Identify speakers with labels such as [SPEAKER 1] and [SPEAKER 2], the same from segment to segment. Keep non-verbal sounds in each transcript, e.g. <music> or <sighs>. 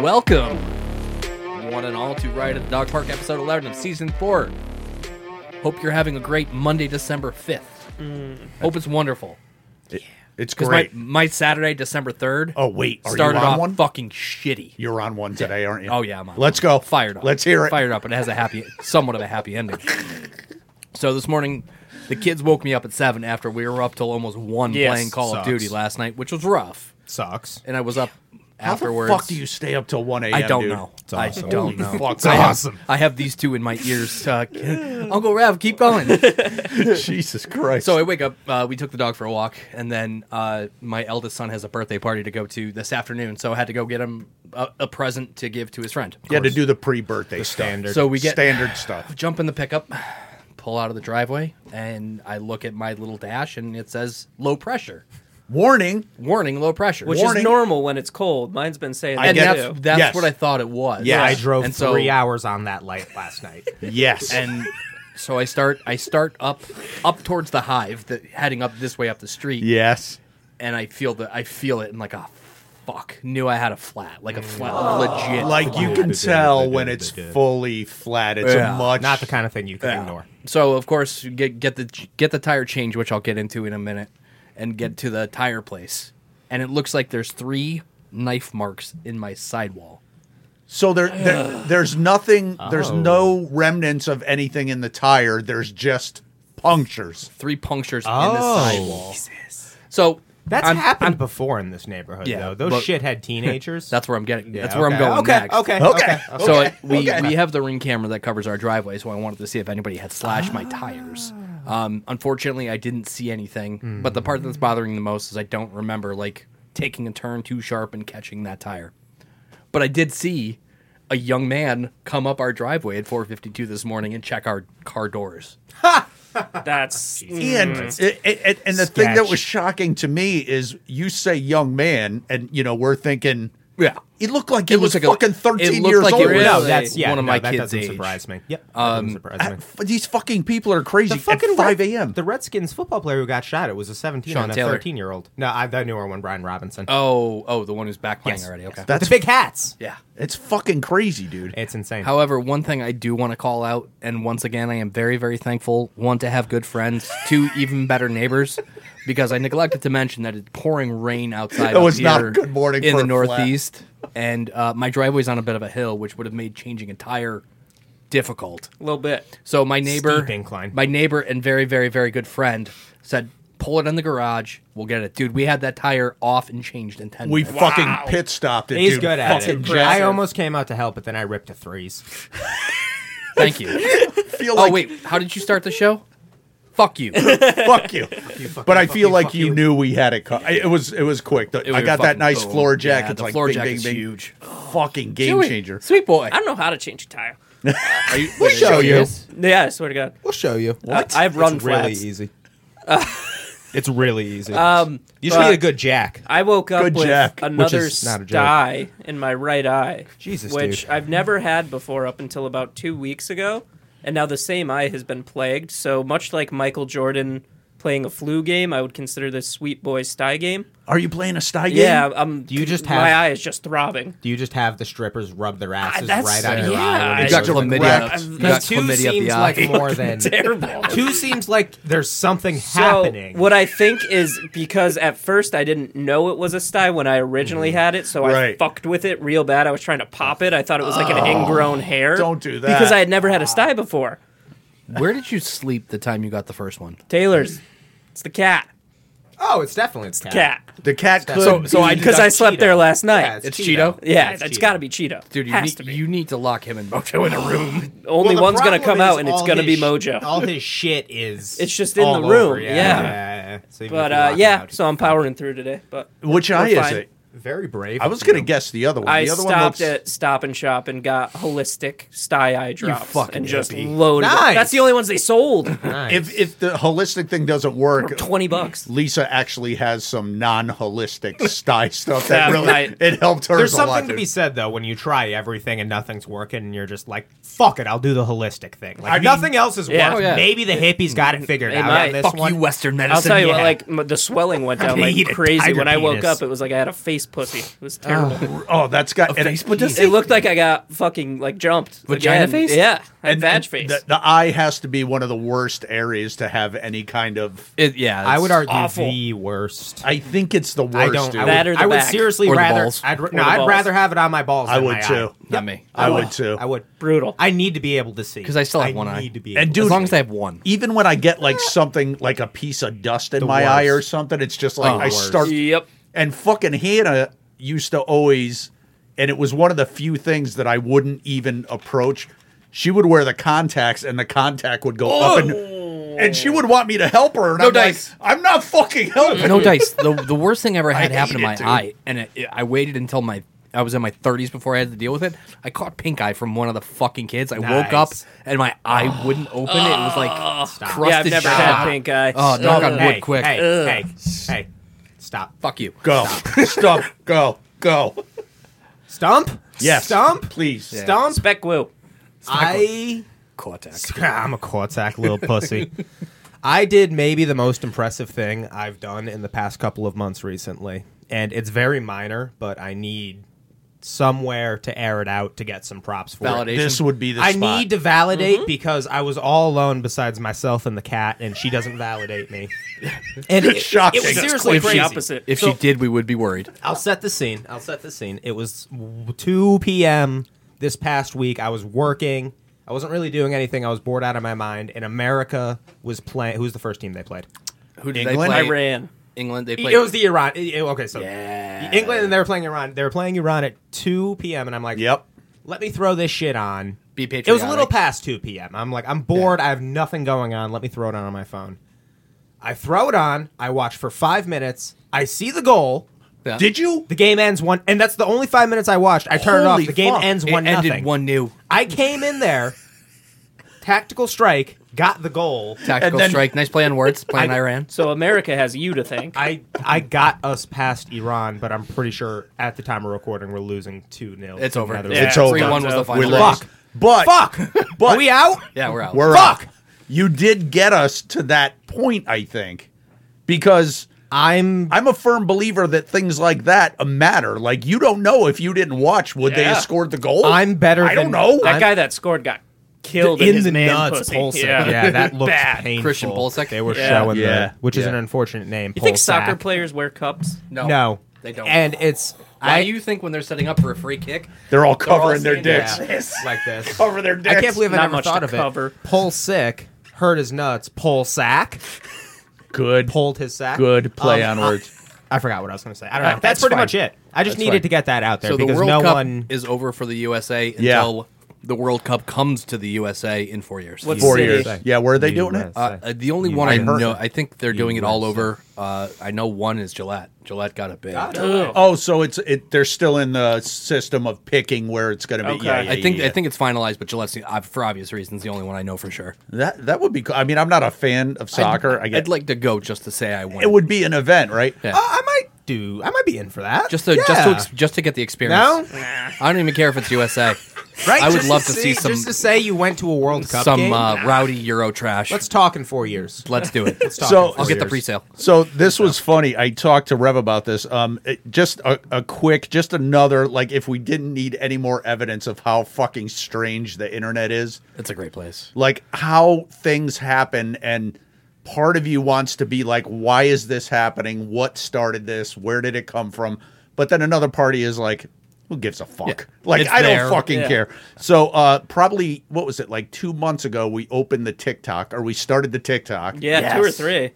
[SPEAKER 1] Welcome, one and all, to Ride at the Dog Park, episode 11 of season four. Hope you're having a great Monday, December 5th. Hope it's wonderful.
[SPEAKER 2] It's
[SPEAKER 1] Because my,
[SPEAKER 2] Mm. great.
[SPEAKER 1] my Saturday, December 3rd,
[SPEAKER 2] oh wait, are
[SPEAKER 1] started
[SPEAKER 2] you on
[SPEAKER 1] off
[SPEAKER 2] one?
[SPEAKER 1] fucking shitty.
[SPEAKER 2] You're on one today, aren't you?
[SPEAKER 1] Oh yeah, I'm on.
[SPEAKER 2] Let's go.
[SPEAKER 1] Fired up.
[SPEAKER 2] Let's hear it.
[SPEAKER 1] Fired up, and it has a happy, somewhat of a happy ending. So this morning, the kids woke me up at seven after we were up till almost one
[SPEAKER 3] Yes,
[SPEAKER 1] playing Call
[SPEAKER 3] sucks.
[SPEAKER 1] of Duty last night, which was rough.
[SPEAKER 3] Sucks.
[SPEAKER 1] And I was up
[SPEAKER 2] How
[SPEAKER 1] afterwards.
[SPEAKER 2] the fuck do you stay up till one a.m.?
[SPEAKER 1] I don't
[SPEAKER 2] dude?
[SPEAKER 1] know. <laughs>
[SPEAKER 3] It's
[SPEAKER 1] I
[SPEAKER 3] awesome.
[SPEAKER 1] don't know.
[SPEAKER 2] Fuck,
[SPEAKER 1] I have,
[SPEAKER 3] awesome.
[SPEAKER 1] I have these two in my ears. Uh, <laughs> Uncle Rev, keep going.
[SPEAKER 2] <laughs> Jesus Christ.
[SPEAKER 1] So I wake up. Uh, we took the dog for a walk, and then uh, my eldest son has a birthday party to go to this afternoon. So I had to go get him a, a present to give to his friend.
[SPEAKER 2] you had to do the pre-birthday stuff.
[SPEAKER 3] standard.
[SPEAKER 1] So we get
[SPEAKER 2] standard stuff.
[SPEAKER 1] jump in the pickup, pull out of the driveway, and I look at my little dash, and it says low pressure.
[SPEAKER 2] Warning.
[SPEAKER 1] Warning, low pressure.
[SPEAKER 4] which
[SPEAKER 2] Warning.
[SPEAKER 4] is normal when it's cold. Mine's been saying that
[SPEAKER 1] and
[SPEAKER 2] get
[SPEAKER 1] that's,
[SPEAKER 3] <laughs>
[SPEAKER 4] too.
[SPEAKER 1] that's
[SPEAKER 2] Yes.
[SPEAKER 1] what I thought it was.
[SPEAKER 2] Yeah,
[SPEAKER 3] I
[SPEAKER 2] Yes.
[SPEAKER 3] drove
[SPEAKER 1] and so,
[SPEAKER 3] three hours on that light last
[SPEAKER 1] <laughs>
[SPEAKER 3] night.
[SPEAKER 2] Yes.
[SPEAKER 1] And so I start I start up up towards the hive, that heading up this way up the street.
[SPEAKER 2] yes.
[SPEAKER 1] and I feel the I feel it and like oh fuck knew I had a flat like a flat
[SPEAKER 3] Oh.
[SPEAKER 1] legit
[SPEAKER 2] Like
[SPEAKER 1] flat.
[SPEAKER 2] you can
[SPEAKER 3] They did,
[SPEAKER 2] tell
[SPEAKER 3] they did,
[SPEAKER 2] when
[SPEAKER 3] they
[SPEAKER 2] it's
[SPEAKER 3] did.
[SPEAKER 2] fully flat. It's
[SPEAKER 1] Yeah.
[SPEAKER 2] a much
[SPEAKER 3] Not the kind of thing you can ignore.
[SPEAKER 1] so of course you get get the get the tire change which I'll get into in a minute and get to the tire place and it looks like there's three knife marks in my sidewall
[SPEAKER 2] So
[SPEAKER 1] <sighs>
[SPEAKER 2] there, there there's nothing. There's
[SPEAKER 3] Oh.
[SPEAKER 2] no remnants of anything in the tire. There's just punctures.
[SPEAKER 1] three punctures in the
[SPEAKER 3] Oh.
[SPEAKER 1] sidewall so
[SPEAKER 3] That's
[SPEAKER 1] I'm-
[SPEAKER 3] happened
[SPEAKER 1] I'm-
[SPEAKER 3] before in this neighborhood,
[SPEAKER 1] Yeah,
[SPEAKER 3] though. Those
[SPEAKER 1] but- <laughs>
[SPEAKER 3] shithead teenagers.
[SPEAKER 1] that's where I'm getting
[SPEAKER 3] Yeah,
[SPEAKER 1] that's where I'm
[SPEAKER 3] okay.
[SPEAKER 1] going
[SPEAKER 3] Okay,
[SPEAKER 1] next.
[SPEAKER 3] okay,
[SPEAKER 2] Okay.
[SPEAKER 3] okay.
[SPEAKER 1] So
[SPEAKER 2] Okay.
[SPEAKER 1] I, we we have the ring camera that covers our driveway, so I wanted to see if anybody had slashed my tires. Um, unfortunately, I didn't see anything. But the part that's bothering the most is I don't remember like taking a turn too sharp and catching that tire. But I did see a young man come up our driveway at 4:52 this morning and check our car doors.
[SPEAKER 4] That's
[SPEAKER 3] Oh,
[SPEAKER 4] mm,
[SPEAKER 2] Ian,
[SPEAKER 1] Mm.
[SPEAKER 2] it, it, it- and the thing that
[SPEAKER 3] Sketch.
[SPEAKER 2] was shocking to me is you say young man, and you know we're thinking,
[SPEAKER 1] Yeah.
[SPEAKER 2] it looked like he
[SPEAKER 1] looks
[SPEAKER 2] was
[SPEAKER 1] like a-
[SPEAKER 2] fucking
[SPEAKER 1] it
[SPEAKER 2] thirteen
[SPEAKER 1] looked
[SPEAKER 2] years
[SPEAKER 1] like it
[SPEAKER 2] old.
[SPEAKER 1] was-
[SPEAKER 3] No,
[SPEAKER 1] Really?
[SPEAKER 3] that's yeah.
[SPEAKER 1] One of
[SPEAKER 3] no,
[SPEAKER 1] my
[SPEAKER 3] that
[SPEAKER 1] kids'
[SPEAKER 3] doesn't
[SPEAKER 1] age.
[SPEAKER 3] surprise me.
[SPEAKER 1] Um,
[SPEAKER 3] Yep, that doesn't surprise
[SPEAKER 1] <laughs>
[SPEAKER 3] me.
[SPEAKER 2] F- These fucking people are crazy at
[SPEAKER 3] Red-
[SPEAKER 2] five a.m.
[SPEAKER 3] The Redskins football player who got shot. It was a 17
[SPEAKER 1] Sean
[SPEAKER 3] and a
[SPEAKER 1] Taylor.
[SPEAKER 3] 13 year old. No, I, I knew her one, Brian Robinson.
[SPEAKER 1] Oh, oh, the one who's back playing
[SPEAKER 3] Yes.
[SPEAKER 1] already. Okay.
[SPEAKER 2] That-
[SPEAKER 3] the big hats.
[SPEAKER 1] yeah.
[SPEAKER 2] It's fucking crazy, dude.
[SPEAKER 3] It's insane.
[SPEAKER 1] However, one thing I do want to call out, and once again, I am very, very thankful. One, to have good friends. Two, even better neighbors. Because I neglected to mention that it's pouring rain outside.
[SPEAKER 2] That
[SPEAKER 1] up
[SPEAKER 2] was not
[SPEAKER 1] here
[SPEAKER 2] good morning
[SPEAKER 1] in the
[SPEAKER 2] for a flat.
[SPEAKER 1] Northeast, and uh, my driveway's on a bit of a hill, which would have made changing a tire difficult.
[SPEAKER 4] a little bit.
[SPEAKER 1] So my neighbor,
[SPEAKER 3] Steep incline.
[SPEAKER 1] my neighbor, and very, very, very good friend said, "Pull it in the garage. We'll get it, dude." We had that tire off and changed in ten.
[SPEAKER 2] We
[SPEAKER 1] minutes.
[SPEAKER 2] fucking pit stopped it.
[SPEAKER 3] He's
[SPEAKER 2] dude.
[SPEAKER 3] good at
[SPEAKER 2] fucking
[SPEAKER 3] it.
[SPEAKER 2] Jack.
[SPEAKER 3] I almost came out to help, but then I ripped to threes.
[SPEAKER 1] Thank you.
[SPEAKER 2] feel
[SPEAKER 1] oh
[SPEAKER 2] <laughs> like
[SPEAKER 1] wait, how did you start the show? Fuck you.
[SPEAKER 2] fuck
[SPEAKER 1] <laughs>
[SPEAKER 2] you. but I
[SPEAKER 3] fuck
[SPEAKER 2] feel
[SPEAKER 3] you,
[SPEAKER 2] like
[SPEAKER 3] fuck
[SPEAKER 2] you,
[SPEAKER 3] you.
[SPEAKER 2] knew we had it. Co- I- it was it was quick. The-
[SPEAKER 1] It was
[SPEAKER 2] I got
[SPEAKER 1] a
[SPEAKER 2] that
[SPEAKER 1] fucking
[SPEAKER 2] nice
[SPEAKER 1] boom.
[SPEAKER 2] floor jack.
[SPEAKER 1] Yeah,
[SPEAKER 2] it's
[SPEAKER 1] the
[SPEAKER 2] like
[SPEAKER 1] floor
[SPEAKER 2] bing,
[SPEAKER 1] jack
[SPEAKER 2] bing,
[SPEAKER 1] is
[SPEAKER 2] bing.
[SPEAKER 1] huge.
[SPEAKER 2] Fucking game
[SPEAKER 1] Chewy,
[SPEAKER 2] changer.
[SPEAKER 1] Sweet boy.
[SPEAKER 4] I don't know how to change a tire.
[SPEAKER 1] Are you,
[SPEAKER 2] We'll show you.
[SPEAKER 4] Yeah, I swear to God.
[SPEAKER 5] We'll show you.
[SPEAKER 4] What? I've run
[SPEAKER 5] it's really
[SPEAKER 3] <laughs>
[SPEAKER 4] flats.
[SPEAKER 5] easy. it's really easy. Um, you should
[SPEAKER 4] but-
[SPEAKER 5] need a good jack.
[SPEAKER 4] I woke up
[SPEAKER 2] Good
[SPEAKER 4] with
[SPEAKER 2] jack, which
[SPEAKER 4] another
[SPEAKER 5] is not a joke.
[SPEAKER 4] sty in my right eye.
[SPEAKER 5] Jesus,
[SPEAKER 4] which
[SPEAKER 5] dude.
[SPEAKER 4] I've never had before up until about two weeks ago, and now the same eye has been plagued. So much like Michael Jordan playing a flu game, I would consider this sweet boy sty game.
[SPEAKER 2] Are you playing a sty game?
[SPEAKER 4] Yeah, I'm.
[SPEAKER 3] Do you just
[SPEAKER 4] my
[SPEAKER 3] have-
[SPEAKER 4] eye is just throbbing?
[SPEAKER 3] Do you just have the strippers rub their asses
[SPEAKER 4] Ah, that's-
[SPEAKER 3] right out of your
[SPEAKER 4] yeah,
[SPEAKER 3] eye?
[SPEAKER 1] You
[SPEAKER 4] I
[SPEAKER 1] got
[SPEAKER 4] just-
[SPEAKER 1] chlamydia.
[SPEAKER 2] wrecked.
[SPEAKER 1] You
[SPEAKER 3] Because
[SPEAKER 1] got
[SPEAKER 3] two
[SPEAKER 1] chlamydia at
[SPEAKER 3] seems
[SPEAKER 1] the eye.
[SPEAKER 3] like
[SPEAKER 4] <laughs>
[SPEAKER 3] more than <laughs>
[SPEAKER 4] Terrible.
[SPEAKER 3] two seems like there's something happening.
[SPEAKER 4] what I think is because at first I didn't know it was a sty when I originally had it, so I
[SPEAKER 2] Right.
[SPEAKER 4] fucked with it real bad. I was trying to pop it. I thought it was like an ingrown hair.
[SPEAKER 2] don't do that.
[SPEAKER 4] Because I had never had a sty before.
[SPEAKER 1] Where did you sleep the time you got the first one?
[SPEAKER 4] Taylor's. It's the cat.
[SPEAKER 3] oh, it's definitely it's cat.
[SPEAKER 4] Cat.
[SPEAKER 2] The cat could.
[SPEAKER 1] So- so I-
[SPEAKER 2] be-
[SPEAKER 4] Because I
[SPEAKER 3] That's
[SPEAKER 4] slept
[SPEAKER 3] Cheeto.
[SPEAKER 4] there last night.
[SPEAKER 3] Yeah,
[SPEAKER 4] it's,
[SPEAKER 1] It's Cheeto?
[SPEAKER 4] yeah,
[SPEAKER 3] it's
[SPEAKER 4] it's
[SPEAKER 3] Cheeto.
[SPEAKER 4] got to be Cheeto.
[SPEAKER 1] Dude, you
[SPEAKER 4] Has
[SPEAKER 1] need,
[SPEAKER 4] to be.
[SPEAKER 1] you need to lock him and Mojo in <gasps> a room.
[SPEAKER 4] Only
[SPEAKER 3] Well, the
[SPEAKER 4] one's gonna
[SPEAKER 3] problem
[SPEAKER 4] come
[SPEAKER 3] is
[SPEAKER 4] out, and it's
[SPEAKER 3] all
[SPEAKER 4] gonna be
[SPEAKER 3] his-
[SPEAKER 4] Mojo.
[SPEAKER 3] All his shit is.
[SPEAKER 4] It's just in
[SPEAKER 3] all
[SPEAKER 4] the room,
[SPEAKER 3] over, Yeah.
[SPEAKER 4] yeah.
[SPEAKER 3] yeah. So even
[SPEAKER 4] but
[SPEAKER 3] if you
[SPEAKER 4] uh,
[SPEAKER 3] lock him
[SPEAKER 4] yeah,
[SPEAKER 3] out,
[SPEAKER 4] so I'm powering through today. But
[SPEAKER 2] Which
[SPEAKER 4] we're
[SPEAKER 2] eye is
[SPEAKER 4] fine.
[SPEAKER 2] it?
[SPEAKER 3] very brave.
[SPEAKER 2] I was gonna guess the other one.
[SPEAKER 4] I
[SPEAKER 2] the other one
[SPEAKER 4] stopped
[SPEAKER 2] looks-
[SPEAKER 4] at Stop and Shop and got holistic sty eye drops
[SPEAKER 1] fucking
[SPEAKER 4] and just
[SPEAKER 1] hippie.
[SPEAKER 4] loaded. them.
[SPEAKER 3] Nice.
[SPEAKER 4] That's the only ones they sold. <laughs>
[SPEAKER 3] Nice.
[SPEAKER 2] If if the holistic thing doesn't work,
[SPEAKER 4] Twenty bucks.
[SPEAKER 2] Lisa actually has some <laughs> non-holistic sty stuff that
[SPEAKER 4] Yeah,
[SPEAKER 2] really
[SPEAKER 4] right.
[SPEAKER 2] it helped her
[SPEAKER 3] There's
[SPEAKER 2] a lot.
[SPEAKER 3] something to
[SPEAKER 2] dude.
[SPEAKER 3] be said though when you try everything and nothing's working, and you're just like, "Fuck it, I'll do the holistic thing." Like
[SPEAKER 2] I mean-
[SPEAKER 3] nothing else is
[SPEAKER 4] Yeah.
[SPEAKER 3] working.
[SPEAKER 4] Oh,
[SPEAKER 1] yeah.
[SPEAKER 3] Maybe the hippies got it figured
[SPEAKER 4] They
[SPEAKER 3] out
[SPEAKER 4] might.
[SPEAKER 3] on this
[SPEAKER 1] Fuck
[SPEAKER 3] one.
[SPEAKER 1] you, Western medicine.
[SPEAKER 4] I'll tell you
[SPEAKER 3] yeah.
[SPEAKER 4] what, like m- the swelling went down
[SPEAKER 3] They
[SPEAKER 4] like
[SPEAKER 3] eat a
[SPEAKER 4] crazy.
[SPEAKER 3] tiger
[SPEAKER 4] When I woke
[SPEAKER 3] penis.
[SPEAKER 4] up, it was like I had a face face pussy. It was terrible.
[SPEAKER 2] Oh, that's got and
[SPEAKER 1] face
[SPEAKER 2] it-
[SPEAKER 1] podicity?
[SPEAKER 4] it looked like I got fucking like jumped.
[SPEAKER 1] Vagina
[SPEAKER 4] again.
[SPEAKER 1] face?
[SPEAKER 4] Yeah, and, vag
[SPEAKER 2] and
[SPEAKER 4] face.
[SPEAKER 2] The, the eye has to be one of the worst areas to have any kind of.
[SPEAKER 1] It, yeah,
[SPEAKER 3] I would
[SPEAKER 1] it's-
[SPEAKER 3] argue
[SPEAKER 2] awful.
[SPEAKER 3] the worst.
[SPEAKER 2] I think it's the worst.
[SPEAKER 3] I don't.
[SPEAKER 2] dude.
[SPEAKER 3] I would,
[SPEAKER 4] That or the
[SPEAKER 3] I would
[SPEAKER 4] back.
[SPEAKER 3] seriously
[SPEAKER 1] Or the
[SPEAKER 3] rather.
[SPEAKER 1] balls.
[SPEAKER 3] I'd, r-
[SPEAKER 1] Or
[SPEAKER 3] no,
[SPEAKER 4] the
[SPEAKER 3] I'd
[SPEAKER 4] balls.
[SPEAKER 3] rather have it on my balls.
[SPEAKER 2] I
[SPEAKER 3] than
[SPEAKER 2] would
[SPEAKER 3] my
[SPEAKER 2] too.
[SPEAKER 3] eye.
[SPEAKER 1] Not me.
[SPEAKER 2] I would too.
[SPEAKER 3] I would.
[SPEAKER 4] Brutal.
[SPEAKER 3] I need to be able to see
[SPEAKER 1] 'Cause I still have one eye.
[SPEAKER 3] need to be.
[SPEAKER 2] And
[SPEAKER 3] able
[SPEAKER 2] dude-
[SPEAKER 3] to
[SPEAKER 1] as long as
[SPEAKER 3] see.
[SPEAKER 1] I have <laughs> one.
[SPEAKER 2] Even when I get like something like a piece of dust in my eye or
[SPEAKER 3] worst.
[SPEAKER 2] something, it's just like
[SPEAKER 1] Oh,
[SPEAKER 2] I
[SPEAKER 1] the worst.
[SPEAKER 2] start
[SPEAKER 4] yep.
[SPEAKER 2] And fucking Hannah used to always, and it was one of the few things that I wouldn't even approach. She would wear the contacts, and the contact would go up and. And she would want me to help her, and
[SPEAKER 1] No
[SPEAKER 2] I'm
[SPEAKER 1] dice.
[SPEAKER 2] like, I'm not fucking helping.
[SPEAKER 1] No dice. The, the worst thing ever had happened to
[SPEAKER 2] hate
[SPEAKER 1] my
[SPEAKER 2] it, dude.
[SPEAKER 1] eye, and it, it- I waited until my I was in my 30s before I had to deal with it. I caught pink eye from one of the fucking kids. I woke up
[SPEAKER 3] Nice.
[SPEAKER 1] and my eye wouldn't open. It was like crusted.
[SPEAKER 4] yeah, I've never
[SPEAKER 1] shut
[SPEAKER 4] had
[SPEAKER 1] up.
[SPEAKER 4] pink eye.
[SPEAKER 1] Oh, knock on
[SPEAKER 3] Hey,
[SPEAKER 1] wood, quick.
[SPEAKER 3] Hey, hey, hey, stop.
[SPEAKER 1] Fuck you.
[SPEAKER 2] Go, stop, go, go.
[SPEAKER 3] Stump.
[SPEAKER 2] Yes,
[SPEAKER 3] Stump.
[SPEAKER 2] please.
[SPEAKER 3] Stump.
[SPEAKER 4] Spec will.
[SPEAKER 3] I.
[SPEAKER 1] Cortex.
[SPEAKER 3] <laughs> I'm a Cortac little pussy. I did maybe the most impressive thing I've done in the past couple of months recently, and it's very minor, but I need somewhere to air it out to get some props for it.
[SPEAKER 1] Validation.
[SPEAKER 2] This would be the
[SPEAKER 3] I
[SPEAKER 2] spot.
[SPEAKER 3] need to validate because I was all alone besides myself and the cat, and she doesn't
[SPEAKER 2] <laughs>
[SPEAKER 3] validate me. And it,
[SPEAKER 2] Shocking.
[SPEAKER 3] it was
[SPEAKER 2] That's
[SPEAKER 3] seriously
[SPEAKER 4] quite the
[SPEAKER 3] crazy.
[SPEAKER 4] opposite.
[SPEAKER 1] If she did, we would be worried.
[SPEAKER 3] I'll set the scene. I'll set the scene. It was 2 p.m. this past week. I was working. I wasn't really doing anything. I was bored out of my mind. And America was playing. Who was the first team they played?
[SPEAKER 1] Who did
[SPEAKER 2] England?
[SPEAKER 1] they play?
[SPEAKER 4] Iran.
[SPEAKER 1] England. They played.
[SPEAKER 3] it was the Iran. it- it- okay, so
[SPEAKER 1] Yeah.
[SPEAKER 3] England and they were playing Iran. They were playing Iran at 2 p.m. And I'm like,
[SPEAKER 2] Yep.
[SPEAKER 3] Let me throw this shit on.
[SPEAKER 1] Be
[SPEAKER 3] It was a little
[SPEAKER 1] patriotic.
[SPEAKER 3] past 2 p.m. I'm like, I'm bored. I have nothing going on. Let me throw it on on my phone. I throw it on. I watch for five minutes. I see the goal.
[SPEAKER 1] Yeah.
[SPEAKER 2] Did you?
[SPEAKER 3] The game ends one, and that's the only five minutes I watched. I turned it off.
[SPEAKER 2] Holy
[SPEAKER 3] The game
[SPEAKER 2] fuck.
[SPEAKER 3] ends
[SPEAKER 1] It
[SPEAKER 3] one
[SPEAKER 1] ended
[SPEAKER 3] nothing.
[SPEAKER 1] one new
[SPEAKER 3] I came in there, tactical strike, got the goal.
[SPEAKER 1] tactical
[SPEAKER 2] And then-
[SPEAKER 1] strike. Nice play on words. Playing
[SPEAKER 3] I-
[SPEAKER 1] Iran.
[SPEAKER 4] So America has you to thank.
[SPEAKER 3] I I got us past Iran, but I'm pretty sure at the time of recording we're losing two 0
[SPEAKER 1] It's over.
[SPEAKER 4] Yeah,
[SPEAKER 2] it's over.
[SPEAKER 1] Three one was the
[SPEAKER 2] We
[SPEAKER 1] final.
[SPEAKER 2] lost.
[SPEAKER 3] Fuck.
[SPEAKER 1] <laughs>
[SPEAKER 2] But
[SPEAKER 3] Fuck. Are we out?
[SPEAKER 1] Yeah, we're out.
[SPEAKER 2] We're
[SPEAKER 3] Fuck!
[SPEAKER 2] up. You did get us to that point, I think, because
[SPEAKER 3] I'm
[SPEAKER 2] I'm a firm believer that things like that matter. Like you don't know if you didn't watch, would they
[SPEAKER 4] Yeah.
[SPEAKER 2] have scored the goal?
[SPEAKER 3] I'm better
[SPEAKER 2] I don't
[SPEAKER 3] than-
[SPEAKER 2] know.
[SPEAKER 4] that guy that scored got killed in,
[SPEAKER 3] in
[SPEAKER 4] his
[SPEAKER 3] the
[SPEAKER 4] man
[SPEAKER 3] nuts,
[SPEAKER 4] pussy.
[SPEAKER 3] Pulisic.
[SPEAKER 4] Yeah.
[SPEAKER 3] Yeah. <laughs>
[SPEAKER 4] <laughs>
[SPEAKER 3] that looks
[SPEAKER 4] Bad.
[SPEAKER 3] painful.
[SPEAKER 1] Christian Pulisic?
[SPEAKER 3] They were
[SPEAKER 4] Yeah.
[SPEAKER 3] showing
[SPEAKER 2] Yeah.
[SPEAKER 3] that, which is
[SPEAKER 2] Yeah.
[SPEAKER 3] an unfortunate name.
[SPEAKER 4] You think
[SPEAKER 3] Pulisic.
[SPEAKER 4] soccer players wear cups?
[SPEAKER 1] No,
[SPEAKER 3] No,
[SPEAKER 1] they don't.
[SPEAKER 3] And it's
[SPEAKER 1] Why
[SPEAKER 3] I
[SPEAKER 1] do you think when they're setting up for a free kick,
[SPEAKER 2] They're all covering their
[SPEAKER 1] standing
[SPEAKER 2] dicks.
[SPEAKER 1] there.
[SPEAKER 3] yeah, like
[SPEAKER 2] <laughs>
[SPEAKER 3] this.
[SPEAKER 2] Cover their
[SPEAKER 3] I
[SPEAKER 2] dicks.
[SPEAKER 3] can't believe I
[SPEAKER 4] Not
[SPEAKER 3] never
[SPEAKER 4] much
[SPEAKER 3] thought
[SPEAKER 4] to
[SPEAKER 3] of
[SPEAKER 4] cover.
[SPEAKER 3] it. Pull sick, hurt his nuts. Pull sack,
[SPEAKER 2] good.
[SPEAKER 3] pulled his sack.
[SPEAKER 2] Good play
[SPEAKER 3] Um,
[SPEAKER 2] on words.
[SPEAKER 3] I forgot what I was going to say. I don't know.
[SPEAKER 2] Alright, that's
[SPEAKER 3] that's, pretty
[SPEAKER 2] fine.
[SPEAKER 3] much it. I just
[SPEAKER 2] That's
[SPEAKER 3] needed
[SPEAKER 2] fine.
[SPEAKER 3] to get that out there
[SPEAKER 1] So the
[SPEAKER 3] because
[SPEAKER 1] World
[SPEAKER 3] no
[SPEAKER 1] Cup
[SPEAKER 3] one.
[SPEAKER 1] is over for the USA
[SPEAKER 2] Yeah.
[SPEAKER 1] until the World Cup comes to the USA in four years.
[SPEAKER 4] What's-
[SPEAKER 2] Four
[SPEAKER 4] City.
[SPEAKER 2] years. Yeah, where are they doing it?
[SPEAKER 3] USA.
[SPEAKER 1] uh, uh, the only
[SPEAKER 3] You-
[SPEAKER 1] one I,
[SPEAKER 2] I heard
[SPEAKER 1] know,
[SPEAKER 2] that.
[SPEAKER 1] I think they're doing it all
[SPEAKER 3] USA.
[SPEAKER 1] over. Uh, I know one is Gillette. Gillette got it big.
[SPEAKER 2] Oh, so it's it. They're still in the system of picking where it's going to be.
[SPEAKER 4] Okay.
[SPEAKER 2] Yeah, yeah,
[SPEAKER 1] I think
[SPEAKER 2] yeah.
[SPEAKER 1] I think it's finalized, but Gillette's the, uh, for obvious reasons the only one I know for sure.
[SPEAKER 2] that that would be. Cool. I mean, I'm not a fan of soccer. i get
[SPEAKER 1] I'd like to go just to say I won.
[SPEAKER 2] it would be an event, right? Ah,
[SPEAKER 1] Yeah.
[SPEAKER 3] Uh, I might do. I might be in for that.
[SPEAKER 1] just to just to ex- just to get the experience.
[SPEAKER 3] No?
[SPEAKER 1] I don't even care if it's USA.
[SPEAKER 3] right.
[SPEAKER 1] I would
[SPEAKER 3] Just
[SPEAKER 1] love to
[SPEAKER 3] to
[SPEAKER 1] see some-
[SPEAKER 3] Just to say you went to a World Cup
[SPEAKER 1] Some
[SPEAKER 3] game.
[SPEAKER 1] uh, rowdy Euro trash.
[SPEAKER 3] Let's talk in four years.
[SPEAKER 1] let's do it.
[SPEAKER 3] Let's talk
[SPEAKER 2] So-
[SPEAKER 3] in four
[SPEAKER 1] I'll get the
[SPEAKER 3] years.
[SPEAKER 1] pre-sale.
[SPEAKER 2] So this was funny. I talked to Rev about this. Um, it- just a, a quick, just another like if we didn't need any more evidence of how fucking strange the internet is,
[SPEAKER 1] It's a great place.
[SPEAKER 2] like how things happen, and part of you wants to be like, why is this happening? What started this? Where did it come from? But then another party is like, who gives a fuck? Like
[SPEAKER 1] It's
[SPEAKER 2] I
[SPEAKER 1] there.
[SPEAKER 2] don't fucking
[SPEAKER 4] Yeah.
[SPEAKER 2] care. So uh, probably what was it like two months ago? We opened the TikTok or we started the TikTok
[SPEAKER 4] Yeah, two or three.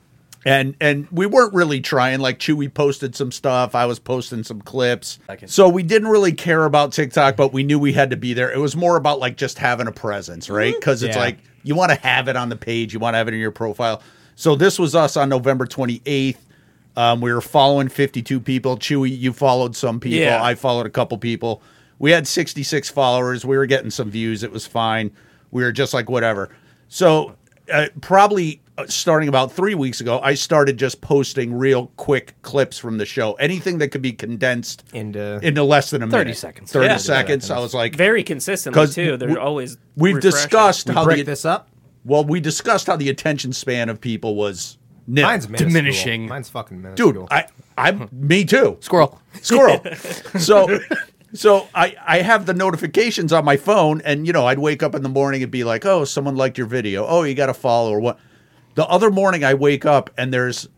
[SPEAKER 2] and and we weren't really trying like chewy posted some stuff i was posting some clips
[SPEAKER 1] Second.
[SPEAKER 2] so we didn't really care about tiktok but we knew we had to be there it was more about like just having a presence right because it's
[SPEAKER 3] Yeah.
[SPEAKER 2] like you want to have it on the page you want to have it in your profile so this was us on november 28th um, we were following 52 people chewy you followed some people
[SPEAKER 4] Yeah.
[SPEAKER 2] i followed a couple people we had 66 followers we were getting some views it was fine we were just like whatever so uh, probably uh, starting about three weeks ago, I started just posting real quick clips from the show. Anything that could be condensed
[SPEAKER 3] Into-
[SPEAKER 2] into less than a
[SPEAKER 1] 30
[SPEAKER 2] minute.
[SPEAKER 1] seconds.
[SPEAKER 2] 30
[SPEAKER 4] Yeah.
[SPEAKER 2] seconds. I was like,
[SPEAKER 4] Very consistently
[SPEAKER 2] 'Cause
[SPEAKER 4] too. They're
[SPEAKER 2] we-
[SPEAKER 4] always.
[SPEAKER 2] we've
[SPEAKER 4] refreshing.
[SPEAKER 2] discussed
[SPEAKER 3] We
[SPEAKER 2] how
[SPEAKER 3] break
[SPEAKER 2] the,
[SPEAKER 3] this up.
[SPEAKER 2] well, we discussed how the attention span of people was nip.
[SPEAKER 3] Mine's minuscule.
[SPEAKER 1] Diminishing.
[SPEAKER 3] Mine's fucking minuscule.
[SPEAKER 2] dude. I I me too.
[SPEAKER 1] Squirrel.
[SPEAKER 2] Squirrel. so so I I have the notifications on my phone, and you know I'd wake up in the morning and be like, oh, someone liked your video. Oh, you got to follow or what. The other morning I wake up and there's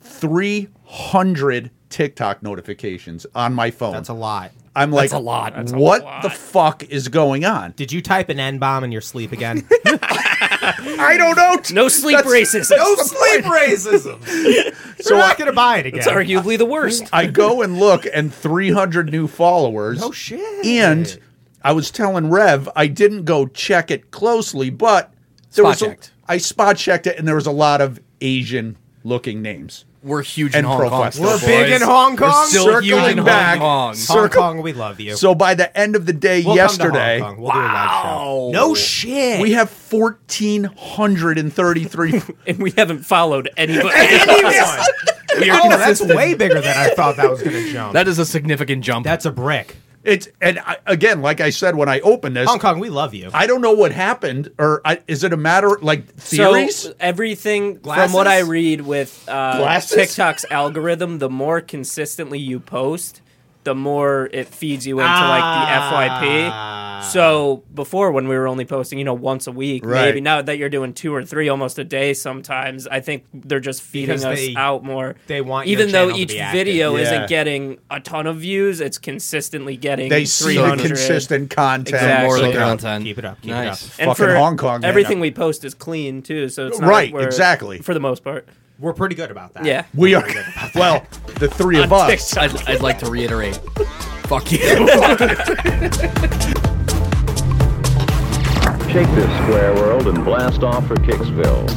[SPEAKER 2] 300 TikTok notifications on my phone.
[SPEAKER 3] That's a lot.
[SPEAKER 2] I'm like,
[SPEAKER 1] That's a lot. That's a
[SPEAKER 2] what
[SPEAKER 4] lot.
[SPEAKER 2] the fuck is going on?
[SPEAKER 3] Did you type an N bomb in your sleep again?
[SPEAKER 2] I don't know. T-
[SPEAKER 4] No sleep
[SPEAKER 2] That's-
[SPEAKER 4] races.
[SPEAKER 3] no sleep <laughs> racism. so
[SPEAKER 2] So
[SPEAKER 3] We're
[SPEAKER 2] I,
[SPEAKER 3] not gonna buy it again.
[SPEAKER 4] It's arguably the worst.
[SPEAKER 2] I go and look, and 300 new followers.
[SPEAKER 3] No shit.
[SPEAKER 2] And I was telling Rev, I didn't go check it closely, but there
[SPEAKER 1] Spot
[SPEAKER 2] was a-
[SPEAKER 1] checked.
[SPEAKER 2] I spot checked it, and there was a lot of Asian looking names.
[SPEAKER 1] We're huge in
[SPEAKER 2] And
[SPEAKER 1] Hong
[SPEAKER 2] profile.
[SPEAKER 1] Kong. still,
[SPEAKER 3] We're big
[SPEAKER 1] boys.
[SPEAKER 3] in Hong Kong.
[SPEAKER 1] We're still
[SPEAKER 2] Circling
[SPEAKER 1] huge in Hong
[SPEAKER 2] back.
[SPEAKER 1] Kong.
[SPEAKER 3] Hong
[SPEAKER 2] Circle-
[SPEAKER 3] Kong, we love you.
[SPEAKER 2] So by the end of the day
[SPEAKER 3] We'll come to Hong
[SPEAKER 2] yesterday,
[SPEAKER 3] Kong. We'll do a live show.
[SPEAKER 1] Wow.
[SPEAKER 3] No shit.
[SPEAKER 2] we have
[SPEAKER 3] <laughs>
[SPEAKER 2] 1,433
[SPEAKER 4] <laughs> and we haven't followed <laughs> anybody.
[SPEAKER 3] Anyone. oh, that's way bigger than I thought that was going to jump.
[SPEAKER 1] That is a significant jump.
[SPEAKER 3] that's a brick.
[SPEAKER 2] It's and I, again, like I said when I opened this,
[SPEAKER 3] Hong Kong, we love you.
[SPEAKER 2] I don't know what happened, or I, is it a matter like theories?
[SPEAKER 4] So everything
[SPEAKER 3] Glasses?
[SPEAKER 4] from what I read with uh,
[SPEAKER 2] Glasses?
[SPEAKER 4] TikTok's algorithm, the more consistently you post, the more it feeds you into like the
[SPEAKER 3] Ah.
[SPEAKER 4] FYP. So before, when we were only posting, you know, once a week,
[SPEAKER 2] Right.
[SPEAKER 4] maybe now that you're doing two or three almost a day, sometimes I think they're just feeding
[SPEAKER 3] Because
[SPEAKER 4] us
[SPEAKER 3] they-
[SPEAKER 4] out more.
[SPEAKER 3] they want your
[SPEAKER 4] even though
[SPEAKER 3] channel to
[SPEAKER 4] each
[SPEAKER 3] be active.
[SPEAKER 4] video
[SPEAKER 2] Yeah.
[SPEAKER 4] isn't getting a ton of views, it's consistently getting
[SPEAKER 2] they see the
[SPEAKER 4] 300.
[SPEAKER 2] consistent content.
[SPEAKER 4] Exactly.
[SPEAKER 1] more of
[SPEAKER 4] So
[SPEAKER 1] the
[SPEAKER 4] keep it up,
[SPEAKER 1] content.
[SPEAKER 3] keep it up, keep it
[SPEAKER 1] nice.
[SPEAKER 3] up.
[SPEAKER 4] And
[SPEAKER 2] Fucking
[SPEAKER 4] for
[SPEAKER 2] Hong Kong, man.
[SPEAKER 4] everything we post is clean too, so it's not
[SPEAKER 2] Right,
[SPEAKER 4] like we're-
[SPEAKER 2] exactly.
[SPEAKER 4] for the most part.
[SPEAKER 3] We're pretty good about that.
[SPEAKER 4] Yeah.
[SPEAKER 2] We are well, the three of
[SPEAKER 4] On
[SPEAKER 2] us.
[SPEAKER 4] TikTok.
[SPEAKER 1] I'd, I'd like to reiterate. Fuck you.
[SPEAKER 6] Shake this square world and blast off for Kicksville.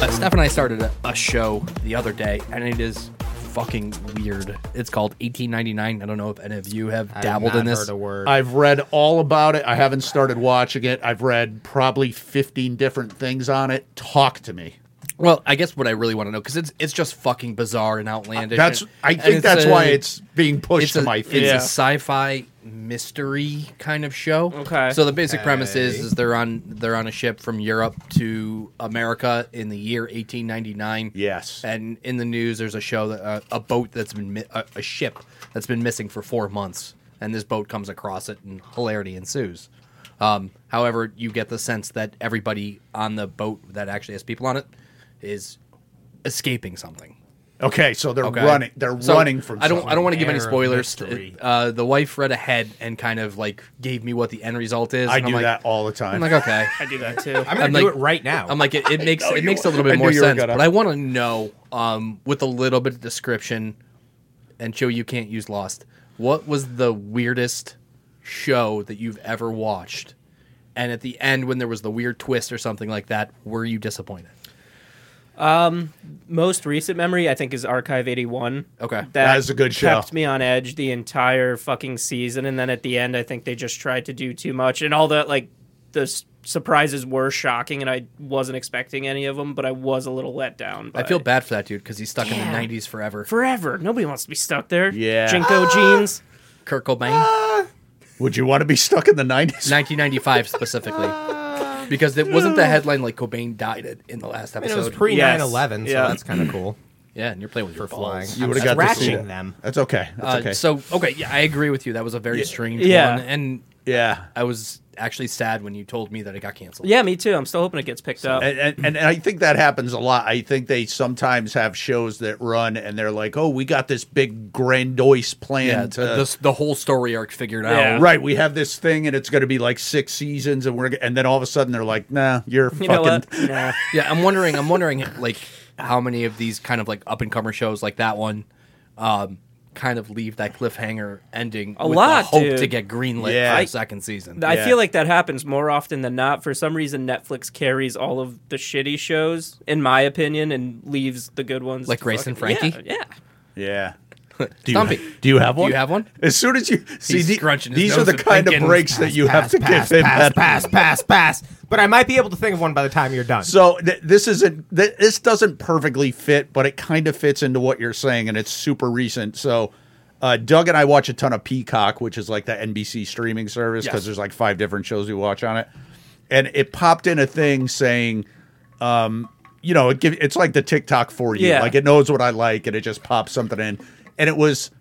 [SPEAKER 1] Uh, Steph and I started a, a show the other day, and it is fucking weird. It's called 1899. I don't know if any of you have
[SPEAKER 3] I have
[SPEAKER 1] dabbled in
[SPEAKER 3] not
[SPEAKER 1] this.
[SPEAKER 3] Heard a word.
[SPEAKER 2] I've read all about it. I haven't started watching it. I've read probably 15 different things on it. Talk to me.
[SPEAKER 1] Well, I guess what I really want to know because it's it's just fucking bizarre and outlandish.
[SPEAKER 2] That's
[SPEAKER 1] and-
[SPEAKER 2] I
[SPEAKER 1] and
[SPEAKER 2] think
[SPEAKER 1] it's
[SPEAKER 2] that's
[SPEAKER 1] a-
[SPEAKER 2] why it's being pushed
[SPEAKER 1] it's
[SPEAKER 2] to
[SPEAKER 1] a,
[SPEAKER 2] my feed.
[SPEAKER 1] It's
[SPEAKER 4] Yeah.
[SPEAKER 1] a sci-fi mystery kind of show.
[SPEAKER 4] Okay.
[SPEAKER 1] So the basic premise is
[SPEAKER 3] Okay.
[SPEAKER 1] is they're on they're on a ship from Europe to America in the year 1899.
[SPEAKER 2] Yes.
[SPEAKER 1] And in the news, there's a show that uh, a boat that's been mi- a, a ship that's been missing for four months, and this boat comes across it, and hilarity ensues. Um, however, you get the sense that everybody on the boat that actually has people on it is escaping something.
[SPEAKER 2] Okay, so they're
[SPEAKER 1] Okay.
[SPEAKER 2] running. They're
[SPEAKER 1] So,
[SPEAKER 2] running from.
[SPEAKER 1] I don't. I don't
[SPEAKER 2] something.
[SPEAKER 1] want to give any
[SPEAKER 3] Air of
[SPEAKER 1] spoilers.
[SPEAKER 3] mystery.
[SPEAKER 1] Uh, the wife read ahead and kind of like gave me what the end result is.
[SPEAKER 2] I
[SPEAKER 1] and I'm
[SPEAKER 2] do
[SPEAKER 1] like-
[SPEAKER 2] that all the time.
[SPEAKER 1] I'm like, okay.
[SPEAKER 2] <laughs>
[SPEAKER 4] I do that too.
[SPEAKER 3] I'm going
[SPEAKER 1] <laughs>
[SPEAKER 3] to
[SPEAKER 1] I'm
[SPEAKER 3] do
[SPEAKER 1] like-
[SPEAKER 3] it right now.
[SPEAKER 1] I'm like, it, it makes it
[SPEAKER 2] you
[SPEAKER 1] makes a
[SPEAKER 2] were.
[SPEAKER 1] little
[SPEAKER 2] I
[SPEAKER 1] bit
[SPEAKER 2] knew
[SPEAKER 1] more
[SPEAKER 2] you were
[SPEAKER 1] sense.
[SPEAKER 2] gonna.
[SPEAKER 1] But I want to know, um, with a little bit of description, and show you can't use Lost. What was the weirdest show that you've ever watched? And at the end, when there was the weird twist or something like that, were you disappointed?
[SPEAKER 4] Most recent memory, I think, is Archive 81.
[SPEAKER 1] Okay.
[SPEAKER 2] That is a good show.
[SPEAKER 4] Kept me on edge the entire fucking season, and then at the end, I think they just tried to do too much, and all that like the s- surprises were shocking, and I wasn't expecting any of them, but I was a little let down.
[SPEAKER 1] I
[SPEAKER 4] by
[SPEAKER 1] feel
[SPEAKER 4] it.
[SPEAKER 1] bad for that dude because he's stuck
[SPEAKER 4] Yeah.
[SPEAKER 1] in the '90s forever.
[SPEAKER 4] Forever, nobody wants to be stuck there.
[SPEAKER 2] Yeah.
[SPEAKER 4] Jinko jeans.
[SPEAKER 1] Kurt Cobain.
[SPEAKER 3] Ah.
[SPEAKER 2] Would you want to be stuck in the 90s?
[SPEAKER 1] 1995 specifically, because it wasn't
[SPEAKER 3] <laughs>
[SPEAKER 1] the headline like Cobain died at- in the last
[SPEAKER 3] I mean,
[SPEAKER 1] episode.
[SPEAKER 3] it was pre 9
[SPEAKER 4] Yes.
[SPEAKER 3] 11, so
[SPEAKER 4] Yeah.
[SPEAKER 3] that's kind of cool.
[SPEAKER 1] yeah, and you're playing with your
[SPEAKER 3] for
[SPEAKER 1] balls.
[SPEAKER 3] flying.
[SPEAKER 2] You
[SPEAKER 3] I'm
[SPEAKER 2] would have got to see
[SPEAKER 3] scratching
[SPEAKER 2] that.
[SPEAKER 3] them.
[SPEAKER 2] That's okay. That's
[SPEAKER 1] Uh,
[SPEAKER 2] okay.
[SPEAKER 1] So okay, yeah, I agree with you. That was a very strange
[SPEAKER 4] Yeah.
[SPEAKER 1] one, and
[SPEAKER 2] yeah,
[SPEAKER 1] I was actually sad when you told me that it got canceled.
[SPEAKER 4] Yeah, me too. I'm still hoping it gets picked up.
[SPEAKER 2] and, and and I think that happens a lot. I think they sometimes have shows that run and they're like, "Oh, we got this big grandiose plan
[SPEAKER 1] yeah,
[SPEAKER 2] to."
[SPEAKER 1] the, the, the whole story arc figured
[SPEAKER 4] Yeah.
[SPEAKER 1] out.
[SPEAKER 2] "Oh, Right, we have this thing, and it's going to be like six seasons, and we're g- and then all of a sudden they're like, "Nah, you're
[SPEAKER 4] <laughs> you know what?
[SPEAKER 2] fucking." <laughs>
[SPEAKER 4] Nah.
[SPEAKER 1] Yeah, I'm wondering. I'm wondering like how many of these kind of like up and comer shows like that one. Um, kind of leave that cliffhanger ending
[SPEAKER 4] A
[SPEAKER 1] with
[SPEAKER 4] lot,
[SPEAKER 1] the hope
[SPEAKER 4] dude.
[SPEAKER 1] to get greenlit
[SPEAKER 2] Yeah.
[SPEAKER 1] for
[SPEAKER 2] I-
[SPEAKER 1] a second season.
[SPEAKER 4] I
[SPEAKER 2] Yeah.
[SPEAKER 4] feel like that happens more often than not. For some reason, Netflix carries all of the shitty shows, in my opinion, and leaves the good ones.
[SPEAKER 1] Like
[SPEAKER 4] to
[SPEAKER 1] Grace and
[SPEAKER 4] fucking-
[SPEAKER 1] Frankie?
[SPEAKER 4] Yeah.
[SPEAKER 1] <laughs>
[SPEAKER 2] Yeah. Do
[SPEAKER 1] Stumpy.
[SPEAKER 2] do you have
[SPEAKER 1] Do
[SPEAKER 2] one?
[SPEAKER 1] you have one?
[SPEAKER 2] As soon as you see, the-
[SPEAKER 1] scrunching his
[SPEAKER 2] these are
[SPEAKER 1] nose
[SPEAKER 2] the
[SPEAKER 1] and
[SPEAKER 2] kind of
[SPEAKER 1] thinking,
[SPEAKER 2] breaks that you have to
[SPEAKER 3] pass,
[SPEAKER 2] give in.
[SPEAKER 3] pass,
[SPEAKER 2] that-
[SPEAKER 3] pass, pass, pass. But I might be able to think of one by the time you're done.
[SPEAKER 2] So th- this isn't th- this doesn't perfectly fit, but it kind of fits into what you're saying, and it's super recent. So uh, Doug and I watch a ton of Peacock, which is like the NBC streaming service, because
[SPEAKER 1] Yes.
[SPEAKER 2] there's like five different shows we watch on it, and it popped in a thing saying. Um, you know, it give, it's like the TikTok for you.
[SPEAKER 4] Yeah.
[SPEAKER 2] Like it knows what I like and it just pops something in. And it was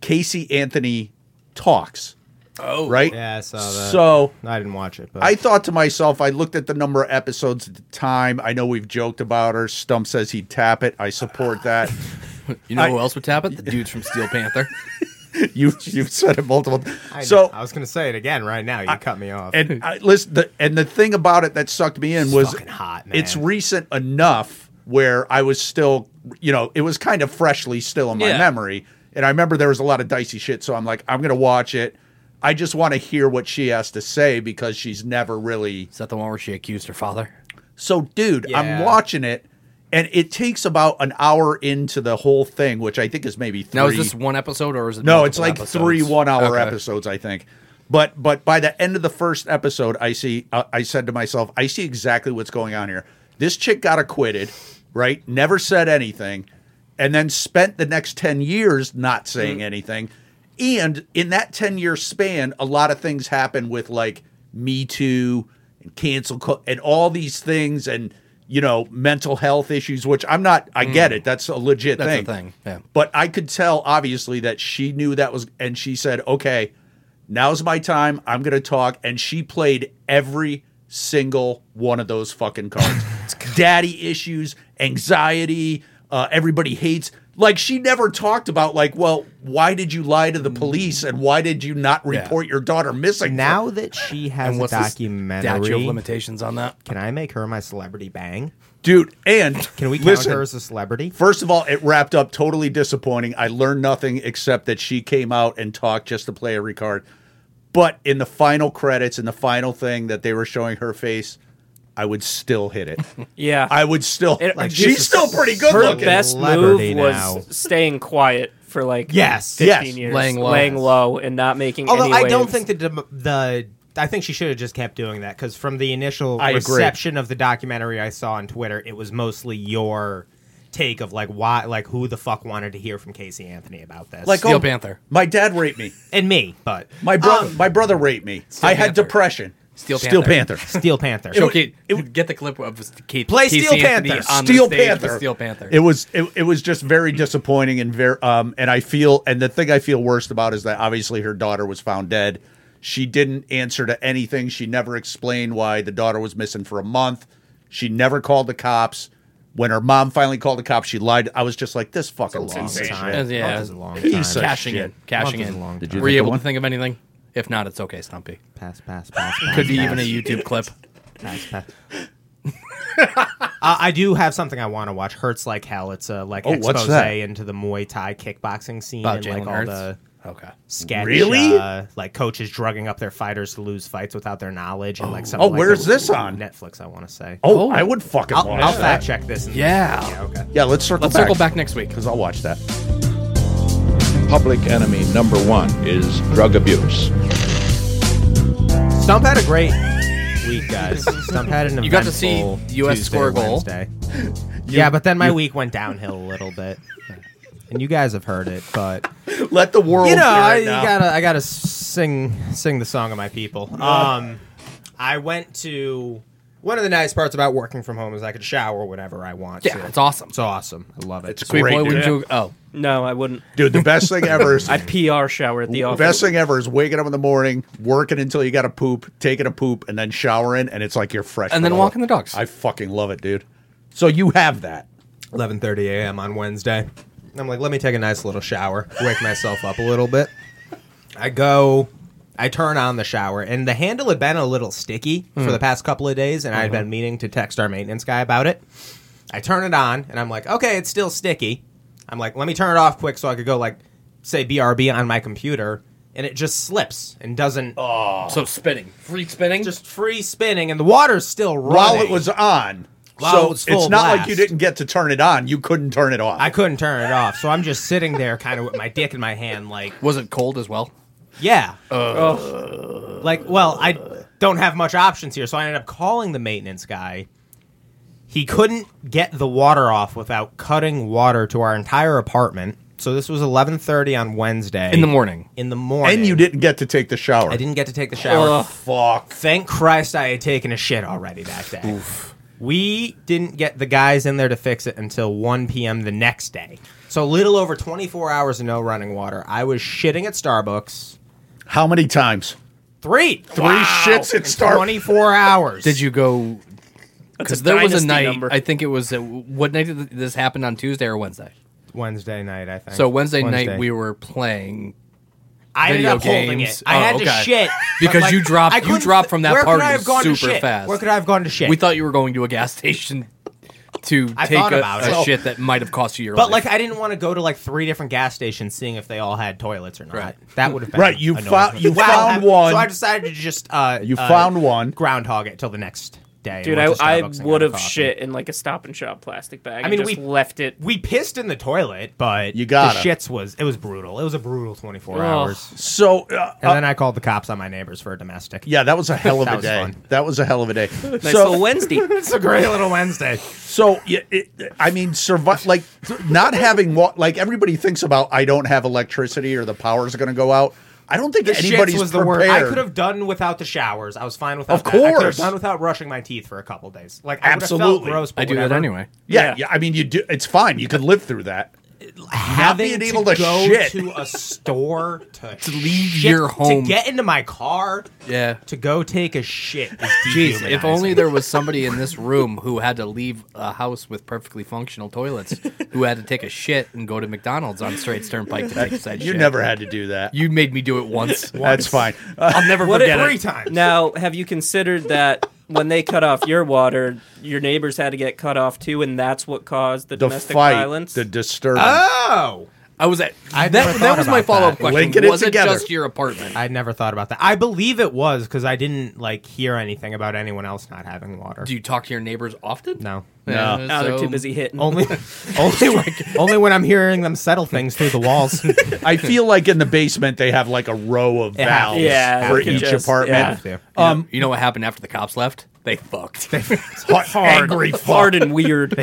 [SPEAKER 2] Casey Anthony talks. Oh, right.
[SPEAKER 3] Yeah, I saw that.
[SPEAKER 2] So
[SPEAKER 3] I didn't watch it, but
[SPEAKER 2] I thought to myself, I looked at the number of episodes at the time. I know we've joked about her. Stump says he'd tap it. I support
[SPEAKER 3] <laughs>
[SPEAKER 2] that.
[SPEAKER 1] You know
[SPEAKER 2] I-
[SPEAKER 1] who else would tap it?
[SPEAKER 4] <laughs>
[SPEAKER 1] The dudes from Steel Panther.
[SPEAKER 2] you you've said it multiple. times.
[SPEAKER 3] I,
[SPEAKER 2] so
[SPEAKER 3] I was going to say it again right now. You cut me off.
[SPEAKER 2] and I, listen, the, and the thing about it that sucked me in was
[SPEAKER 3] fucking hot,
[SPEAKER 2] It's
[SPEAKER 3] man.
[SPEAKER 2] recent enough where I was still, you know, it was kind of freshly still in my
[SPEAKER 4] Yeah.
[SPEAKER 2] memory, and I remember there was a lot of dicey shit. So I'm like, I'm gonna watch it. I just want to hear what she has to say because she's never really.
[SPEAKER 1] Is that the one where she accused her father?
[SPEAKER 2] So, dude, I'm
[SPEAKER 3] Yeah.
[SPEAKER 2] watching it, and it takes about an hour into the whole thing, which I think is maybe three.
[SPEAKER 1] Now is this one episode or is it?
[SPEAKER 2] No, it's
[SPEAKER 1] multiple
[SPEAKER 2] like
[SPEAKER 1] episodes?
[SPEAKER 2] three one-hour
[SPEAKER 1] Okay.
[SPEAKER 2] episodes, I think. But but by the end of the first episode, I see. Uh, I said to myself, I see exactly what's going on here. This chick got acquitted, right? Never said anything, and then spent the next ten years not saying
[SPEAKER 1] Mm.
[SPEAKER 2] anything. And in that ten-year span, a lot of things happen with like Me Too and cancel co- and all these things, and you know, mental health issues. Which I'm not. I get it. That's a
[SPEAKER 1] Mm.
[SPEAKER 2] legit
[SPEAKER 1] That's
[SPEAKER 2] thing.
[SPEAKER 1] a thing. Yeah.
[SPEAKER 2] But I could tell, obviously, that she knew that was, and she said, okay, now's my time. I'm going to talk. And she played every single one of those fucking
[SPEAKER 3] <laughs>
[SPEAKER 2] cards daddy issues, anxiety, uh, everybody hates. Like, she never talked about, like, well, why did you lie to the police and why did you not report your daughter missing?
[SPEAKER 3] now that she has
[SPEAKER 1] And
[SPEAKER 3] a
[SPEAKER 1] what's the statute of
[SPEAKER 3] documentary,
[SPEAKER 1] limitations on that?
[SPEAKER 3] can I make her my celebrity bang?
[SPEAKER 2] Dude, and
[SPEAKER 3] Can we count
[SPEAKER 2] listen,
[SPEAKER 3] her as a celebrity?
[SPEAKER 2] First of all, it wrapped up totally disappointing. I learned nothing except that she came out and talked just to play every card. But in the final credits and the final thing that they were showing her face, I would still hit it.
[SPEAKER 4] Yeah.
[SPEAKER 2] I would still.
[SPEAKER 4] It-
[SPEAKER 2] like,
[SPEAKER 4] like,
[SPEAKER 2] she's
[SPEAKER 3] this
[SPEAKER 2] still
[SPEAKER 3] is
[SPEAKER 2] pretty good
[SPEAKER 4] her
[SPEAKER 2] looking.
[SPEAKER 4] best move
[SPEAKER 3] Celebrity
[SPEAKER 4] was
[SPEAKER 3] now.
[SPEAKER 4] staying quiet for like
[SPEAKER 3] Yes.
[SPEAKER 4] 15
[SPEAKER 2] Yes.
[SPEAKER 4] years,
[SPEAKER 1] Laying low.
[SPEAKER 4] low and not making.
[SPEAKER 3] Although
[SPEAKER 4] any
[SPEAKER 3] I don't
[SPEAKER 4] waves.
[SPEAKER 3] think the dem- the I think she should have just kept doing that because from the initial
[SPEAKER 2] I agree.
[SPEAKER 3] reception of the documentary I saw on Twitter, it was mostly your take of like why, like who the fuck wanted to hear from Casey Anthony about this,
[SPEAKER 2] Like,
[SPEAKER 1] Steel
[SPEAKER 2] oh,
[SPEAKER 1] Panther.
[SPEAKER 2] My dad raped me.
[SPEAKER 3] and me, but
[SPEAKER 2] My brother.
[SPEAKER 3] Um,
[SPEAKER 2] my brother raped me. I had
[SPEAKER 1] Panther.
[SPEAKER 2] depression.
[SPEAKER 1] Steel
[SPEAKER 2] Steel
[SPEAKER 1] Panther.
[SPEAKER 2] Panther.
[SPEAKER 3] Steel Panther.
[SPEAKER 1] Show Kate, get the clip of Kate.
[SPEAKER 3] Play
[SPEAKER 1] Casey
[SPEAKER 3] Steel
[SPEAKER 1] Anthony
[SPEAKER 3] Panther.
[SPEAKER 1] On
[SPEAKER 2] Steel
[SPEAKER 1] the stage
[SPEAKER 2] Panther.
[SPEAKER 1] With Steel Panther.
[SPEAKER 2] It was it, it was just very disappointing and very um and I feel and the thing I feel worst about is that obviously her daughter was found dead. She didn't answer to anything. She never explained why the daughter was missing for a month. She never called the cops. When her mom finally called the cops, she lied. I was just like, this fucking
[SPEAKER 3] long
[SPEAKER 2] lost.
[SPEAKER 3] time.
[SPEAKER 1] Yeah.
[SPEAKER 3] Month is a long time.
[SPEAKER 2] Piece of
[SPEAKER 1] cashing
[SPEAKER 2] shit.
[SPEAKER 1] in. Cashing
[SPEAKER 3] Month is a
[SPEAKER 1] in.
[SPEAKER 3] long
[SPEAKER 1] Were
[SPEAKER 3] Did
[SPEAKER 1] you
[SPEAKER 2] you time. get the
[SPEAKER 1] able
[SPEAKER 2] one?
[SPEAKER 1] to think of anything? If not, it's okay, Stumpy.
[SPEAKER 3] Pass, pass, pass.
[SPEAKER 1] Could
[SPEAKER 3] pass,
[SPEAKER 1] be even
[SPEAKER 3] pass.
[SPEAKER 1] a YouTube clip.
[SPEAKER 3] Pass, pass. Uh, I do have something I want to watch. Hurts like hell. It's a like
[SPEAKER 2] Oh,
[SPEAKER 3] expose
[SPEAKER 2] what's that?
[SPEAKER 3] into the Muay Thai kickboxing scene
[SPEAKER 1] About
[SPEAKER 3] and like
[SPEAKER 1] Jalen
[SPEAKER 3] all
[SPEAKER 1] Hurts?
[SPEAKER 3] the
[SPEAKER 1] Okay.
[SPEAKER 3] sketch.
[SPEAKER 2] Really?
[SPEAKER 3] Uh, like coaches drugging up their fighters to lose fights without their knowledge and like
[SPEAKER 2] Oh,
[SPEAKER 3] something. like
[SPEAKER 2] where's
[SPEAKER 3] that.
[SPEAKER 2] this on?
[SPEAKER 3] Netflix? I want to say.
[SPEAKER 2] Oh, I would fucking
[SPEAKER 3] I'll,
[SPEAKER 2] watch
[SPEAKER 3] I'll
[SPEAKER 2] that.
[SPEAKER 3] fact check this. And
[SPEAKER 1] Yeah.
[SPEAKER 3] Yeah. Okay.
[SPEAKER 2] Yeah, let's circle
[SPEAKER 1] Let's
[SPEAKER 2] back.
[SPEAKER 1] circle back next week.
[SPEAKER 2] because I'll watch that.
[SPEAKER 6] Public enemy number one is drug abuse.
[SPEAKER 3] Stump had a great week, guys. Stump had an
[SPEAKER 1] You got to
[SPEAKER 3] eventful
[SPEAKER 1] see US
[SPEAKER 3] Tuesday,
[SPEAKER 1] score a goal.
[SPEAKER 2] <laughs>
[SPEAKER 3] Wednesday. yeah, but then my week went downhill a little bit. And you guys have heard it, but
[SPEAKER 2] Let the world.
[SPEAKER 3] you know,
[SPEAKER 2] hear it
[SPEAKER 3] I
[SPEAKER 2] now.
[SPEAKER 3] gotta, I gotta sing, sing the song of my people. Um, I went to one of the nice parts about working from home is I could shower whenever I want.
[SPEAKER 1] Yeah,
[SPEAKER 3] to.
[SPEAKER 1] it's awesome.
[SPEAKER 3] It's awesome. I love it.
[SPEAKER 2] It's
[SPEAKER 1] Sweet
[SPEAKER 2] great,
[SPEAKER 1] boy,
[SPEAKER 2] dude.
[SPEAKER 1] would you? Oh,
[SPEAKER 4] No, I wouldn't.
[SPEAKER 2] dude. The best thing
[SPEAKER 1] <laughs>
[SPEAKER 2] ever is
[SPEAKER 4] I PR shower at the office.
[SPEAKER 2] Best thing ever is waking up in the morning, working until you got to poop, taking a poop, and then showering, and it's like you're fresh.
[SPEAKER 1] And
[SPEAKER 2] for
[SPEAKER 1] then
[SPEAKER 2] whole-
[SPEAKER 1] walking the dogs.
[SPEAKER 2] I fucking love it, dude. So you have that.
[SPEAKER 3] 11:30 a.m. on Wednesday. I'm like, let me take a nice little shower, wake myself up a little bit. I go, I turn on the shower, and the handle had been a little sticky for
[SPEAKER 2] Hmm.
[SPEAKER 3] the past couple of days, and I had
[SPEAKER 2] Uh-huh.
[SPEAKER 3] been meaning to text our maintenance guy about it. I turn it on, and I'm like, okay, it's still sticky. I'm like, let me turn it off quick so I could go like, say BRB on my computer, and it just slips and doesn't
[SPEAKER 2] Oh.
[SPEAKER 1] Oh, so spinning, freak spinning.
[SPEAKER 3] just free spinning, and the water's still running.
[SPEAKER 2] While it was on,
[SPEAKER 3] While
[SPEAKER 2] so
[SPEAKER 3] it was full
[SPEAKER 2] it's not like you
[SPEAKER 3] blast.
[SPEAKER 2] didn't get to turn it on. You couldn't turn it off.
[SPEAKER 3] I couldn't turn it off, so I'm just sitting there, kind of with my dick in my hand, like.
[SPEAKER 1] was it cold as well?
[SPEAKER 3] Yeah.
[SPEAKER 4] Oh,
[SPEAKER 3] Like, well, I don't have much options here, so I ended up calling the maintenance guy. He couldn't get the water off without cutting water to our entire apartment. So this was 11:30 on Wednesday
[SPEAKER 1] In the morning.
[SPEAKER 3] In the morning.
[SPEAKER 2] and you didn't get to take the shower.
[SPEAKER 3] I didn't get to take the shower.
[SPEAKER 2] Fuck.
[SPEAKER 3] Thank Christ I had taken a shit already that day. We didn't get the guys in there to fix it until 1 p.m. the next day. So little over 24 hours of no running water. I was shitting at Starbucks.
[SPEAKER 2] How many times?
[SPEAKER 3] Three.
[SPEAKER 2] Three shits at
[SPEAKER 3] In
[SPEAKER 2] Starbucks.
[SPEAKER 3] 24 hours.
[SPEAKER 1] Did you go?
[SPEAKER 4] That's
[SPEAKER 1] Because there was a
[SPEAKER 4] dynasty
[SPEAKER 1] night.
[SPEAKER 4] number.
[SPEAKER 1] I think it was uh, what night did this happen on Tuesday or Wednesday?
[SPEAKER 3] Wednesday night, I think.
[SPEAKER 1] So Wednesday, night we were playing
[SPEAKER 3] I ended
[SPEAKER 1] video
[SPEAKER 3] up holding
[SPEAKER 1] games.
[SPEAKER 3] it. I
[SPEAKER 1] Oh,
[SPEAKER 3] had
[SPEAKER 1] okay.
[SPEAKER 3] to
[SPEAKER 1] <laughs>
[SPEAKER 3] shit
[SPEAKER 1] Because
[SPEAKER 3] Like,
[SPEAKER 1] you dropped-
[SPEAKER 3] I
[SPEAKER 1] you
[SPEAKER 3] couldn't-
[SPEAKER 1] dropped from that
[SPEAKER 3] where could
[SPEAKER 1] party
[SPEAKER 3] I have gone to
[SPEAKER 1] super
[SPEAKER 3] shit?
[SPEAKER 1] fast.
[SPEAKER 3] Where could I have gone to shit?
[SPEAKER 1] We thought you were going to a gas <laughs> station to
[SPEAKER 3] I
[SPEAKER 1] take
[SPEAKER 3] thought
[SPEAKER 1] a,
[SPEAKER 3] about
[SPEAKER 1] a
[SPEAKER 3] it.
[SPEAKER 1] shit that might have cost you your
[SPEAKER 3] but
[SPEAKER 1] life.
[SPEAKER 3] like I didn't want to go to like three different gas stations, seeing if they all had toilets or not.
[SPEAKER 1] Right.
[SPEAKER 3] That would have been
[SPEAKER 2] Right, you
[SPEAKER 3] annoying.
[SPEAKER 2] found- you
[SPEAKER 3] Wow,
[SPEAKER 2] found
[SPEAKER 3] that-
[SPEAKER 2] one.
[SPEAKER 3] So I decided to just uh,
[SPEAKER 2] You
[SPEAKER 3] uh,
[SPEAKER 2] found one.
[SPEAKER 3] groundhog it till the next day.
[SPEAKER 4] Dude,
[SPEAKER 3] and went to
[SPEAKER 4] I, I
[SPEAKER 3] Starbucks and
[SPEAKER 4] would
[SPEAKER 3] got a
[SPEAKER 4] have
[SPEAKER 3] coffee.
[SPEAKER 4] shit in like a Stop and Shop plastic bag.
[SPEAKER 3] I mean,
[SPEAKER 4] and just
[SPEAKER 3] we-
[SPEAKER 4] left it.
[SPEAKER 3] We pissed in the toilet, but
[SPEAKER 2] You gotta.
[SPEAKER 3] the shits was it was brutal. It was a brutal twenty four
[SPEAKER 4] Ugh.
[SPEAKER 3] hours.
[SPEAKER 2] So, uh,
[SPEAKER 3] And
[SPEAKER 2] uh,
[SPEAKER 3] then I called the cops on my neighbors for a domestic.
[SPEAKER 2] <laughs> yeah, that was
[SPEAKER 3] <laughs>
[SPEAKER 2] a hell of
[SPEAKER 3] That
[SPEAKER 2] a
[SPEAKER 3] was
[SPEAKER 2] day.
[SPEAKER 3] fun.
[SPEAKER 2] That was a hell of
[SPEAKER 3] <laughs>
[SPEAKER 2] a day.
[SPEAKER 4] Nice
[SPEAKER 2] so,
[SPEAKER 4] little Wednesday.
[SPEAKER 3] it's a great little <laughs> Wednesday.
[SPEAKER 2] So yeah, it, I mean, survive like not having what like everybody thinks about. I don't have electricity or the power's going to go out. I don't think
[SPEAKER 3] The
[SPEAKER 2] anybody's
[SPEAKER 3] shits was the
[SPEAKER 2] prepared.
[SPEAKER 3] word. I could have done without the showers. I was fine without.
[SPEAKER 2] Of
[SPEAKER 3] that. I could
[SPEAKER 2] course.
[SPEAKER 3] have done without brushing my teeth for a couple days. Like I would have felt
[SPEAKER 2] Absolutely.
[SPEAKER 3] gross. But
[SPEAKER 1] I do
[SPEAKER 3] whatever.
[SPEAKER 1] that anyway.
[SPEAKER 2] Yeah, yeah,
[SPEAKER 4] Yeah.
[SPEAKER 2] I mean, you do. It's fine. You could live through that.
[SPEAKER 3] Having
[SPEAKER 2] being able to
[SPEAKER 3] go
[SPEAKER 2] shit.
[SPEAKER 3] to a store to,
[SPEAKER 1] leave
[SPEAKER 3] shit,
[SPEAKER 1] your home.
[SPEAKER 3] to get into my car
[SPEAKER 1] Yeah.
[SPEAKER 3] to go take a shit. Is
[SPEAKER 1] Jeez, if
[SPEAKER 3] dehumanizing.
[SPEAKER 1] only there was somebody in this room who had to leave a house with perfectly functional toilets, who had to take a shit and go to McDonald's on Straits Turnpike to take said
[SPEAKER 2] <laughs> You
[SPEAKER 1] shit.
[SPEAKER 2] never had to do that.
[SPEAKER 1] You made me do it once.
[SPEAKER 2] <laughs> That's fine. Uh,
[SPEAKER 1] I'll never
[SPEAKER 4] What
[SPEAKER 1] forget
[SPEAKER 4] if-
[SPEAKER 3] three
[SPEAKER 1] it.
[SPEAKER 3] times.
[SPEAKER 4] Now, have you considered that when they cut off your water, your neighbors had to get cut off too, and that's what caused the,
[SPEAKER 2] the
[SPEAKER 4] domestic
[SPEAKER 2] fight,
[SPEAKER 4] violence?
[SPEAKER 2] the disturbance.
[SPEAKER 3] Oh,
[SPEAKER 1] I was at.
[SPEAKER 3] I'd never
[SPEAKER 1] that, that
[SPEAKER 3] thought
[SPEAKER 1] was my
[SPEAKER 3] about
[SPEAKER 1] follow up
[SPEAKER 3] that.
[SPEAKER 1] question.
[SPEAKER 2] Linking it
[SPEAKER 1] was
[SPEAKER 2] together.
[SPEAKER 1] just your apartment?
[SPEAKER 3] I'd never thought about that. I believe it was because I didn't like hear anything about anyone else not having water.
[SPEAKER 1] do you talk to your neighbors often?
[SPEAKER 3] no.
[SPEAKER 1] Yeah,
[SPEAKER 2] No.
[SPEAKER 4] now Oh, they're
[SPEAKER 1] so-
[SPEAKER 4] too busy hitting.
[SPEAKER 3] <laughs> Only, only, when, only when I'm hearing them settle things through the <laughs> walls.
[SPEAKER 2] I feel like in the basement they have like a row of
[SPEAKER 3] It
[SPEAKER 2] valves
[SPEAKER 3] happens.
[SPEAKER 4] Yeah,
[SPEAKER 2] for
[SPEAKER 4] it
[SPEAKER 2] each
[SPEAKER 4] just-
[SPEAKER 2] apartment.
[SPEAKER 3] Have to.
[SPEAKER 1] Um, you know what happened after the cops left? They fucked. <laughs>
[SPEAKER 2] Hot,
[SPEAKER 4] hard,
[SPEAKER 2] angry
[SPEAKER 4] <laughs> hard and weird.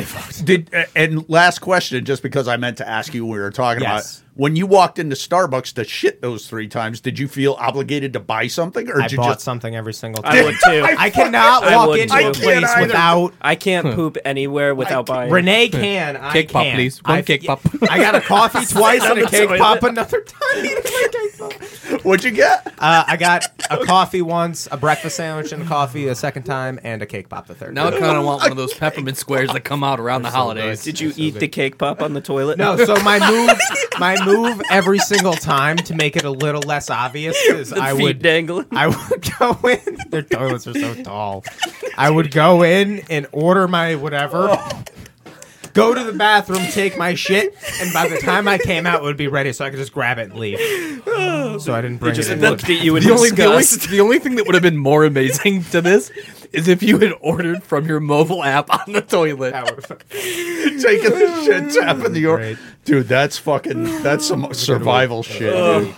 [SPEAKER 2] Did a- and last question, just because I meant to ask you, when we were talking
[SPEAKER 3] Yes.
[SPEAKER 2] about when you walked into Starbucks to shit those three times. Did you feel obligated to buy something, or
[SPEAKER 3] I
[SPEAKER 2] did you
[SPEAKER 3] bought
[SPEAKER 2] just
[SPEAKER 3] something every single time.
[SPEAKER 4] I
[SPEAKER 2] <laughs>
[SPEAKER 4] would too. I,
[SPEAKER 3] I cannot
[SPEAKER 4] I
[SPEAKER 3] walk
[SPEAKER 4] would
[SPEAKER 3] into
[SPEAKER 4] too.
[SPEAKER 3] a
[SPEAKER 4] I
[SPEAKER 2] can't
[SPEAKER 3] place
[SPEAKER 2] either.
[SPEAKER 3] without
[SPEAKER 4] can't poop anywhere without
[SPEAKER 3] <laughs>
[SPEAKER 4] buying.
[SPEAKER 3] Renee can. I
[SPEAKER 1] Cake pop,
[SPEAKER 3] can't.
[SPEAKER 1] please. One
[SPEAKER 3] I've-
[SPEAKER 1] cake pop.
[SPEAKER 3] <laughs> I got a <laughs> coffee twice and a
[SPEAKER 4] That's
[SPEAKER 3] cake
[SPEAKER 4] always
[SPEAKER 3] pop
[SPEAKER 4] it.
[SPEAKER 3] another time. <laughs>
[SPEAKER 2] what'd you get?
[SPEAKER 3] Uh, I got a coffee once, a breakfast sandwich and a coffee a second time, and a cake pop the third.
[SPEAKER 1] Now
[SPEAKER 3] <laughs>
[SPEAKER 1] I kind of want one of those peppermint squares that come out around the holidays.
[SPEAKER 4] Did you eat the cake pop on the toilet? <laughs>
[SPEAKER 3] no, so <laughs> my move, my move every single time to make it a little less <laughs> obvious is
[SPEAKER 4] The
[SPEAKER 3] I
[SPEAKER 4] feet
[SPEAKER 3] would
[SPEAKER 4] dangling.
[SPEAKER 3] I would <laughs> go in. Their toilets are so tall. I would go in and order my whatever. Go to the bathroom, take my shit, and by the time I came out, it would be ready, so I could just grab it and leave. So I didn't bring
[SPEAKER 4] Just
[SPEAKER 3] it. in.
[SPEAKER 4] looked at you in
[SPEAKER 1] the only, the, only, <laughs>
[SPEAKER 4] disgust.
[SPEAKER 1] the only thing that would have been more amazing to this is if you had ordered from your mobile app on the toilet.
[SPEAKER 3] That
[SPEAKER 2] <laughs>
[SPEAKER 3] would-
[SPEAKER 2] Taking the shit tap in the or-
[SPEAKER 3] Great.
[SPEAKER 2] dude. That's fucking. That's some survival shit. dude.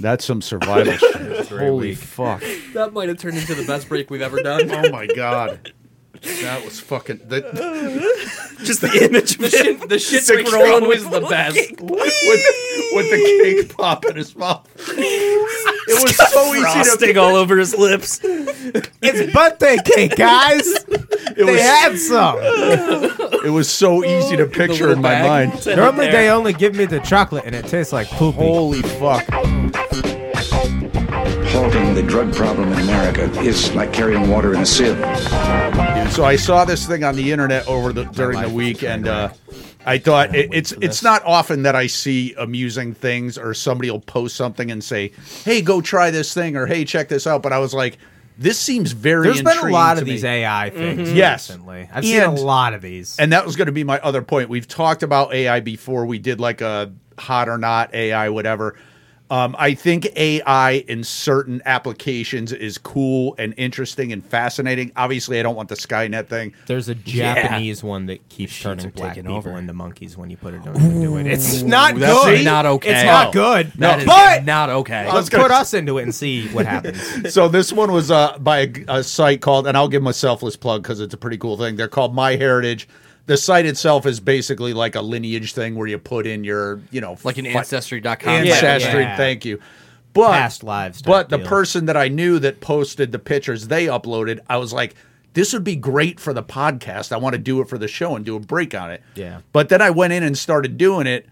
[SPEAKER 2] That's some survival shit. Holy
[SPEAKER 3] <laughs>
[SPEAKER 2] fuck!
[SPEAKER 1] That might have turned into the best break we've ever
[SPEAKER 2] <laughs>
[SPEAKER 1] done.
[SPEAKER 2] Oh my god. That was fucking. That,
[SPEAKER 4] Just the image of shit.
[SPEAKER 1] the shit
[SPEAKER 2] Six
[SPEAKER 1] break rolling
[SPEAKER 2] roll
[SPEAKER 1] was
[SPEAKER 4] <laughs>
[SPEAKER 1] the best.
[SPEAKER 2] with, with the cake pop in his mouth. It was so easy
[SPEAKER 4] Frosting all over his lips.
[SPEAKER 3] it's birthday cake, guys.
[SPEAKER 2] to. <laughs> It
[SPEAKER 3] They
[SPEAKER 2] was, <laughs>
[SPEAKER 3] had some.
[SPEAKER 2] it was so easy
[SPEAKER 3] <laughs>
[SPEAKER 2] to picture in my
[SPEAKER 1] bag.
[SPEAKER 2] mind.
[SPEAKER 3] Normally, they only give me the chocolate, and it tastes like poopy.
[SPEAKER 2] Holy fuck.
[SPEAKER 7] Halting the drug problem in America is like carrying water in a sieve.
[SPEAKER 2] Dude, So I saw this thing on the internet over the during the week, and uh, I thought it, it's it's not often that I see amusing things or somebody will post something and say, "Hey, go try this thing," or "Hey, check this out." But I was like, "This seems very."
[SPEAKER 3] There's been a
[SPEAKER 2] intriguing
[SPEAKER 3] lot
[SPEAKER 2] to
[SPEAKER 3] of these
[SPEAKER 2] me. Mm-hmm.
[SPEAKER 3] AI things
[SPEAKER 2] Yes.
[SPEAKER 3] recently. I've seen a
[SPEAKER 2] And-
[SPEAKER 3] lot of these.
[SPEAKER 2] and that was going to be my other point. We've talked about AI before. We did like a hot or not AI, whatever. Um, I think AI in certain applications is cool and interesting and fascinating. Obviously, I don't want the
[SPEAKER 1] <laughs>
[SPEAKER 2] Skynet thing.
[SPEAKER 3] There's a Japanese one that keeps turning
[SPEAKER 1] are
[SPEAKER 3] black
[SPEAKER 1] taking
[SPEAKER 3] people
[SPEAKER 1] over.
[SPEAKER 3] into monkeys when you put it into it. It's not
[SPEAKER 1] that's
[SPEAKER 3] good.
[SPEAKER 1] not okay.
[SPEAKER 3] It's not good.
[SPEAKER 1] That is
[SPEAKER 3] but
[SPEAKER 1] not okay.
[SPEAKER 3] let's
[SPEAKER 2] gonna
[SPEAKER 3] put us into it and see
[SPEAKER 1] <laughs>
[SPEAKER 3] what happens.
[SPEAKER 2] So this one was uh, by a, a site called, and I'll give them a selfless plug because it's a pretty cool thing. They're called My Heritage. The site itself is basically like a lineage thing where you put in your, you know,
[SPEAKER 1] like an
[SPEAKER 2] fi-
[SPEAKER 1] ancestry.com.
[SPEAKER 2] ancestry.
[SPEAKER 3] Yeah.
[SPEAKER 2] Thank you. But
[SPEAKER 3] Past lives type
[SPEAKER 2] But the
[SPEAKER 3] deal.
[SPEAKER 2] person that I knew that posted the pictures they uploaded, I was like, this would be great for the podcast. I want to do it for the show and do a break on it.
[SPEAKER 3] Yeah.
[SPEAKER 2] But then I went in and started doing it.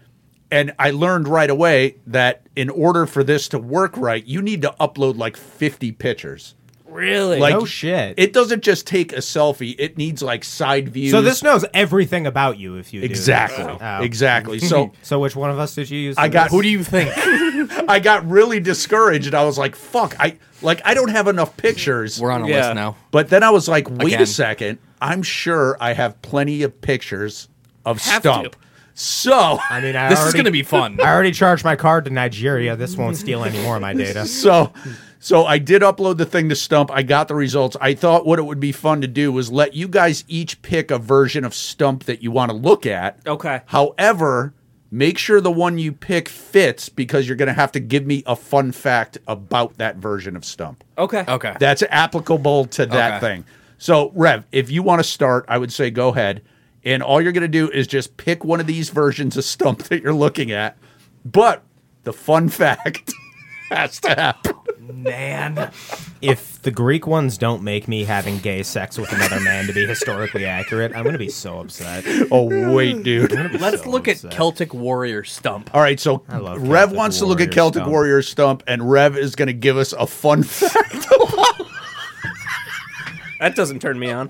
[SPEAKER 2] And I learned right away that in order for this to work right, you need to upload like 50 pictures.
[SPEAKER 4] Really?
[SPEAKER 2] Like,
[SPEAKER 3] No shit.
[SPEAKER 2] It doesn't just take a selfie, it needs like side views.
[SPEAKER 3] So this knows everything about you if you do.
[SPEAKER 2] Exactly.
[SPEAKER 3] Oh.
[SPEAKER 2] Exactly.
[SPEAKER 3] <laughs>
[SPEAKER 2] So
[SPEAKER 3] So which one of us did you use?
[SPEAKER 2] I
[SPEAKER 3] for
[SPEAKER 2] got
[SPEAKER 3] this?
[SPEAKER 1] Who do you think?
[SPEAKER 2] I got really discouraged and I was like, fuck, I like I don't have enough pictures.
[SPEAKER 1] We're on a
[SPEAKER 4] Yeah.
[SPEAKER 1] list now.
[SPEAKER 2] But then I was like, wait a
[SPEAKER 1] Again.
[SPEAKER 2] second, I'm sure I have plenty of pictures of
[SPEAKER 4] Have
[SPEAKER 2] Stump.
[SPEAKER 4] to.
[SPEAKER 2] So
[SPEAKER 3] I mean, I
[SPEAKER 1] This is
[SPEAKER 3] already,
[SPEAKER 1] going to be fun.
[SPEAKER 3] <laughs> I already charged my card to Nigeria. This won't steal any more
[SPEAKER 1] <laughs>
[SPEAKER 3] of my data.
[SPEAKER 2] so so I did upload the thing to Stump. I got the results. I thought what it would be fun to do was let you guys each pick a version of Stump that you want to look at.
[SPEAKER 4] Okay.
[SPEAKER 2] However, make sure the one you pick fits because you're going to have to give me a fun fact about that version of Stump.
[SPEAKER 4] Okay.
[SPEAKER 1] Okay.
[SPEAKER 2] That's applicable to that
[SPEAKER 1] Okay.
[SPEAKER 2] thing. So, Rev, if you want to start, I would say go ahead. And all you're going to do is just pick one of these versions of Stump that you're looking at. But the fun <laughs> fact has to happen.
[SPEAKER 1] man.
[SPEAKER 3] If the Greek ones don't make me having gay sex with another man to be historically accurate, I'm gonna be so upset.
[SPEAKER 2] Oh, wait, dude.
[SPEAKER 1] Let's
[SPEAKER 3] So
[SPEAKER 1] look at
[SPEAKER 3] upset.
[SPEAKER 1] Celtic warrior stump.
[SPEAKER 2] <laughs>
[SPEAKER 1] <laughs>
[SPEAKER 2] All right, so
[SPEAKER 3] love
[SPEAKER 2] Rev
[SPEAKER 3] Celtic
[SPEAKER 2] wants to look at
[SPEAKER 3] Warrior
[SPEAKER 2] Celtic
[SPEAKER 3] Stump.
[SPEAKER 2] Warrior Stump, and Rev is going to give us a fun fact.
[SPEAKER 4] That doesn't turn me on.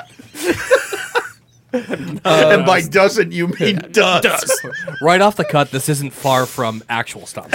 [SPEAKER 2] and by doesn't, you mean does.
[SPEAKER 1] Right off the cut, this isn't far from actual stump.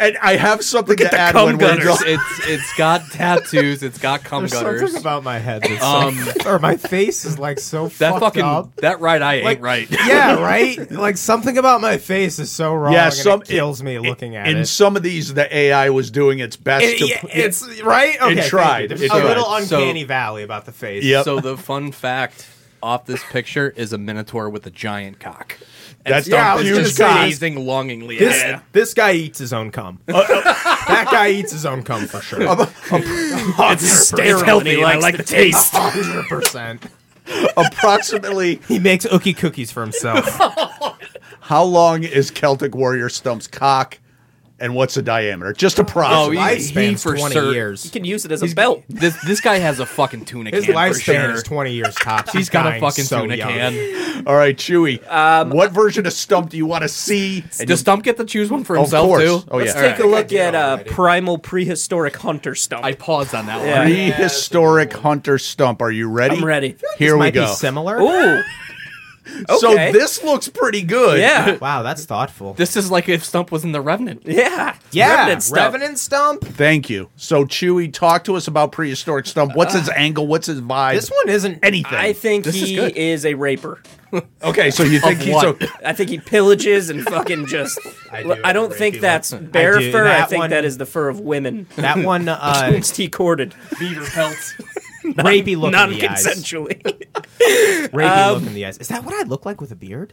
[SPEAKER 2] And I have something to add
[SPEAKER 4] cum
[SPEAKER 2] when we're
[SPEAKER 4] gutters.
[SPEAKER 2] done.
[SPEAKER 1] It's it's got tattoos. It's got cum
[SPEAKER 3] There's
[SPEAKER 1] gutters.
[SPEAKER 3] something about my head that's
[SPEAKER 1] Um,
[SPEAKER 3] like, <laughs> or my face is like so
[SPEAKER 1] that
[SPEAKER 3] fucked
[SPEAKER 1] fucking <laughs>
[SPEAKER 3] up.
[SPEAKER 1] that right eye ain't
[SPEAKER 3] Like-
[SPEAKER 1] right. <laughs>
[SPEAKER 3] yeah, right. Like something about my face is so wrong.
[SPEAKER 2] Yeah,
[SPEAKER 3] and
[SPEAKER 2] some
[SPEAKER 3] it Oh, kills me looking at
[SPEAKER 2] in
[SPEAKER 3] it.
[SPEAKER 2] some of these, the AI was doing its best
[SPEAKER 3] It-
[SPEAKER 2] to.
[SPEAKER 3] yeah, it's right. Okay, thank you.
[SPEAKER 2] tried.
[SPEAKER 3] There's
[SPEAKER 2] It
[SPEAKER 3] a little
[SPEAKER 1] tried. So-
[SPEAKER 3] uncanny valley about the
[SPEAKER 2] <laughs>
[SPEAKER 3] face.
[SPEAKER 2] Yep.
[SPEAKER 1] So the fun fact off this picture is a minotaur with a giant cock. And
[SPEAKER 2] That's
[SPEAKER 3] Yeah, I
[SPEAKER 1] Stump
[SPEAKER 3] was
[SPEAKER 1] is
[SPEAKER 3] gonna
[SPEAKER 1] just
[SPEAKER 3] say-
[SPEAKER 1] gazing longingly
[SPEAKER 3] This,
[SPEAKER 1] at it.
[SPEAKER 3] this guy eats his own cum.
[SPEAKER 1] Uh,
[SPEAKER 3] <laughs>
[SPEAKER 1] <laughs>
[SPEAKER 3] that guy eats his own cum for sure.
[SPEAKER 4] It's sterile. and he likes the taste. <laughs>
[SPEAKER 3] Hundred percent.
[SPEAKER 2] approximately
[SPEAKER 3] He makes ookie cookies for himself.
[SPEAKER 1] <laughs>
[SPEAKER 2] how long is Celtic Warrior Stump's cock, and what's the diameter? Just approximately.
[SPEAKER 1] Oh,
[SPEAKER 3] Lifespan's
[SPEAKER 1] He for
[SPEAKER 3] twenty
[SPEAKER 1] certain-
[SPEAKER 4] You
[SPEAKER 3] years.
[SPEAKER 4] can use it as a belt.
[SPEAKER 1] This this guy has a fucking tuna
[SPEAKER 3] His
[SPEAKER 1] can
[SPEAKER 3] lifespan
[SPEAKER 1] for sure.
[SPEAKER 3] is twenty years tops.
[SPEAKER 1] He's got a
[SPEAKER 3] dying
[SPEAKER 1] fucking
[SPEAKER 3] so
[SPEAKER 1] tuna
[SPEAKER 3] young.
[SPEAKER 1] can.
[SPEAKER 2] All right, Chewy.
[SPEAKER 4] Um,
[SPEAKER 2] what version of Stump do you want to see?
[SPEAKER 1] Does Stump get to choose one for
[SPEAKER 2] Of
[SPEAKER 1] himself
[SPEAKER 2] course.
[SPEAKER 1] too?
[SPEAKER 2] Oh, yeah.
[SPEAKER 4] Let's take a look at uh, primal prehistoric hunter
[SPEAKER 3] <laughs>
[SPEAKER 4] stump.
[SPEAKER 1] I paused on that
[SPEAKER 4] Yeah.
[SPEAKER 1] one.
[SPEAKER 2] Prehistoric Hunter Stump. Are you ready?
[SPEAKER 4] I'm ready.
[SPEAKER 2] Here we
[SPEAKER 3] Might
[SPEAKER 2] go.
[SPEAKER 3] be similar.
[SPEAKER 4] Ooh. Okay.
[SPEAKER 2] So this looks pretty good.
[SPEAKER 4] <laughs>
[SPEAKER 3] <laughs>
[SPEAKER 4] Yeah.
[SPEAKER 3] Wow, that's thoughtful.
[SPEAKER 1] This is like if Stump was in the Revenant.
[SPEAKER 4] Yeah.
[SPEAKER 3] yeah,
[SPEAKER 4] Revenant stump.
[SPEAKER 2] <laughs>
[SPEAKER 3] stump.
[SPEAKER 2] Thank you. So Chewy, talk to us about prehistoric Stump. What's his angle? What's his vibe?
[SPEAKER 3] This one isn't
[SPEAKER 2] Anything.
[SPEAKER 4] Uh, I think
[SPEAKER 1] This is
[SPEAKER 4] he
[SPEAKER 1] good.
[SPEAKER 4] is, a raper.
[SPEAKER 2] okay, so you think he's
[SPEAKER 1] what?
[SPEAKER 2] a,
[SPEAKER 4] I think he pillages and fucking just. I,
[SPEAKER 3] I do
[SPEAKER 4] don't
[SPEAKER 3] rape
[SPEAKER 4] think
[SPEAKER 3] you
[SPEAKER 4] that's
[SPEAKER 3] lots.
[SPEAKER 4] bear
[SPEAKER 3] I do.
[SPEAKER 4] fur. I
[SPEAKER 3] That
[SPEAKER 4] think
[SPEAKER 3] one-
[SPEAKER 4] that is the fur of women.
[SPEAKER 3] That
[SPEAKER 2] <laughs>
[SPEAKER 3] one uh,
[SPEAKER 4] It's he corded,
[SPEAKER 1] Beaver pelts.
[SPEAKER 3] rapey look in the eyes.
[SPEAKER 4] non-consensually.
[SPEAKER 3] Rapey
[SPEAKER 2] Um,
[SPEAKER 3] look in the eyes. Is that what I look like with a beard?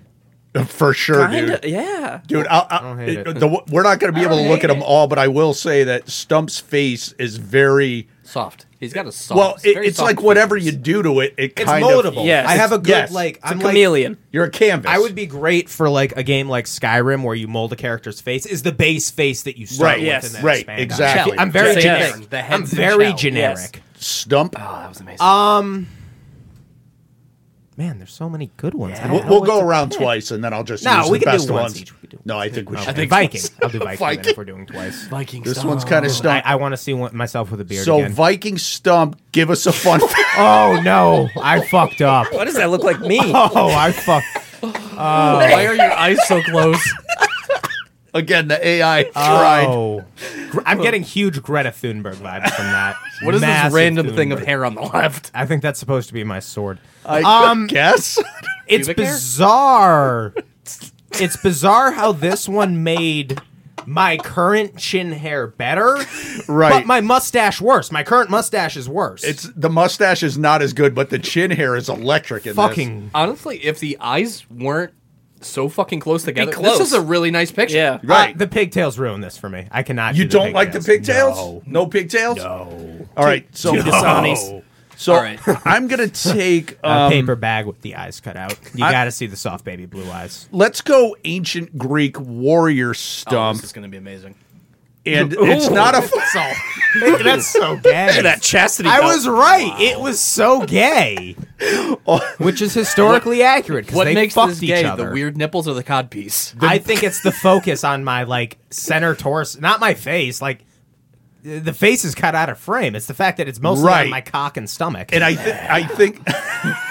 [SPEAKER 2] for
[SPEAKER 4] <laughs>
[SPEAKER 2] sure, dude?
[SPEAKER 4] Kinda, yeah.
[SPEAKER 2] Dude, I'll, I'll,
[SPEAKER 3] don't hate it.
[SPEAKER 2] the- we're not going to be able to look at them all, but I will say that Stump's face is very
[SPEAKER 1] Soft. He's got a soft.
[SPEAKER 2] well. It,
[SPEAKER 1] very
[SPEAKER 2] it's
[SPEAKER 1] soft
[SPEAKER 2] like whatever
[SPEAKER 1] features.
[SPEAKER 2] you do to it, it
[SPEAKER 3] It's
[SPEAKER 2] kind
[SPEAKER 3] moldable.
[SPEAKER 2] of
[SPEAKER 4] Yes.
[SPEAKER 3] I have a good
[SPEAKER 2] Yes.
[SPEAKER 3] like.
[SPEAKER 4] It's
[SPEAKER 3] I'm
[SPEAKER 4] a
[SPEAKER 3] like-
[SPEAKER 4] chameleon.
[SPEAKER 2] you're a canvas.
[SPEAKER 3] I would be great for like a game like Skyrim where you mold a character's face is the base face that you start
[SPEAKER 2] Right,
[SPEAKER 3] with
[SPEAKER 4] yes,
[SPEAKER 3] and then
[SPEAKER 2] right,
[SPEAKER 3] expand on.
[SPEAKER 2] exactly.
[SPEAKER 3] I'm very
[SPEAKER 4] Yes.
[SPEAKER 3] generic.
[SPEAKER 1] The head's
[SPEAKER 3] I'm
[SPEAKER 1] the
[SPEAKER 3] very
[SPEAKER 1] shell.
[SPEAKER 3] generic.
[SPEAKER 4] Yes.
[SPEAKER 2] Stump.
[SPEAKER 3] Uh,
[SPEAKER 1] Oh, that was amazing.
[SPEAKER 2] Uh,
[SPEAKER 3] Man, there's so many good ones. I don't
[SPEAKER 2] We'll,
[SPEAKER 3] know
[SPEAKER 2] we'll
[SPEAKER 3] what
[SPEAKER 2] go
[SPEAKER 3] to
[SPEAKER 2] around
[SPEAKER 3] pick.
[SPEAKER 2] twice, and then I'll just
[SPEAKER 3] No,
[SPEAKER 2] use
[SPEAKER 3] we
[SPEAKER 2] the
[SPEAKER 3] can do
[SPEAKER 2] best
[SPEAKER 3] once
[SPEAKER 2] ones.
[SPEAKER 3] each. We do-
[SPEAKER 2] No, I think we should.
[SPEAKER 3] I think Viking.
[SPEAKER 2] <laughs>
[SPEAKER 3] I'll do Viking, then if we're doing twice.
[SPEAKER 1] Viking
[SPEAKER 2] This
[SPEAKER 1] Stump.
[SPEAKER 2] one's kind of
[SPEAKER 3] I,
[SPEAKER 2] Stump.
[SPEAKER 3] I want to see one, myself with a beard
[SPEAKER 2] so
[SPEAKER 3] again.
[SPEAKER 2] Viking Stump, give us a
[SPEAKER 3] <laughs>
[SPEAKER 2] fun. fact.
[SPEAKER 3] oh no, I fucked up.
[SPEAKER 4] Why does that look
[SPEAKER 2] <laughs>
[SPEAKER 4] like me?
[SPEAKER 3] <laughs> Oh, I fucked.
[SPEAKER 1] Why are your eyes so close?
[SPEAKER 2] Again, the AI tried.
[SPEAKER 3] Oh, Gre- I'm getting huge Greta Thunberg vibes
[SPEAKER 2] <laughs>
[SPEAKER 3] from that.
[SPEAKER 1] What is this
[SPEAKER 3] Massive
[SPEAKER 1] random thing of
[SPEAKER 3] Thunberg.
[SPEAKER 1] hair on the left?
[SPEAKER 3] I think that's supposed to be my sword. Um,
[SPEAKER 2] I
[SPEAKER 3] <laughs>
[SPEAKER 2] guess.
[SPEAKER 3] It's
[SPEAKER 1] Pubic hair?
[SPEAKER 3] bizarre. it's bizarre how this one made my current chin hair better,
[SPEAKER 2] Right.
[SPEAKER 3] But my mustache worse. My current mustache is worse.
[SPEAKER 2] it's the mustache is not as good, but the chin hair is electric. In this.
[SPEAKER 3] fucking
[SPEAKER 1] Honestly, if the eyes weren't so fucking close together,
[SPEAKER 4] close.
[SPEAKER 1] this is a really nice picture.
[SPEAKER 4] Yeah.
[SPEAKER 2] right.
[SPEAKER 3] Uh, the pigtails ruin this for me. I cannot.
[SPEAKER 2] You
[SPEAKER 3] do
[SPEAKER 2] don't like the pigtails?
[SPEAKER 3] No.
[SPEAKER 2] pigtails?
[SPEAKER 3] No. Oh.
[SPEAKER 2] All right. So
[SPEAKER 4] Two Dasanis.
[SPEAKER 2] So
[SPEAKER 1] All right.
[SPEAKER 2] <laughs> I'm gonna take.
[SPEAKER 3] A
[SPEAKER 2] Um,
[SPEAKER 3] paper bag with the eyes cut out. You
[SPEAKER 2] I-
[SPEAKER 3] got to see the soft baby blue eyes.
[SPEAKER 2] let's go ancient Greek warrior
[SPEAKER 1] Oh,
[SPEAKER 2] stump,
[SPEAKER 1] this is gonna be amazing.
[SPEAKER 2] and it's not <laughs> a
[SPEAKER 3] So <laughs> that's so gay.
[SPEAKER 4] Look at that chastity.
[SPEAKER 3] I
[SPEAKER 4] belt.
[SPEAKER 3] was right. It was so gay, which is historically accurate because
[SPEAKER 1] Oh. What
[SPEAKER 3] they
[SPEAKER 1] makes
[SPEAKER 3] fucked
[SPEAKER 1] this
[SPEAKER 3] each
[SPEAKER 1] gay?
[SPEAKER 3] other.
[SPEAKER 1] The weird nipples or the codpiece?
[SPEAKER 3] I think it's the focus on my like center torso, not my face. Like the face is cut out of frame. It's the fact that it's mostly
[SPEAKER 2] Right.
[SPEAKER 3] on my cock and stomach.
[SPEAKER 2] and I th- I think <laughs>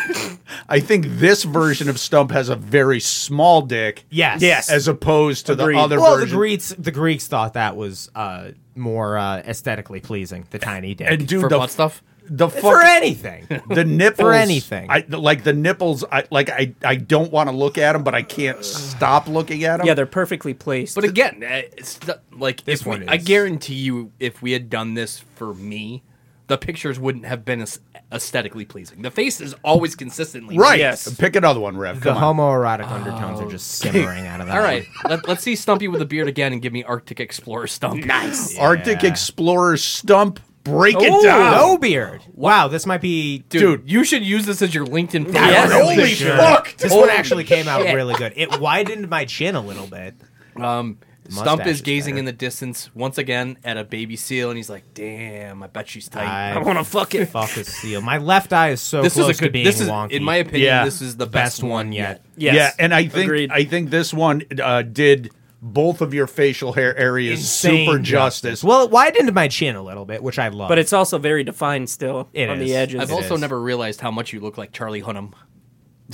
[SPEAKER 2] I think this version of Stump has a very small dick.
[SPEAKER 3] yes,
[SPEAKER 4] Yes.
[SPEAKER 2] As opposed to
[SPEAKER 4] Agreed.
[SPEAKER 2] the other
[SPEAKER 3] well, the
[SPEAKER 2] version.
[SPEAKER 3] Greeks, the Greeks thought that was uh, more uh, aesthetically pleasing. The tiny dick
[SPEAKER 2] and dude,
[SPEAKER 1] For
[SPEAKER 2] the
[SPEAKER 1] butt stuff?
[SPEAKER 2] The fuck,
[SPEAKER 3] <laughs> for anything.
[SPEAKER 2] the nipples
[SPEAKER 3] anything.
[SPEAKER 2] I like the nipples. I like I I don't want to look at them, but I can't stop looking at them.
[SPEAKER 4] Yeah, they're perfectly placed.
[SPEAKER 1] But again, eh, it's not- like
[SPEAKER 3] This
[SPEAKER 1] if we-
[SPEAKER 3] one is.
[SPEAKER 1] I guarantee you, if we had done this for me, the pictures wouldn't have been as aesthetically pleasing. The face is always consistently
[SPEAKER 2] right.
[SPEAKER 4] Yes.
[SPEAKER 2] Pick another one, Rev.
[SPEAKER 3] the
[SPEAKER 2] Come on.
[SPEAKER 3] homoerotic undertones are just simmering out of that.
[SPEAKER 1] All right, let, let's see Stumpy with a beard again and give me Arctic Explorer Stump. Nice.
[SPEAKER 2] Arctic
[SPEAKER 3] Yeah.
[SPEAKER 2] Explorer Stump. Break it
[SPEAKER 3] Ooh,
[SPEAKER 2] down.
[SPEAKER 3] no beard. Wow, this might be.
[SPEAKER 1] Dude, you should use this as your LinkedIn profile.
[SPEAKER 4] Yes.
[SPEAKER 1] Holy
[SPEAKER 2] Holy
[SPEAKER 1] shit.
[SPEAKER 2] fuck!
[SPEAKER 3] This
[SPEAKER 1] Holy
[SPEAKER 3] one actually came out
[SPEAKER 1] shit.
[SPEAKER 3] really good. It widened my chin a little bit.
[SPEAKER 1] Stump
[SPEAKER 3] Mustache
[SPEAKER 1] is
[SPEAKER 3] is
[SPEAKER 1] gazing
[SPEAKER 3] better.
[SPEAKER 1] in the distance once again at a baby seal, and he's like, "Damn, I bet she's tight."
[SPEAKER 3] <laughs>
[SPEAKER 4] I want to fuck it.
[SPEAKER 3] Fuck a seal. My left eye is so
[SPEAKER 1] this
[SPEAKER 3] close
[SPEAKER 1] is a
[SPEAKER 3] to
[SPEAKER 1] good.
[SPEAKER 3] being
[SPEAKER 1] This is,
[SPEAKER 3] wonky.
[SPEAKER 1] in my opinion,
[SPEAKER 2] Yeah.
[SPEAKER 1] this is the best,
[SPEAKER 3] best one yet.
[SPEAKER 4] Yes.
[SPEAKER 2] Yeah, and I think
[SPEAKER 4] Agreed.
[SPEAKER 2] I think this one uh, did both of your facial hair areas
[SPEAKER 3] Insane
[SPEAKER 2] super justice.
[SPEAKER 3] Well, it widened my chin a little bit, which I love.
[SPEAKER 4] but it's also very defined still
[SPEAKER 3] It
[SPEAKER 4] on
[SPEAKER 3] is.
[SPEAKER 4] the edges.
[SPEAKER 1] I've
[SPEAKER 3] It
[SPEAKER 1] also
[SPEAKER 3] is.
[SPEAKER 1] never realized how much you look like Charlie Hunnam.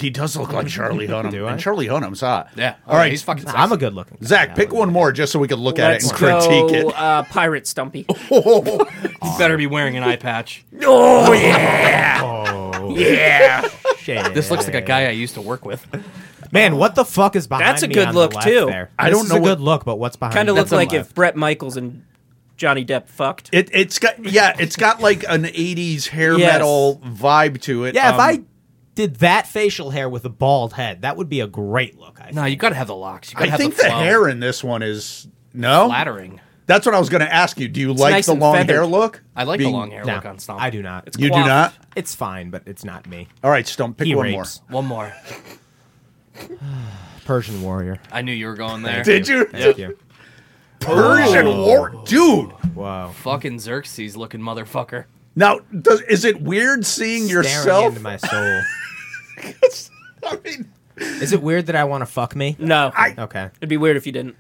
[SPEAKER 2] He does look
[SPEAKER 3] <laughs>
[SPEAKER 2] like Charlie Hunnam.
[SPEAKER 3] Do
[SPEAKER 2] and
[SPEAKER 3] I?
[SPEAKER 2] Charlie Hunnam's hot.
[SPEAKER 1] Yeah.
[SPEAKER 2] All right.
[SPEAKER 1] He's fucking.
[SPEAKER 3] I'm a good looking.
[SPEAKER 2] <laughs>
[SPEAKER 3] guy.
[SPEAKER 2] Zach,
[SPEAKER 3] Yeah,
[SPEAKER 2] pick
[SPEAKER 3] but-
[SPEAKER 2] one more just so we can look at it
[SPEAKER 4] Let's
[SPEAKER 2] and critique
[SPEAKER 3] <laughs>
[SPEAKER 4] go,
[SPEAKER 2] it.
[SPEAKER 4] uh, pirate Stumpy.
[SPEAKER 1] He better be wearing an eye
[SPEAKER 3] <laughs>
[SPEAKER 1] patch.
[SPEAKER 4] yeah,
[SPEAKER 3] Oh, Shit.
[SPEAKER 1] <laughs> This looks like a guy I used to work with. <laughs>
[SPEAKER 3] Man, what the fuck is behind
[SPEAKER 4] That's a
[SPEAKER 3] me
[SPEAKER 4] good
[SPEAKER 3] on the
[SPEAKER 4] look,
[SPEAKER 3] left
[SPEAKER 4] too.
[SPEAKER 3] There?
[SPEAKER 2] I
[SPEAKER 3] This
[SPEAKER 2] don't
[SPEAKER 3] is
[SPEAKER 2] know
[SPEAKER 3] a
[SPEAKER 2] what-
[SPEAKER 3] good look, but what's behind?
[SPEAKER 4] kind of
[SPEAKER 3] me
[SPEAKER 4] looks
[SPEAKER 3] on the
[SPEAKER 4] like
[SPEAKER 3] left?
[SPEAKER 4] if Brett Michaels and Johnny Depp fucked.
[SPEAKER 2] It, it's got yeah, it's got like an '80s hair
[SPEAKER 4] Yes.
[SPEAKER 2] metal vibe to it.
[SPEAKER 3] Yeah,
[SPEAKER 2] Um,
[SPEAKER 3] if I did that facial hair with a bald head, that would be a great look. I think.
[SPEAKER 1] No, you got to have the locks. You gotta
[SPEAKER 2] I
[SPEAKER 1] have
[SPEAKER 2] think
[SPEAKER 1] the,
[SPEAKER 2] the,
[SPEAKER 1] flow.
[SPEAKER 2] hair in this one is no
[SPEAKER 1] flattering.
[SPEAKER 2] That's what I was going to ask you. Do you like
[SPEAKER 4] nice
[SPEAKER 2] the
[SPEAKER 4] and
[SPEAKER 2] long
[SPEAKER 4] feathered.
[SPEAKER 2] hair look?
[SPEAKER 1] I like
[SPEAKER 2] Being-
[SPEAKER 1] the long hair
[SPEAKER 3] No,
[SPEAKER 1] look on Stump.
[SPEAKER 3] I do not. It's,
[SPEAKER 2] You do
[SPEAKER 4] Coiffed.
[SPEAKER 2] not.
[SPEAKER 3] it's fine, but it's not me.
[SPEAKER 2] All right, Stump, pick
[SPEAKER 3] He
[SPEAKER 2] one
[SPEAKER 3] rapes.
[SPEAKER 2] more.
[SPEAKER 1] One more.
[SPEAKER 3] Persian warrior.
[SPEAKER 1] I knew you were going
[SPEAKER 3] <laughs>
[SPEAKER 1] there.
[SPEAKER 2] Did you?
[SPEAKER 3] Thank you.
[SPEAKER 2] Persian
[SPEAKER 3] Oh.
[SPEAKER 2] war, dude.
[SPEAKER 3] Wow.
[SPEAKER 1] Fucking Xerxes looking motherfucker.
[SPEAKER 2] Now, does, is it weird seeing <laughs>
[SPEAKER 3] Staring
[SPEAKER 2] yourself?
[SPEAKER 3] into my soul.
[SPEAKER 2] I mean,
[SPEAKER 3] Is it weird that I want to fuck me?
[SPEAKER 4] no,
[SPEAKER 3] Okay.
[SPEAKER 4] it'd be weird if you didn't.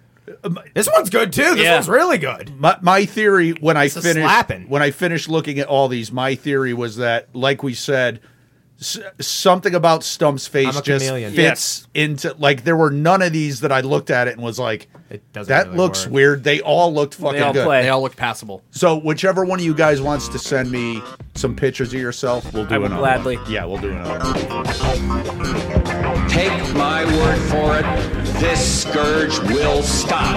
[SPEAKER 3] This one's good too. This
[SPEAKER 4] Yeah.
[SPEAKER 3] one's really good.
[SPEAKER 2] my, my theory when I
[SPEAKER 3] a
[SPEAKER 2] finished
[SPEAKER 3] slapping.
[SPEAKER 2] when I finished looking at all these, my theory was that, like we said, s- something about Stump's face
[SPEAKER 3] I'm a
[SPEAKER 2] just
[SPEAKER 3] chameleon.
[SPEAKER 2] fits into like there were none of these that I looked at it and was like,
[SPEAKER 3] It doesn't
[SPEAKER 2] that
[SPEAKER 3] really
[SPEAKER 2] looks
[SPEAKER 3] work.
[SPEAKER 2] weird. They all looked fucking
[SPEAKER 4] all
[SPEAKER 2] good.
[SPEAKER 4] play.
[SPEAKER 1] They all look passable.
[SPEAKER 2] So whichever one of you guys wants to send me some pictures of yourself, we'll do
[SPEAKER 4] I
[SPEAKER 2] another.
[SPEAKER 4] would
[SPEAKER 2] one.
[SPEAKER 4] gladly.
[SPEAKER 2] Yeah, we'll do another. one.
[SPEAKER 8] Take my word for it, this scourge will stop.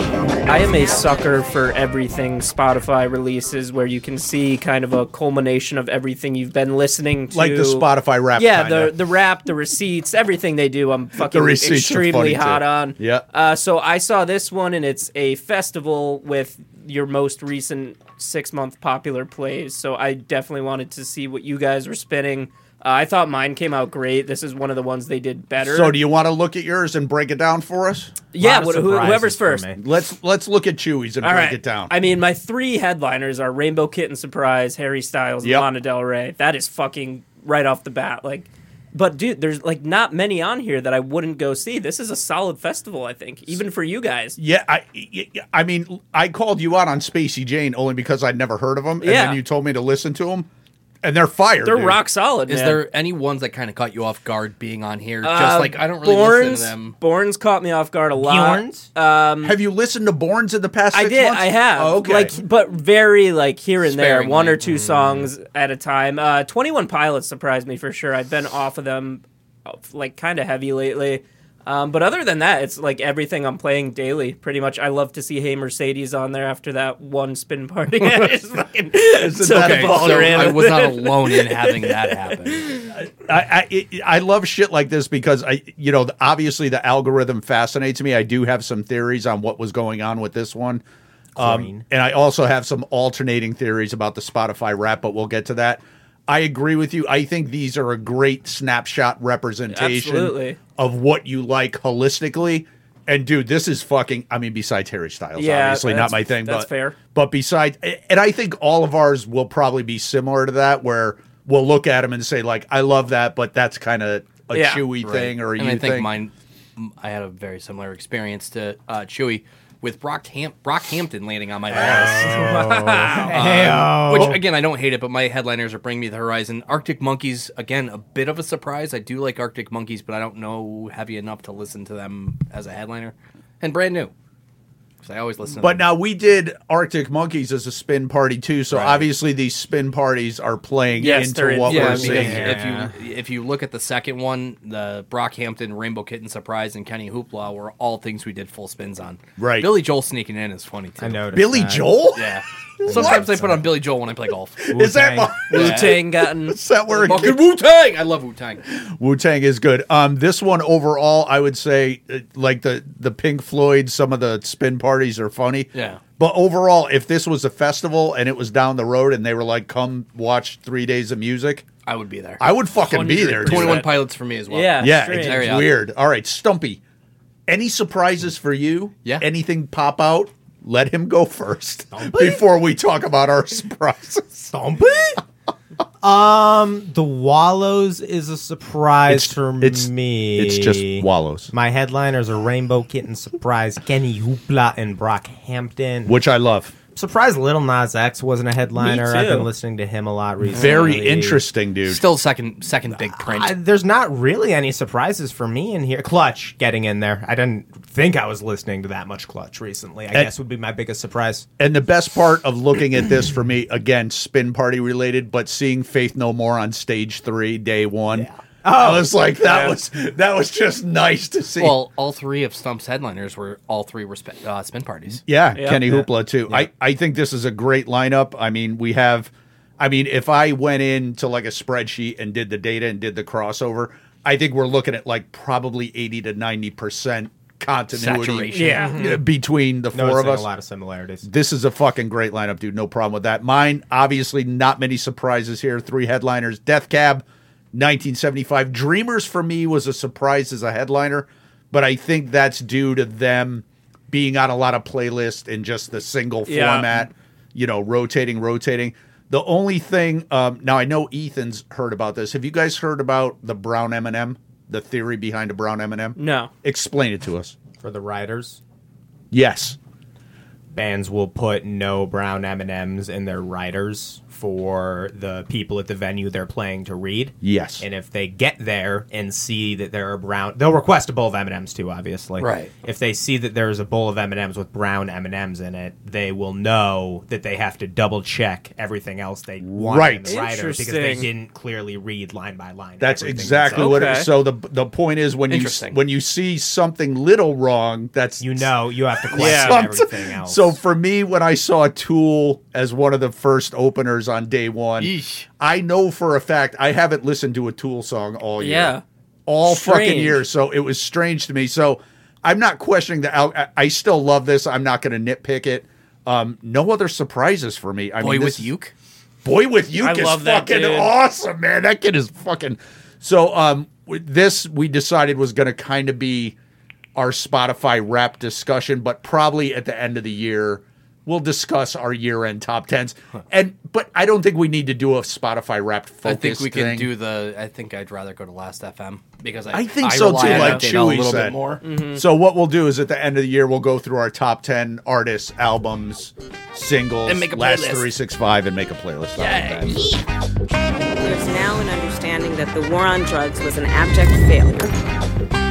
[SPEAKER 4] I am a sucker for everything Spotify releases, where you can see kind of a culmination of everything you've been listening to,
[SPEAKER 2] Like the Spotify rap.
[SPEAKER 4] Yeah,
[SPEAKER 2] kinda.
[SPEAKER 4] the the rap, the receipts, everything they do, I'm fucking
[SPEAKER 2] receipts are funny,
[SPEAKER 4] extremely
[SPEAKER 2] too.
[SPEAKER 4] hot on.
[SPEAKER 2] Yeah.
[SPEAKER 4] Uh, so I saw this one, and it's a festival with your most recent six month popular plays. So I definitely wanted to see what you guys were spinning. Uh, I thought mine came out great. This is one of the ones they did better.
[SPEAKER 2] So do you want to look at yours and break it down for us?
[SPEAKER 4] yeah,
[SPEAKER 3] Lot of
[SPEAKER 4] wh- who-
[SPEAKER 3] surprises
[SPEAKER 4] whoever's
[SPEAKER 3] for
[SPEAKER 4] first.
[SPEAKER 3] me.
[SPEAKER 2] Let's let's look at Chewy's and
[SPEAKER 4] All
[SPEAKER 2] break
[SPEAKER 4] right.
[SPEAKER 2] it down.
[SPEAKER 4] I mean, my three headliners are Rainbow Kitten Surprise, Harry Styles,
[SPEAKER 2] Yep.
[SPEAKER 4] and Lana Del Rey. That is fucking right off the bat. Like, but dude, there's like not many on here that I wouldn't go see. This is a solid festival, I think, even for you guys.
[SPEAKER 2] yeah, I y- y- I mean I called you out on Spacey Jane only because I'd never heard of them, and
[SPEAKER 4] Yeah.
[SPEAKER 2] then you told me to listen to them, and they're fire.
[SPEAKER 4] They're
[SPEAKER 2] dude.
[SPEAKER 4] rock solid.
[SPEAKER 1] Is
[SPEAKER 4] man.
[SPEAKER 1] there any ones that kind of caught you off guard being on here? Just
[SPEAKER 4] Uh,
[SPEAKER 1] like I don't really
[SPEAKER 4] Borns,
[SPEAKER 1] listen to them.
[SPEAKER 4] Borns caught me off guard a lot.
[SPEAKER 3] Bjorns?
[SPEAKER 2] Have you listened to Borns in the past?
[SPEAKER 4] I
[SPEAKER 2] six
[SPEAKER 4] did.
[SPEAKER 2] months?
[SPEAKER 4] I have.
[SPEAKER 2] Oh, okay. Mm.
[SPEAKER 4] Like, but very like here and there, one
[SPEAKER 1] Sparingly.
[SPEAKER 4] or two songs at a time. Uh, Twenty One Pilots surprised me for sure. I've been off of them, uh, like kind of heavy lately. Um, but other than that, it's like everything I'm playing daily, pretty much. I love to see Hey Mercedes on there after that one spin party.
[SPEAKER 2] <laughs>
[SPEAKER 4] <laughs> I just fucking took
[SPEAKER 2] that
[SPEAKER 4] a
[SPEAKER 2] a-
[SPEAKER 4] baller
[SPEAKER 1] So
[SPEAKER 4] in
[SPEAKER 1] I
[SPEAKER 4] with
[SPEAKER 1] was not
[SPEAKER 4] <laughs> it.
[SPEAKER 1] alone in having that happen.
[SPEAKER 2] I, I it- I love shit like this because I you know obviously the algorithm fascinates me. I do have some theories on what was going on with this one, um,
[SPEAKER 3] Green.
[SPEAKER 2] and I also have some alternating theories about the Spotify rap. But we'll get to that. I agree with you. I think these are a great snapshot representation
[SPEAKER 4] Absolutely.
[SPEAKER 2] of what you like holistically. And dude, this is fucking. I mean, besides Harry Styles,
[SPEAKER 4] Yeah,
[SPEAKER 2] obviously not
[SPEAKER 4] that's-
[SPEAKER 2] my thing.
[SPEAKER 4] that's
[SPEAKER 2] but
[SPEAKER 4] fair.
[SPEAKER 2] But besides, and I think all of ours will probably be similar to that, where we'll look at them and say like, "I love that," but that's kind of a
[SPEAKER 4] Yeah.
[SPEAKER 2] chewy thing or a
[SPEAKER 1] and
[SPEAKER 2] you
[SPEAKER 1] I think
[SPEAKER 2] thing.
[SPEAKER 1] mine. I had a very similar experience to uh, Chewy with Brock Ham- Brockhampton landing on my list. Which again, I don't hate it, but my headliners are Bring Me the Horizon, Arctic Monkeys. Again, a bit of a surprise. I do like Arctic Monkeys, but I don't know heavy enough to listen to them as a headliner, and brand new. Because I always listen. To
[SPEAKER 2] But
[SPEAKER 1] them.
[SPEAKER 2] now we did Arctic Monkeys as a spin party too, so obviously these spin parties are playing
[SPEAKER 4] Yes, they're
[SPEAKER 2] into
[SPEAKER 4] in-
[SPEAKER 2] what
[SPEAKER 1] yeah,
[SPEAKER 2] Oh, we're
[SPEAKER 1] because
[SPEAKER 2] seeing. here.
[SPEAKER 1] if you if you look at the second one, the Brockhampton, Rainbow Kitten Surprise, and Kenny Hoopla were all things we did full spins on.
[SPEAKER 2] Right.
[SPEAKER 1] Billy Joel sneaking in is funny too.
[SPEAKER 3] I noticed.
[SPEAKER 2] Billy
[SPEAKER 3] that.
[SPEAKER 2] Joel?
[SPEAKER 1] Yeah. Sometimes I put on Billy Joel when I play golf.
[SPEAKER 2] <laughs> Is that
[SPEAKER 3] Wu-Tang.
[SPEAKER 4] Wu Tang gotten.
[SPEAKER 2] is that where
[SPEAKER 1] Fucking Wu Tang! I love Wu Tang.
[SPEAKER 2] Wu Tang is good? Um, this one overall, I would say, uh, like the the Pink Floyd, some of the spin parties are funny.
[SPEAKER 1] Yeah.
[SPEAKER 2] But overall, if this was a festival and it was down the road and they were like, "Come watch three days of music,"
[SPEAKER 1] I would be there.
[SPEAKER 2] I would fucking be there. dude.
[SPEAKER 1] 21 pilots for me as well.
[SPEAKER 4] Yeah.
[SPEAKER 2] Yeah,
[SPEAKER 4] Strange.
[SPEAKER 2] it's,
[SPEAKER 1] There
[SPEAKER 2] it's
[SPEAKER 1] we are.
[SPEAKER 2] weird. All right, Stumpy. Any surprises for you?
[SPEAKER 1] Yeah.
[SPEAKER 2] Anything pop out? Let him go first before we talk about our surprises.
[SPEAKER 3] Um, The Wallows is a surprise for
[SPEAKER 2] it's-
[SPEAKER 3] me.
[SPEAKER 2] it's just Wallows.
[SPEAKER 3] My headliners are Rainbow Kitten Surprise, Kenny Hoopla, and Brockhampton.
[SPEAKER 2] Which I love.
[SPEAKER 3] Surprise Little Nas X wasn't a headliner. I've
[SPEAKER 4] too.
[SPEAKER 3] been listening to him a lot recently.
[SPEAKER 2] Very interesting, dude.
[SPEAKER 1] Still second second big print.
[SPEAKER 3] I, there's not really any surprises for me in here. Clutch getting in there. I didn't think I was listening to that much Clutch recently. I guess would be my biggest surprise.
[SPEAKER 2] And the best part of looking at this for me, again, spin party related, but seeing Faith No More on stage three, day one. I was like, that was that was just nice to see.
[SPEAKER 1] Oh. well, all three of Stump's headliners were all three were sp- uh, spin parties.
[SPEAKER 2] Yeah, Kenny Hoopla too. I, I think this is a great lineup. I mean, we have I mean, if I went into like a spreadsheet and did the data and did the crossover, I think we're looking at like probably 80 to 90% continuity
[SPEAKER 1] Saturation. Yeah.
[SPEAKER 2] uh, between the four of
[SPEAKER 3] Noticing
[SPEAKER 2] us.
[SPEAKER 3] a lot of similarities.
[SPEAKER 2] This is a fucking great lineup, dude. No problem with that. Mine, obviously, not many surprises here. Three headliners Death Cab, 1975. Dreamers for me was a surprise as a headliner, but I think that's due to them being on a lot of playlists and just the single
[SPEAKER 4] Yeah.
[SPEAKER 2] format, you know, rotating, rotating. The only thing, um, now I know Ethan's heard about this. Have you guys heard about the brown M&M? The theory behind a brown M&M?
[SPEAKER 4] No.
[SPEAKER 2] Explain it to us.
[SPEAKER 3] For the riders,
[SPEAKER 2] Yes.
[SPEAKER 3] bands will put no brown M&Ms in their riders for the people at the venue they're playing to read.
[SPEAKER 2] Yes.
[SPEAKER 3] And if they get there and see that there are brown, they'll request a bowl of M and M's too. Obviously,
[SPEAKER 1] Right.
[SPEAKER 3] If they see that there is a bowl of M and M's with brown M and M's in it, they will know that they have to double check everything else they want in the
[SPEAKER 2] Right.
[SPEAKER 3] rider because they
[SPEAKER 4] Interesting.
[SPEAKER 3] didn't clearly read line by line.
[SPEAKER 2] That's
[SPEAKER 3] everything
[SPEAKER 2] exactly
[SPEAKER 3] on-
[SPEAKER 2] what it
[SPEAKER 4] Okay.
[SPEAKER 2] is. So the the point is when you s-
[SPEAKER 1] Interesting.
[SPEAKER 2] when you see something little wrong, that's
[SPEAKER 3] you know. You have to question
[SPEAKER 2] <laughs>
[SPEAKER 4] Yeah.
[SPEAKER 3] everything else.
[SPEAKER 2] So for me, when I saw Tool as one of the first openers on day one,
[SPEAKER 1] Yeesh.
[SPEAKER 2] I know for a fact I haven't listened to a Tool song all year,
[SPEAKER 4] Yeah.
[SPEAKER 2] all fucking
[SPEAKER 4] Strange.
[SPEAKER 2] year. So it was strange to me. So I'm not questioning the. out- I, I still love this. I'm not going to nitpick it. Um, no other surprises for me. I
[SPEAKER 1] Boy
[SPEAKER 2] mean,
[SPEAKER 1] with
[SPEAKER 2] this is-
[SPEAKER 1] Uke.
[SPEAKER 2] Boy with you
[SPEAKER 4] I
[SPEAKER 2] is
[SPEAKER 4] love that
[SPEAKER 2] fucking
[SPEAKER 4] dude.
[SPEAKER 2] awesome, man. That kid is fucking. So, um, with this we decided was going to kind of be our Spotify wrap discussion, but probably at the end of the year we'll discuss our year-end top tens. And but I don't think we need to do a Spotify wrap focus.
[SPEAKER 1] I think we can
[SPEAKER 2] thing.
[SPEAKER 1] do the. I think I'd rather go to Last FM because I,
[SPEAKER 2] I think so
[SPEAKER 1] rely
[SPEAKER 2] too.
[SPEAKER 1] on
[SPEAKER 2] Like
[SPEAKER 1] that data a
[SPEAKER 2] Chewy
[SPEAKER 1] little
[SPEAKER 2] said.
[SPEAKER 1] bit more.
[SPEAKER 2] So what we'll do is at the end of the year we'll go through our top ten artists, albums, singles,
[SPEAKER 1] And make a
[SPEAKER 2] last
[SPEAKER 1] playlist.
[SPEAKER 2] three six five, and make a playlist. out of that.
[SPEAKER 9] There's now an understanding that the war on drugs was an abject failure.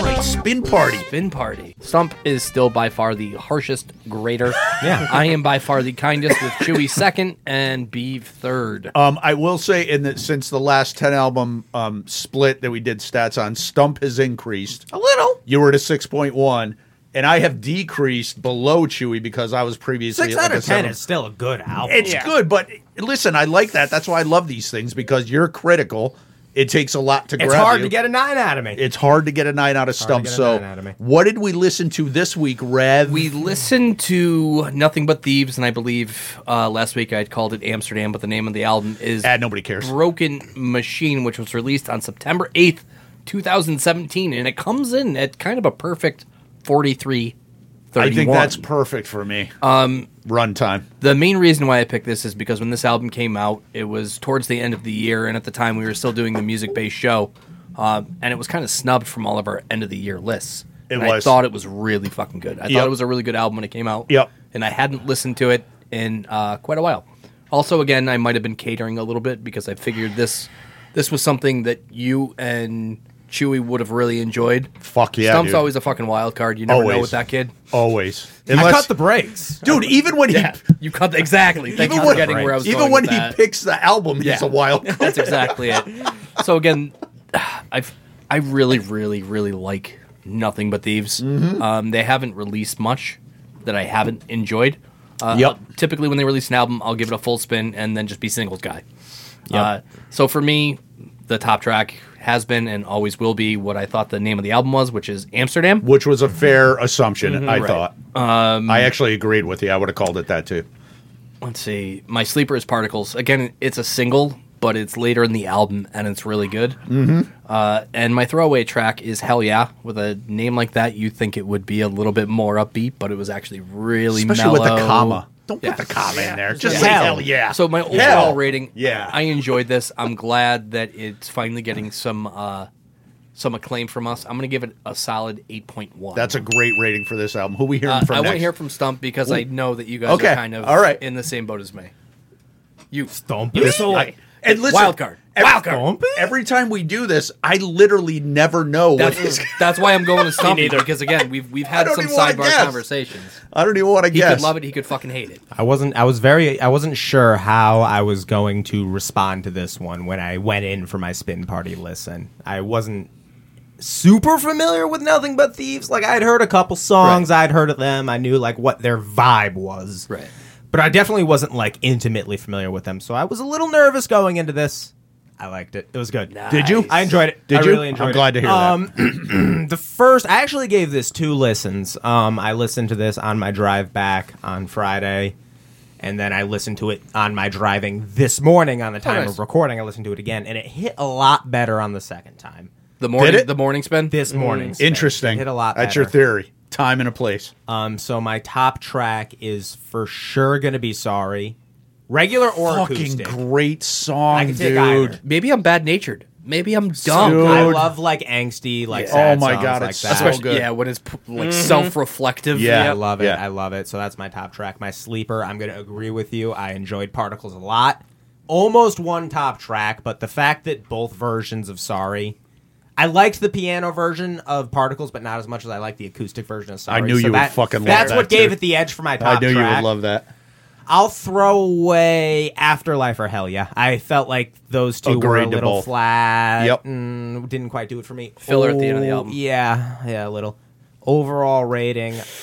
[SPEAKER 2] Great spin party.
[SPEAKER 1] Bin party. Stump is still by far the harshest
[SPEAKER 2] <laughs>
[SPEAKER 1] grader.
[SPEAKER 3] Yeah.
[SPEAKER 1] I am by far the kindest with Chewy second and Beeve third. Uh,
[SPEAKER 2] Um, I will say in that since the last ten album um, split that we did stats on, Stump has increased a little. You were at a six point one, and I have decreased below Chewy because I was previously
[SPEAKER 3] six
[SPEAKER 2] at like
[SPEAKER 3] out
[SPEAKER 2] a
[SPEAKER 3] of ten
[SPEAKER 2] seven.
[SPEAKER 3] is still a good album.
[SPEAKER 2] It's good, but listen, I like that. That's why I love these things because you're critical. It takes a lot to
[SPEAKER 3] It's
[SPEAKER 2] grab
[SPEAKER 3] hard
[SPEAKER 2] you.
[SPEAKER 3] to get a nine out of me.
[SPEAKER 2] It's hard to get a nine out of Stump.
[SPEAKER 3] get a
[SPEAKER 2] So,
[SPEAKER 3] nine out of me.
[SPEAKER 2] what did we listen to this week, Rev?
[SPEAKER 1] We listened to Nothing But Thieves, and I believe uh, last week I had called it Amsterdam, but the name of the album is
[SPEAKER 2] Ah, nobody cares.
[SPEAKER 1] Broken Machine, which was released on September 8th, 2017. And it comes in at kind of a perfect 43
[SPEAKER 2] I think that's perfect for me. Um, runtime.
[SPEAKER 1] the main reason why I picked this is because when this album came out, it was towards the end of the year, and at the time we were still doing the music based show, um, and it was kind of snubbed from all of our end of the year lists.
[SPEAKER 2] It
[SPEAKER 1] And I
[SPEAKER 2] was.
[SPEAKER 1] thought it was really fucking good. I
[SPEAKER 2] Yep.
[SPEAKER 1] thought it was a really good album when it came out.
[SPEAKER 2] Yep.
[SPEAKER 1] And I hadn't listened to it in uh, quite a while. Also, again, I might have been catering a little bit because I figured this this was something that you and Chewy would have really enjoyed.
[SPEAKER 2] Fuck yeah,
[SPEAKER 1] Stump's
[SPEAKER 2] dude.
[SPEAKER 1] always a fucking wild card. You never know
[SPEAKER 2] Always.
[SPEAKER 1] with that kid.
[SPEAKER 2] Always.
[SPEAKER 3] I
[SPEAKER 2] Unless-
[SPEAKER 3] cut the brakes.
[SPEAKER 2] dude, even when he
[SPEAKER 1] You cut exactly. Thank
[SPEAKER 2] even
[SPEAKER 1] you for
[SPEAKER 2] when,
[SPEAKER 1] getting where I was
[SPEAKER 2] even
[SPEAKER 1] going
[SPEAKER 2] when
[SPEAKER 1] with
[SPEAKER 2] he
[SPEAKER 1] that.
[SPEAKER 2] picks the album, he's
[SPEAKER 1] Yeah.
[SPEAKER 2] a wild
[SPEAKER 1] <laughs>
[SPEAKER 2] card.
[SPEAKER 1] That's exactly it. So again, <sighs> I I really really really like Nothing But Thieves.
[SPEAKER 2] Mm-hmm.
[SPEAKER 1] Um, they haven't released much that I haven't enjoyed. <laughs> Uh,
[SPEAKER 2] Yep.
[SPEAKER 1] Typically, when they release an album, I'll give it a full spin and then just be singles guy. Uh, so for me, the top track has been and always will be what I thought the name of the album was, which is Amsterdam.
[SPEAKER 2] Which was a fair assumption, I thought.
[SPEAKER 1] Um,
[SPEAKER 2] I actually agreed with you. I would have called it that too.
[SPEAKER 1] Let's see. My sleeper is Particles. Again, it's a single, but it's later in the album and it's really good. Mm-hmm. Uh, and my throwaway track is Hell Yeah. With a name like that, you think it would be a little bit more upbeat, but it was actually really
[SPEAKER 2] Especially with
[SPEAKER 1] mellow.
[SPEAKER 2] a comma. Don't
[SPEAKER 1] Yeah.
[SPEAKER 2] put the comma in there. Just
[SPEAKER 1] Yeah.
[SPEAKER 2] say
[SPEAKER 1] Hell.
[SPEAKER 2] hell yeah.
[SPEAKER 1] So my overall
[SPEAKER 2] Hell.
[SPEAKER 1] rating,
[SPEAKER 2] Yeah.
[SPEAKER 1] I enjoyed this. I'm glad that it's finally getting some uh, some acclaim from us. I'm gonna give it a solid eight point one.
[SPEAKER 2] That's a great rating for this album. Who we hearing
[SPEAKER 1] Uh,
[SPEAKER 2] from
[SPEAKER 1] I want
[SPEAKER 2] next?
[SPEAKER 1] to hear from Stump because I know that you guys
[SPEAKER 2] Okay.
[SPEAKER 1] are kind of
[SPEAKER 2] All right.
[SPEAKER 1] in the same boat as me. You
[SPEAKER 3] Stomp
[SPEAKER 2] This- I- and listen,
[SPEAKER 1] Wild card.
[SPEAKER 2] Every,
[SPEAKER 1] Wild card.
[SPEAKER 3] Stomp it?
[SPEAKER 2] Every time we do this, I literally never know what
[SPEAKER 1] That's
[SPEAKER 2] is.
[SPEAKER 1] <laughs> that's why I'm going to Stump you because again we've we've had
[SPEAKER 2] don't
[SPEAKER 1] some
[SPEAKER 2] even wanna
[SPEAKER 1] sidebar
[SPEAKER 2] guess.
[SPEAKER 1] conversations.
[SPEAKER 2] <laughs> I don't even want to
[SPEAKER 1] He
[SPEAKER 2] guess.
[SPEAKER 1] could love it. He could fucking hate it.
[SPEAKER 3] I wasn't. I was very. I wasn't sure how I was going to respond to this one when I went in for my spin party listen. I wasn't super familiar with nothing but thieves. Like I'd heard a couple songs. I'd heard of them. I knew like what their vibe was.
[SPEAKER 1] Right.
[SPEAKER 3] But I definitely wasn't like intimately familiar with them. So I was a little nervous going into this. I liked it. It was good.
[SPEAKER 2] Did you?
[SPEAKER 3] I enjoyed it.
[SPEAKER 2] Did
[SPEAKER 3] I
[SPEAKER 2] you?
[SPEAKER 3] really enjoyed
[SPEAKER 2] I'm
[SPEAKER 3] it.
[SPEAKER 2] glad to hear
[SPEAKER 3] um, <clears throat> the first I actually gave this two listens. Um, I listened to this on my drive back on Friday, and then I listened to it on my driving this morning on the
[SPEAKER 2] Oh,
[SPEAKER 3] time
[SPEAKER 1] nice.
[SPEAKER 3] of recording. I listened to it again, and it hit a lot better on the second time.
[SPEAKER 1] The morning
[SPEAKER 2] it?
[SPEAKER 1] the morning spin.
[SPEAKER 3] This morning,
[SPEAKER 2] that. Mm, Interesting.
[SPEAKER 3] Hit a lot.
[SPEAKER 2] That's
[SPEAKER 3] better.
[SPEAKER 2] your theory. Time and a place.
[SPEAKER 3] Um, so my top track is for sure gonna be sorry, regular or
[SPEAKER 2] Fucking
[SPEAKER 3] acoustic.
[SPEAKER 2] great song,
[SPEAKER 3] I can take
[SPEAKER 2] dude.
[SPEAKER 3] either.
[SPEAKER 1] Maybe I'm bad natured. Maybe I'm dumb.
[SPEAKER 2] Dude.
[SPEAKER 3] I love like angsty, like
[SPEAKER 2] Yeah.
[SPEAKER 3] sad
[SPEAKER 2] Oh my
[SPEAKER 3] songs
[SPEAKER 2] God,
[SPEAKER 3] like
[SPEAKER 2] it's
[SPEAKER 3] that.
[SPEAKER 2] so
[SPEAKER 1] Especially-
[SPEAKER 2] good.
[SPEAKER 1] yeah, when it's p- like self-reflective.
[SPEAKER 2] Mm-hmm. Yeah.
[SPEAKER 3] I love it.
[SPEAKER 2] Yeah.
[SPEAKER 3] I love it. So that's my top track. My sleeper. I'm going to agree with you. I enjoyed Particles a lot. Almost one top track, but the fact that both versions of Sorry. I liked the piano version of Particles, but not as much as I liked the acoustic version of Sorry.
[SPEAKER 2] knew
[SPEAKER 3] So
[SPEAKER 2] you would
[SPEAKER 3] that-
[SPEAKER 2] fucking love
[SPEAKER 3] That's
[SPEAKER 2] that,
[SPEAKER 3] what gave
[SPEAKER 2] too.
[SPEAKER 3] it the edge for my top
[SPEAKER 2] I knew you
[SPEAKER 3] track.
[SPEAKER 2] would love that.
[SPEAKER 3] I'll throw away Afterlife or Hell Yeah. I felt like those two were a
[SPEAKER 2] Agreed to
[SPEAKER 3] little
[SPEAKER 2] both.
[SPEAKER 3] flat.
[SPEAKER 2] Yep.
[SPEAKER 3] mm, didn't quite do it for me. Oh,
[SPEAKER 1] Filler at the end of the album.
[SPEAKER 3] Yeah, yeah, a little. Overall rating. <sighs>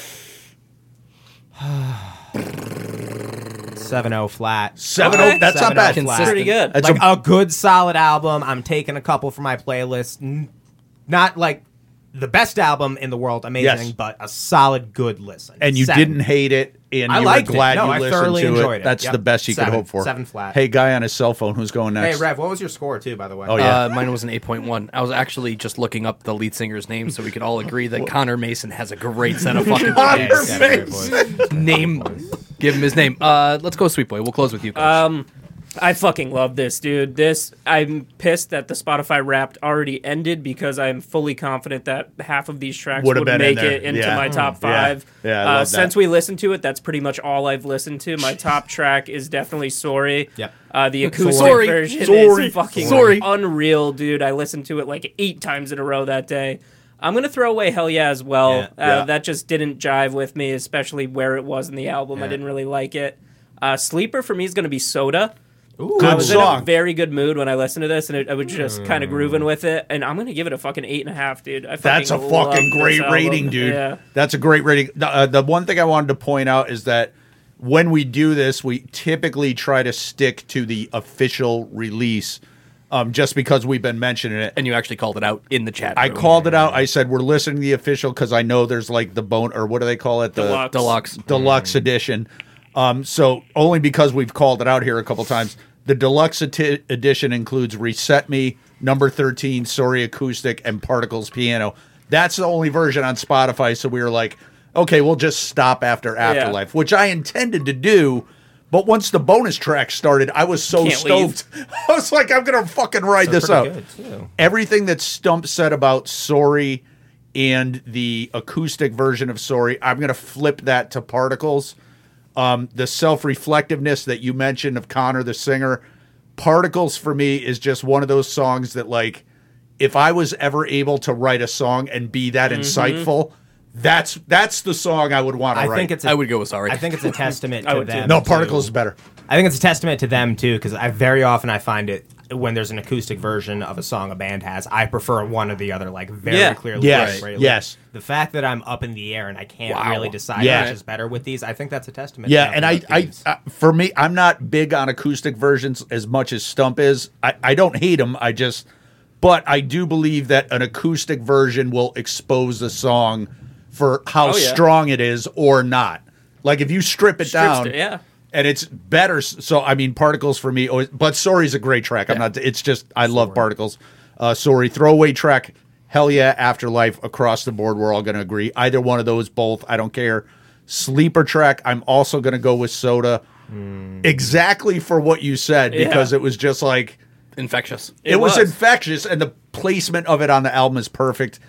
[SPEAKER 3] 7-0 flat.
[SPEAKER 2] Seven. oh- That's not
[SPEAKER 3] 7-0
[SPEAKER 2] bad. uh,
[SPEAKER 3] flat.
[SPEAKER 1] Pretty
[SPEAKER 4] good.
[SPEAKER 2] That's
[SPEAKER 3] like
[SPEAKER 2] a-
[SPEAKER 3] a, good solid album. I'm taking a couple from my playlist. N- Not like the best album in the world, amazing,
[SPEAKER 2] Yes.
[SPEAKER 3] but a solid good listen.
[SPEAKER 2] and you did
[SPEAKER 3] Seven.
[SPEAKER 2] didn't hate it, and
[SPEAKER 3] I
[SPEAKER 2] you were
[SPEAKER 3] liked it.
[SPEAKER 2] glad
[SPEAKER 3] No,
[SPEAKER 2] you
[SPEAKER 3] I
[SPEAKER 2] listened
[SPEAKER 3] thoroughly
[SPEAKER 2] to
[SPEAKER 3] enjoyed it.
[SPEAKER 2] That's
[SPEAKER 3] Yep.
[SPEAKER 2] the best you
[SPEAKER 3] Seven.
[SPEAKER 2] could hope for.
[SPEAKER 3] Seven flat.
[SPEAKER 2] Hey, guy on his cell phone, who's going
[SPEAKER 3] Hey
[SPEAKER 2] next?
[SPEAKER 3] Rev, what was your score too, by the way?
[SPEAKER 2] Oh, yeah.
[SPEAKER 1] Uh, mine was an 8.1. I was actually just looking up the lead singer's name so we could all agree that Connor Mason has a great
[SPEAKER 2] <laughs>
[SPEAKER 1] set of fucking
[SPEAKER 2] Connor
[SPEAKER 3] <laughs>
[SPEAKER 1] names.
[SPEAKER 3] Yeah, great voice.
[SPEAKER 1] name. Give him his name. Uh, let's go, Sweet Boy. We'll close with you. Coach.
[SPEAKER 4] I fucking love this, dude. This I'm pissed that the Spotify Wrapped already ended because I'm fully confident that half of these tracks
[SPEAKER 2] Would've
[SPEAKER 4] would
[SPEAKER 2] been in
[SPEAKER 4] make
[SPEAKER 2] there.
[SPEAKER 4] it into
[SPEAKER 2] Yeah.
[SPEAKER 4] my
[SPEAKER 2] Mm.
[SPEAKER 4] top
[SPEAKER 2] Yeah.
[SPEAKER 4] five.
[SPEAKER 2] Yeah, I
[SPEAKER 4] uh,
[SPEAKER 2] love that.
[SPEAKER 4] since we listened to it, that's pretty much all I've listened to.
[SPEAKER 2] <laughs>
[SPEAKER 4] My top track is definitely "Sorry."
[SPEAKER 3] Yep.
[SPEAKER 4] Uh, the acoustic
[SPEAKER 1] Sorry.
[SPEAKER 4] version
[SPEAKER 1] Sorry.
[SPEAKER 4] is fucking
[SPEAKER 1] Sorry.
[SPEAKER 4] unreal, dude. I listened to it like eight times in a row that day. I'm gonna throw away "Hell Yeah" as well.
[SPEAKER 3] Yeah.
[SPEAKER 4] Uh,
[SPEAKER 2] Yeah.
[SPEAKER 4] That just didn't jive with me, especially where it was in the album. I
[SPEAKER 3] Yeah.
[SPEAKER 4] didn't really like it. Uh, sleeper for me is gonna be "Soda." I
[SPEAKER 2] Good
[SPEAKER 4] was in a
[SPEAKER 2] song.
[SPEAKER 4] very good mood when I listened to this, and it, I was just kind of grooving with it. And I'm gonna give it a fucking eight and a half, dude. I fucking
[SPEAKER 2] Mm. That's a
[SPEAKER 4] love
[SPEAKER 2] fucking
[SPEAKER 4] this
[SPEAKER 2] great
[SPEAKER 4] album.
[SPEAKER 2] rating, dude.
[SPEAKER 4] Yeah.
[SPEAKER 2] That's a great rating. The, uh, the one thing I wanted to point out is that when we do this, we typically try to stick to the official release, um, just because we've been mentioning it.
[SPEAKER 1] and you actually called it out in the chat.
[SPEAKER 2] I
[SPEAKER 1] room.
[SPEAKER 2] called it out. I said we're listening to the official because I know there's like the bone or what do they call it? The
[SPEAKER 4] Deluxe.
[SPEAKER 1] Deluxe.
[SPEAKER 4] Hmm.
[SPEAKER 2] deluxe edition. Um, so only because we've called it out here a couple times. The deluxe eti- edition includes "Reset Me," number thirteen, "Sorry Acoustic," and "Particles Piano." That's the only version on Spotify. So we were like, okay, we'll just stop after Afterlife, which I intended to do. But once the bonus track started, I was so
[SPEAKER 4] Can't leave.
[SPEAKER 2] stoked. <laughs> I was like, I'm going to fucking ride this out. Everything that Stump said about Sorry and the acoustic version of Sorry, I'm going to flip that to particles. Um, the self reflectiveness that you mentioned of Connor the singer, Particles for me is just one of those songs that, like, if I was ever able to write a song and be that
[SPEAKER 3] Mm-hmm.
[SPEAKER 2] insightful, that's that's the song I would want to
[SPEAKER 3] I
[SPEAKER 2] write.
[SPEAKER 3] think it's.
[SPEAKER 1] I would go with sorry.
[SPEAKER 3] I think it's a testament
[SPEAKER 4] I
[SPEAKER 3] to
[SPEAKER 4] would too.
[SPEAKER 3] them.
[SPEAKER 2] no
[SPEAKER 3] too.
[SPEAKER 2] particles is better.
[SPEAKER 3] I think it's a testament to them too, because I very often I find it when there's an acoustic version of a song a band has, I prefer one or the other, like very
[SPEAKER 4] Yeah.
[SPEAKER 3] clearly.
[SPEAKER 2] Yes.
[SPEAKER 3] very
[SPEAKER 2] Right. Yes.
[SPEAKER 3] The fact that I'm up in the air and I can't really decide
[SPEAKER 2] Yeah.
[SPEAKER 3] which is better with these, I think that's a testament.
[SPEAKER 2] Yeah,
[SPEAKER 3] to
[SPEAKER 2] and I,
[SPEAKER 3] nothing but
[SPEAKER 2] I,
[SPEAKER 3] these.
[SPEAKER 2] I, for me, I'm not big on acoustic versions as much as Stump is. I, I don't hate them. I just, but I do believe that an acoustic version will expose a song for how
[SPEAKER 4] Oh, yeah.
[SPEAKER 2] strong it is or not. Like if you strip it down,
[SPEAKER 4] it, yeah.
[SPEAKER 2] and it's better. So I mean, particles for me. Always, but sorry's a great track. I'm not. It's just I love particles. Uh, sorry, throwaway track. Hell yeah, afterlife across the board. We're all going to agree. Either one of those, both. I don't care. Sleeper track. I'm also going to go with soda. Exactly for what you said because
[SPEAKER 4] Hmm. Yeah.
[SPEAKER 2] it was just like
[SPEAKER 1] Infectious.
[SPEAKER 2] it,
[SPEAKER 4] It
[SPEAKER 2] was.
[SPEAKER 4] was.
[SPEAKER 2] infectious, and the placement of it on the album is perfect.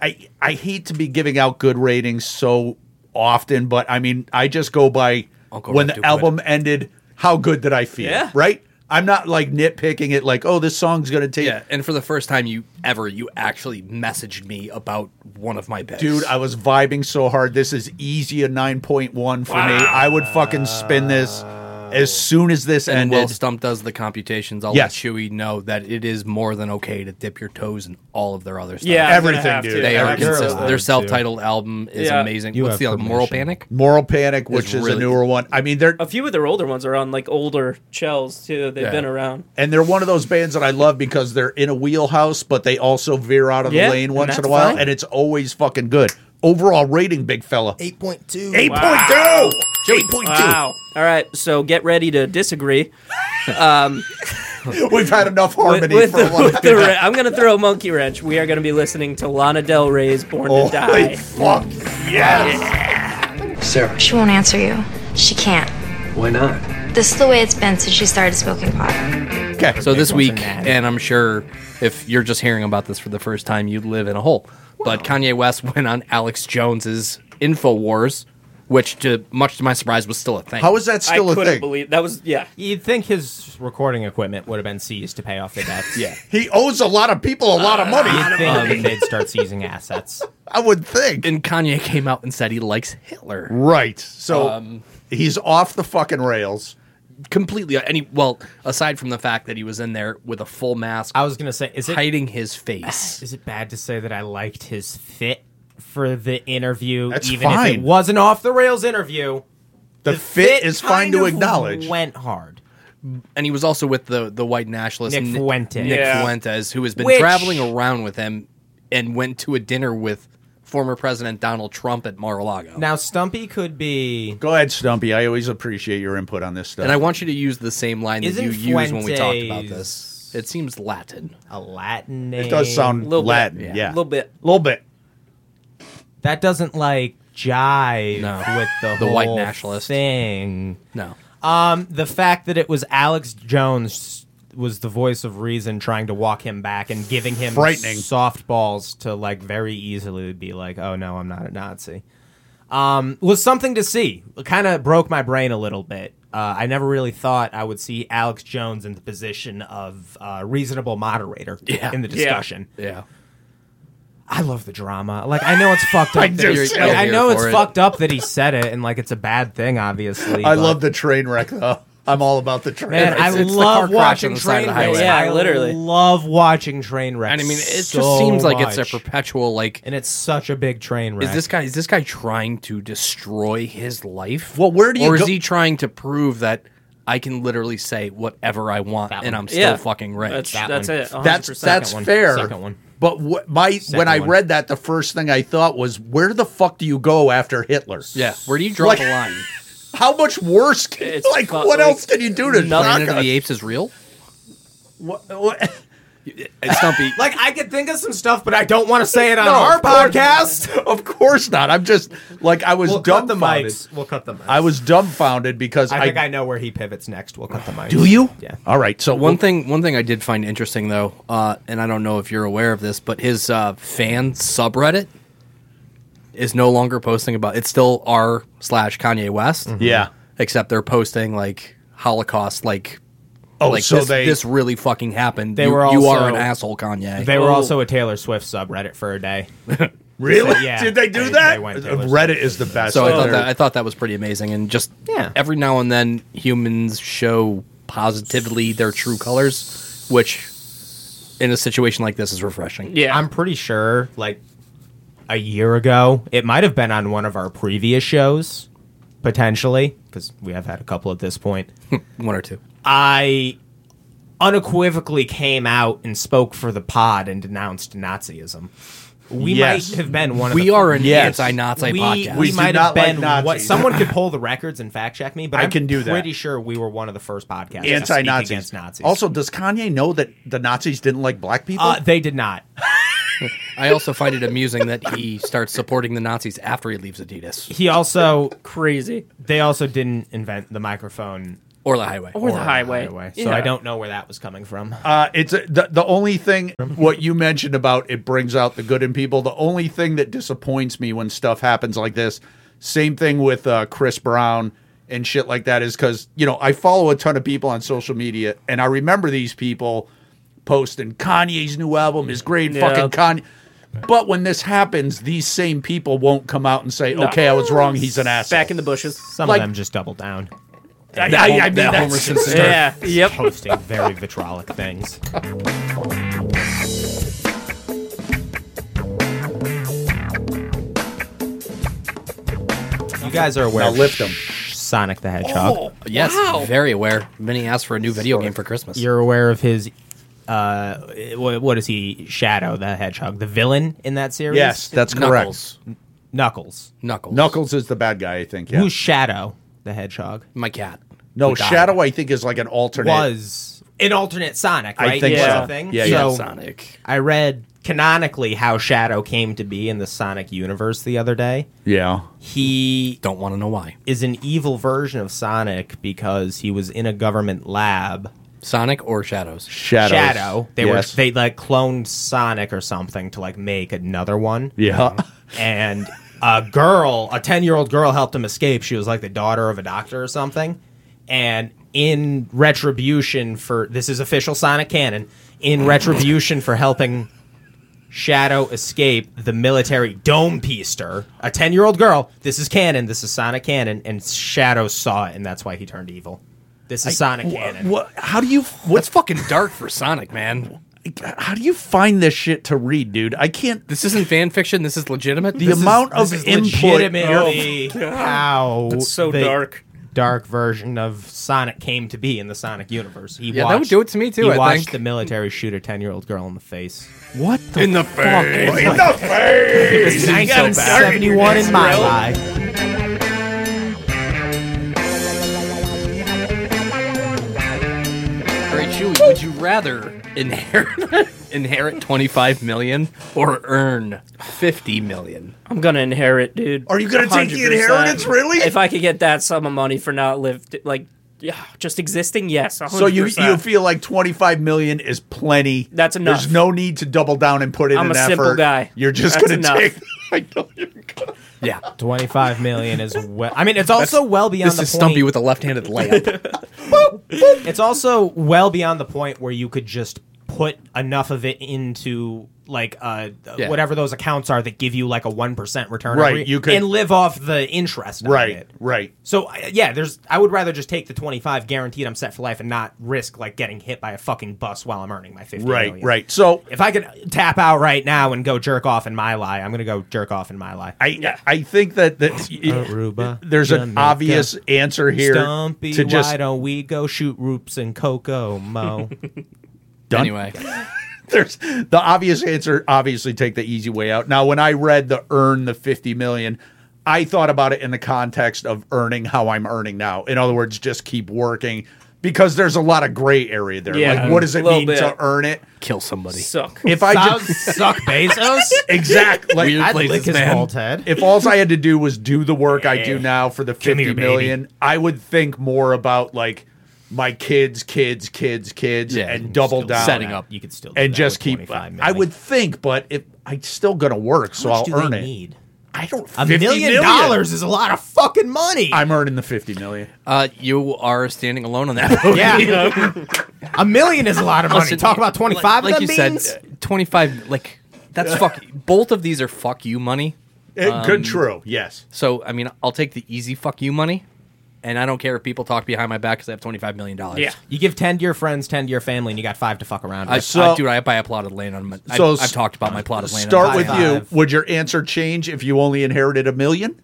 [SPEAKER 2] I I hate to be giving out good ratings so often, but I mean, I just go by
[SPEAKER 1] Uncle
[SPEAKER 2] when
[SPEAKER 1] Rick
[SPEAKER 2] the
[SPEAKER 1] do
[SPEAKER 2] album ended, how good did I feel?
[SPEAKER 4] Yeah.
[SPEAKER 2] Right? I'm not like nitpicking it, like, oh, this song's gonna take.
[SPEAKER 1] Yeah, and for the first time you ever, you actually messaged me about one of my bets.
[SPEAKER 2] Dude, I was vibing so hard. This is easy a 9.1 for me. I would fucking spin this as soon as this
[SPEAKER 1] and
[SPEAKER 2] ended.
[SPEAKER 1] while Stump does the computations, I'll
[SPEAKER 2] Yes.
[SPEAKER 1] let Chewy know that it is more than okay to dip your toes in all of their other stuff.
[SPEAKER 4] Yeah, I'm gonna
[SPEAKER 2] Everything,
[SPEAKER 4] have to.
[SPEAKER 2] dude.
[SPEAKER 1] they
[SPEAKER 4] I'm
[SPEAKER 1] are
[SPEAKER 4] gonna-
[SPEAKER 1] consistent.
[SPEAKER 5] allowed
[SPEAKER 1] Their
[SPEAKER 5] to.
[SPEAKER 1] self-titled album is
[SPEAKER 4] Yeah.
[SPEAKER 1] amazing.
[SPEAKER 5] You
[SPEAKER 1] What's
[SPEAKER 5] have
[SPEAKER 1] the other Moral
[SPEAKER 5] permission.
[SPEAKER 1] Panic?
[SPEAKER 2] Moral Panic, which is a
[SPEAKER 1] really
[SPEAKER 2] newer one. I mean, they're
[SPEAKER 4] A few of their older ones are on like older shells too. They've
[SPEAKER 1] Yeah.
[SPEAKER 4] been around.
[SPEAKER 2] and they're one of those bands that I love because they're in a wheelhouse, but they also veer out of
[SPEAKER 4] Yeah,
[SPEAKER 2] the lane
[SPEAKER 4] and
[SPEAKER 2] once in a
[SPEAKER 4] that's
[SPEAKER 2] while,
[SPEAKER 4] fine.
[SPEAKER 2] and it's always fucking good. Overall rating, big fella, eight point two. Eight point two. Eight point two.
[SPEAKER 4] Wow. All right, so get ready to disagree.
[SPEAKER 2] We've had enough
[SPEAKER 4] With,
[SPEAKER 2] harmony
[SPEAKER 4] with
[SPEAKER 2] for
[SPEAKER 4] the,
[SPEAKER 2] a
[SPEAKER 4] <laughs>
[SPEAKER 2] while.
[SPEAKER 4] with the re- I'm going to throw a monkey wrench. We are going to be listening to Lana Del Rey's Born to
[SPEAKER 2] Holy
[SPEAKER 4] Die.
[SPEAKER 2] fuck! Yes.
[SPEAKER 10] Sarah,
[SPEAKER 9] She won't answer you. She can't.
[SPEAKER 10] why not?
[SPEAKER 9] This is the way it's been since she started smoking pot.
[SPEAKER 2] Okay.
[SPEAKER 1] So this week, and I'm sure if you're just hearing about this for the first time, you'd live in a hole. But Kanye West <laughs> went on Alex Jones's Infowars, which, to much to my surprise, was still a thing.
[SPEAKER 2] how is that
[SPEAKER 4] I
[SPEAKER 2] still a
[SPEAKER 4] couldn't
[SPEAKER 2] thing?
[SPEAKER 4] believe that was yeah.
[SPEAKER 3] You'd think his recording equipment would have been seized to pay off the
[SPEAKER 2] <laughs>
[SPEAKER 3] debts. yeah.
[SPEAKER 2] he owes a lot of people a lot of money.
[SPEAKER 3] You'd
[SPEAKER 2] Um,
[SPEAKER 3] think they'd start seizing assets.
[SPEAKER 2] I would think.
[SPEAKER 1] and Kanye came out and said he likes Hitler
[SPEAKER 2] right. So
[SPEAKER 1] Um,
[SPEAKER 2] he's off the fucking rails.
[SPEAKER 1] completely. Any well, aside from the fact that he was in there with a full mask,
[SPEAKER 3] I was gonna say, is it
[SPEAKER 1] hiding his face.
[SPEAKER 3] Is it bad to say that I liked his fit for the interview?
[SPEAKER 2] That's
[SPEAKER 3] even if
[SPEAKER 2] fine.
[SPEAKER 3] it was an off the rails interview.
[SPEAKER 2] The, fit, is fine
[SPEAKER 3] kind
[SPEAKER 2] to
[SPEAKER 3] of
[SPEAKER 2] acknowledge.
[SPEAKER 3] Went hard.
[SPEAKER 1] and he was also with the the white nationalist
[SPEAKER 3] Ah. Nick
[SPEAKER 1] Ni-
[SPEAKER 3] Fuentes.
[SPEAKER 1] Nick
[SPEAKER 4] Yeah.
[SPEAKER 1] Fuentes, who has been
[SPEAKER 3] Which-
[SPEAKER 1] traveling around with him and went to a dinner with former President Donald Trump at Mar-a-Lago.
[SPEAKER 3] Now Stumpy could be.
[SPEAKER 2] Go ahead, Stumpy. I always appreciate your input on this stuff.
[SPEAKER 1] and I want you to use the same line that
[SPEAKER 3] Isn't
[SPEAKER 1] you used when we talked about
[SPEAKER 3] Fuentes-
[SPEAKER 1] this. It seems Latin.
[SPEAKER 3] A Latin name.
[SPEAKER 2] it does sound
[SPEAKER 4] Little bit,
[SPEAKER 2] Latin.
[SPEAKER 1] yeah.
[SPEAKER 2] yeah.
[SPEAKER 4] A little bit.
[SPEAKER 2] little bit.
[SPEAKER 3] That doesn't like jive
[SPEAKER 1] No.
[SPEAKER 3] with the,
[SPEAKER 1] The
[SPEAKER 3] whole
[SPEAKER 1] white nationalist.
[SPEAKER 3] thing.
[SPEAKER 1] No.
[SPEAKER 3] Um, the fact that it was Alex Jones was the voice of reason trying to walk him back and giving him
[SPEAKER 2] Frightening.
[SPEAKER 3] softballs to like very easily be like, oh no, I'm not a Nazi. Um, was something to see. It kind of broke my brain a little bit. Uh, I never really thought I would see Alex Jones in the position of uh, reasonable moderator
[SPEAKER 1] Yeah.
[SPEAKER 3] in the
[SPEAKER 1] Yeah.
[SPEAKER 3] discussion.
[SPEAKER 1] Yeah.
[SPEAKER 3] I love the drama. Like I know it's fucked up. I, that
[SPEAKER 1] just-
[SPEAKER 3] like, I
[SPEAKER 1] You're
[SPEAKER 3] know
[SPEAKER 1] here
[SPEAKER 3] it's
[SPEAKER 1] for it.
[SPEAKER 3] fucked up that he said it, and like it's a bad thing, obviously.
[SPEAKER 2] I
[SPEAKER 3] but-
[SPEAKER 2] love the train wreck though. <laughs> I'm all about the train
[SPEAKER 3] Man,
[SPEAKER 2] wreck.
[SPEAKER 3] I
[SPEAKER 1] It's- it's the car
[SPEAKER 3] love
[SPEAKER 1] crash on
[SPEAKER 3] watching
[SPEAKER 1] the side of
[SPEAKER 3] train
[SPEAKER 1] the
[SPEAKER 3] wrecks.
[SPEAKER 1] highway.
[SPEAKER 4] Yeah,
[SPEAKER 3] I
[SPEAKER 4] literally.
[SPEAKER 3] love watching train wrecks.
[SPEAKER 1] And I mean, it
[SPEAKER 3] so
[SPEAKER 1] just seems like it's a
[SPEAKER 3] much.
[SPEAKER 1] perpetual like
[SPEAKER 3] and it's such a big train wreck.
[SPEAKER 1] is this guy is this guy trying to destroy his life?
[SPEAKER 2] Well, where do you
[SPEAKER 1] Or
[SPEAKER 2] go-
[SPEAKER 1] is he trying to prove that I can literally say whatever I want and I'm still
[SPEAKER 4] Yeah.
[SPEAKER 1] fucking rich?
[SPEAKER 4] That's
[SPEAKER 3] That
[SPEAKER 4] that's
[SPEAKER 3] one.
[SPEAKER 4] it.
[SPEAKER 2] <laughs>
[SPEAKER 4] 100%.
[SPEAKER 2] that's that's
[SPEAKER 3] Second one.
[SPEAKER 2] fair.
[SPEAKER 3] Second one.
[SPEAKER 2] But what, my when I
[SPEAKER 3] one.
[SPEAKER 2] read that, the first thing I thought was, where the fuck do you go after Hitler?
[SPEAKER 1] yeah. Where do you draw
[SPEAKER 2] Like-
[SPEAKER 1] the line?
[SPEAKER 2] How much worse? Can,
[SPEAKER 4] It's
[SPEAKER 2] <laughs> like,
[SPEAKER 4] fu-
[SPEAKER 2] what
[SPEAKER 4] like,
[SPEAKER 2] else can you do to knock
[SPEAKER 1] Planet of
[SPEAKER 2] on-
[SPEAKER 1] the Apes is real?
[SPEAKER 2] What- what-
[SPEAKER 1] Uh, Stumpy,
[SPEAKER 3] <laughs> Like I could think of some stuff, but I don't want to say it on
[SPEAKER 2] No,
[SPEAKER 3] our
[SPEAKER 2] of course-
[SPEAKER 3] podcast.
[SPEAKER 2] <laughs> Of course not. I'm just like I was
[SPEAKER 3] We'll cut the
[SPEAKER 2] dumbfounded.
[SPEAKER 3] mics. We'll cut the mics.
[SPEAKER 2] I was dumbfounded because
[SPEAKER 3] I think I know where he pivots next. We'll cut the mics.
[SPEAKER 2] do you.
[SPEAKER 3] Yeah.
[SPEAKER 2] All right. So
[SPEAKER 1] One thing, one thing I did find interesting though, uh, and I don't know if you're aware of this, but his uh, fan subreddit is no longer posting about. It's still r slash Kanye West,
[SPEAKER 3] Mm-hmm.
[SPEAKER 2] Yeah.
[SPEAKER 1] except they're posting like Holocaust, like
[SPEAKER 2] Oh,
[SPEAKER 1] like
[SPEAKER 2] so
[SPEAKER 1] this,
[SPEAKER 2] they
[SPEAKER 1] this really fucking happened.
[SPEAKER 3] They
[SPEAKER 1] you,
[SPEAKER 3] were
[SPEAKER 1] you are
[SPEAKER 3] also-
[SPEAKER 1] an asshole, Kanye.
[SPEAKER 3] They were also a Taylor Swift subreddit for a day.
[SPEAKER 2] really
[SPEAKER 3] Yeah.
[SPEAKER 2] did they do
[SPEAKER 3] They-
[SPEAKER 2] that? Uh,
[SPEAKER 3] they went Taylor
[SPEAKER 2] Reddit is the best.
[SPEAKER 1] so I thought
[SPEAKER 2] They're-
[SPEAKER 1] that I thought that was pretty amazing, and just
[SPEAKER 3] Yeah.
[SPEAKER 1] every now and then humans show positively their true colors, which in a situation like this is refreshing.
[SPEAKER 4] Yeah.
[SPEAKER 3] I'm pretty sure, like a year ago, it might have been on one of our previous shows, potentially, because we have had a couple at this point.
[SPEAKER 1] One or two.
[SPEAKER 3] I unequivocally came out and spoke for the pod and denounced Nazism. We
[SPEAKER 2] Yes.
[SPEAKER 3] might have been <laughs> one of
[SPEAKER 1] We
[SPEAKER 3] the
[SPEAKER 1] are an
[SPEAKER 2] Yes.
[SPEAKER 1] anti-Nazi
[SPEAKER 3] we,
[SPEAKER 1] podcast.
[SPEAKER 3] We,
[SPEAKER 2] We do
[SPEAKER 3] might have
[SPEAKER 2] not like
[SPEAKER 3] been
[SPEAKER 2] Nazis.
[SPEAKER 3] what someone could pull the records and fact check me, but
[SPEAKER 2] I
[SPEAKER 3] I'm
[SPEAKER 2] can do that.
[SPEAKER 3] Pretty sure we were one of the first podcasts to speak
[SPEAKER 2] anti-Nazis.
[SPEAKER 3] against Nazis.
[SPEAKER 2] Also, does Kanye know that the Nazis didn't like black people?
[SPEAKER 3] uh, they did not.
[SPEAKER 1] I also find it amusing that he starts supporting the Nazis after he leaves Adidas
[SPEAKER 3] He also
[SPEAKER 4] crazy.
[SPEAKER 3] they also didn't invent the microphone
[SPEAKER 1] or the highway.
[SPEAKER 4] Or the highway.
[SPEAKER 3] highway, so
[SPEAKER 4] Yeah.
[SPEAKER 3] I don't know where that was coming from.
[SPEAKER 2] Uh, it's a, the, the only thing what you mentioned about it brings out the good in people. The only thing that disappoints me when stuff happens like this, same thing with uh, Chris Brown and shit like that, is because you know I follow a ton of people on social media and I remember these people posting Kanye's new album is great, fucking Kanye. But when this happens, these same people won't come out and say, "Okay, I was wrong. He's an asshole."
[SPEAKER 4] Back in the bushes.
[SPEAKER 3] Some
[SPEAKER 2] like-
[SPEAKER 3] of them just double down,
[SPEAKER 2] I, I, I mean,
[SPEAKER 1] that
[SPEAKER 2] that's-
[SPEAKER 1] Homer Simpson.
[SPEAKER 4] Yeah. Yep.
[SPEAKER 3] posting very vitriolic things. You guys are aware
[SPEAKER 2] Now
[SPEAKER 3] of
[SPEAKER 2] lift 'em.
[SPEAKER 3] Sonic the Hedgehog.
[SPEAKER 1] Yes, very aware. Vinny asked for a new video game for Christmas.
[SPEAKER 3] You're aware of his. Uh, wh- what is he? Shadow the Hedgehog, the villain in that series.
[SPEAKER 2] yes, that's correct. Knuckles.
[SPEAKER 1] Knuckles.
[SPEAKER 3] Knuckles.
[SPEAKER 1] Knuckles.
[SPEAKER 2] is the bad guy, I think. Yeah.
[SPEAKER 3] Who's Shadow the Hedgehog?
[SPEAKER 1] My cat.
[SPEAKER 2] No,
[SPEAKER 3] who died.
[SPEAKER 2] Shadow, I think, is like an alternate.
[SPEAKER 3] Was an alternate Sonic,
[SPEAKER 2] I
[SPEAKER 3] right?
[SPEAKER 2] think
[SPEAKER 4] Yeah. so.
[SPEAKER 3] Thing?
[SPEAKER 2] Yeah,
[SPEAKER 3] so
[SPEAKER 2] yeah.
[SPEAKER 1] Sonic.
[SPEAKER 3] I read canonically how Shadow came to be in the Sonic universe the other day.
[SPEAKER 2] Yeah.
[SPEAKER 3] He
[SPEAKER 1] Don't want to know why.
[SPEAKER 3] is an evil version of Sonic because he was in a government lab.
[SPEAKER 1] Sonic or Shadows.
[SPEAKER 2] Shadows.
[SPEAKER 3] Shadow. They
[SPEAKER 2] Yes.
[SPEAKER 3] were they like cloned Sonic or something to like make another one.
[SPEAKER 2] Yeah.
[SPEAKER 3] and a girl, a 10 year old girl, helped him escape. She was like the daughter of a doctor or something. And in retribution for this is official Sonic canon, in retribution for helping Shadow escape the military dome piester, a 10 year old girl, this is canon, this is Sonic canon, and Shadow saw it, and that's why he turned evil. This is Sonic canon.
[SPEAKER 2] What? How do you?
[SPEAKER 1] What's
[SPEAKER 2] What's?
[SPEAKER 1] fucking dark for Sonic, man?
[SPEAKER 2] How do you find this shit to read, dude? I can't.
[SPEAKER 1] This isn't fan fiction. This is legitimate.
[SPEAKER 2] The
[SPEAKER 1] This is-
[SPEAKER 2] amount of
[SPEAKER 3] This is
[SPEAKER 2] input.
[SPEAKER 3] legitimately how
[SPEAKER 4] That's so
[SPEAKER 3] the
[SPEAKER 4] dark.
[SPEAKER 3] dark version of Sonic came to be in the Sonic universe. He
[SPEAKER 1] Yeah,
[SPEAKER 3] watched,
[SPEAKER 1] that would do it to me, too,
[SPEAKER 3] He
[SPEAKER 1] I
[SPEAKER 3] watched
[SPEAKER 1] think.
[SPEAKER 3] the military shoot a ten-year-old girl in the face.
[SPEAKER 2] What the?
[SPEAKER 1] in the face.
[SPEAKER 2] In the
[SPEAKER 1] <laughs>
[SPEAKER 2] face.
[SPEAKER 3] Nineteen seventy-one in my life.
[SPEAKER 1] All right, Chewie, would you rather inherit <laughs> inherit twenty five million or earn fifty million?
[SPEAKER 4] I'm gonna inherit, dude.
[SPEAKER 2] Are you gonna take the
[SPEAKER 4] 100%.
[SPEAKER 2] inheritance, really?
[SPEAKER 4] If I could get that sum of money for not live, like, yeah, just existing, yes. 100%.
[SPEAKER 2] So you you feel like twenty five million is plenty?
[SPEAKER 4] That's enough.
[SPEAKER 2] There's no need to double down and put in
[SPEAKER 4] I'm
[SPEAKER 2] an
[SPEAKER 4] a
[SPEAKER 2] effort.
[SPEAKER 4] simple guy.
[SPEAKER 2] You're just
[SPEAKER 4] That's
[SPEAKER 2] gonna
[SPEAKER 4] enough.
[SPEAKER 2] take. <laughs> I know you're gonna.
[SPEAKER 1] Yeah.
[SPEAKER 3] Twenty-five million is well. I mean, it's also well beyond
[SPEAKER 1] This
[SPEAKER 3] the
[SPEAKER 1] is
[SPEAKER 3] point.
[SPEAKER 1] Stumpy with a left handed layup.
[SPEAKER 3] it's also well beyond the point where you could just put enough of it into like uh
[SPEAKER 1] Yeah.
[SPEAKER 3] whatever those accounts are that give you like a one percent return
[SPEAKER 2] Right,
[SPEAKER 3] every-
[SPEAKER 2] you could-
[SPEAKER 3] and live off the interest on
[SPEAKER 2] Right.
[SPEAKER 3] it.
[SPEAKER 2] Right.
[SPEAKER 3] So I- yeah, there's. I would rather just take the 25 guaranteed I'm set for life and not risk like getting hit by a fucking bus while I'm earning my 50
[SPEAKER 2] Right.
[SPEAKER 3] million.
[SPEAKER 2] Right. So
[SPEAKER 3] If I could tap out right now and go jerk off in my lie, I'm gonna go jerk off in my lie.
[SPEAKER 2] I I think that that
[SPEAKER 3] Aruba,
[SPEAKER 2] there's an
[SPEAKER 3] Jamaica,
[SPEAKER 2] obvious answer here
[SPEAKER 3] Stumpy,
[SPEAKER 2] to just
[SPEAKER 3] why don't we go shoot roops and cocoa <laughs> mo?
[SPEAKER 1] <laughs>
[SPEAKER 2] Done.
[SPEAKER 1] anyway,
[SPEAKER 2] there's the obvious answer obviously take the easy way out now when i read the earn the 50 million i thought about it in the context of earning how i'm earning now in other words just keep working because there's a lot of gray area there.
[SPEAKER 4] Yeah,
[SPEAKER 2] like, what does it
[SPEAKER 4] little
[SPEAKER 2] mean
[SPEAKER 4] bit.
[SPEAKER 2] to earn it?
[SPEAKER 1] Kill somebody.
[SPEAKER 4] Suck.
[SPEAKER 2] If I just
[SPEAKER 3] suck
[SPEAKER 2] <laughs>
[SPEAKER 3] Bezos.
[SPEAKER 2] exactly like
[SPEAKER 1] Weird
[SPEAKER 3] I'd
[SPEAKER 1] places,
[SPEAKER 3] lick his
[SPEAKER 1] man.
[SPEAKER 3] bald head.
[SPEAKER 2] if all I had to do was do the work I do now for the
[SPEAKER 3] me
[SPEAKER 2] fifty
[SPEAKER 3] your
[SPEAKER 2] million, I would think more about like my kids, kids, kids, kids,
[SPEAKER 1] Yeah,
[SPEAKER 2] and double
[SPEAKER 3] still
[SPEAKER 2] down,
[SPEAKER 1] setting up
[SPEAKER 3] you could still do
[SPEAKER 2] and
[SPEAKER 3] that
[SPEAKER 2] just
[SPEAKER 3] with
[SPEAKER 2] keep.
[SPEAKER 3] 25
[SPEAKER 2] I
[SPEAKER 3] million.
[SPEAKER 2] would think, but if I'm still gonna work, so
[SPEAKER 3] How much
[SPEAKER 2] I'll
[SPEAKER 3] do
[SPEAKER 2] earn
[SPEAKER 3] they
[SPEAKER 2] it.
[SPEAKER 3] need?
[SPEAKER 2] I don't.
[SPEAKER 3] A
[SPEAKER 2] 50
[SPEAKER 3] million dollars is a lot of fucking money.
[SPEAKER 2] I'm earning the fifty million.
[SPEAKER 1] Uh, you are standing alone on that. boat.
[SPEAKER 2] <laughs>
[SPEAKER 3] yeah, a million is a lot of money.
[SPEAKER 1] Listen,
[SPEAKER 3] Talk about twenty five.
[SPEAKER 1] Like, like
[SPEAKER 3] of
[SPEAKER 1] you
[SPEAKER 3] them beans?
[SPEAKER 1] said, uh, twenty-five. Like that's fuck. Both of these are fuck you money.
[SPEAKER 2] It
[SPEAKER 3] Um,
[SPEAKER 2] could Eh, true. Yes.
[SPEAKER 1] So I mean, I'll take the easy fuck you money, and I don't care if people talk behind my back because I have twenty-five million dollars.
[SPEAKER 4] Yeah.
[SPEAKER 3] you give ten to your friends, ten to your family, and you got five to fuck around.
[SPEAKER 1] I,
[SPEAKER 3] With.
[SPEAKER 2] So-
[SPEAKER 1] I, dude, I buy a plot of land on. My,
[SPEAKER 2] So
[SPEAKER 1] I've, I've
[SPEAKER 2] s-
[SPEAKER 1] talked about my plot of land.
[SPEAKER 2] Start
[SPEAKER 1] on
[SPEAKER 2] with
[SPEAKER 1] my-
[SPEAKER 2] you. Would your answer change if you only inherited a million,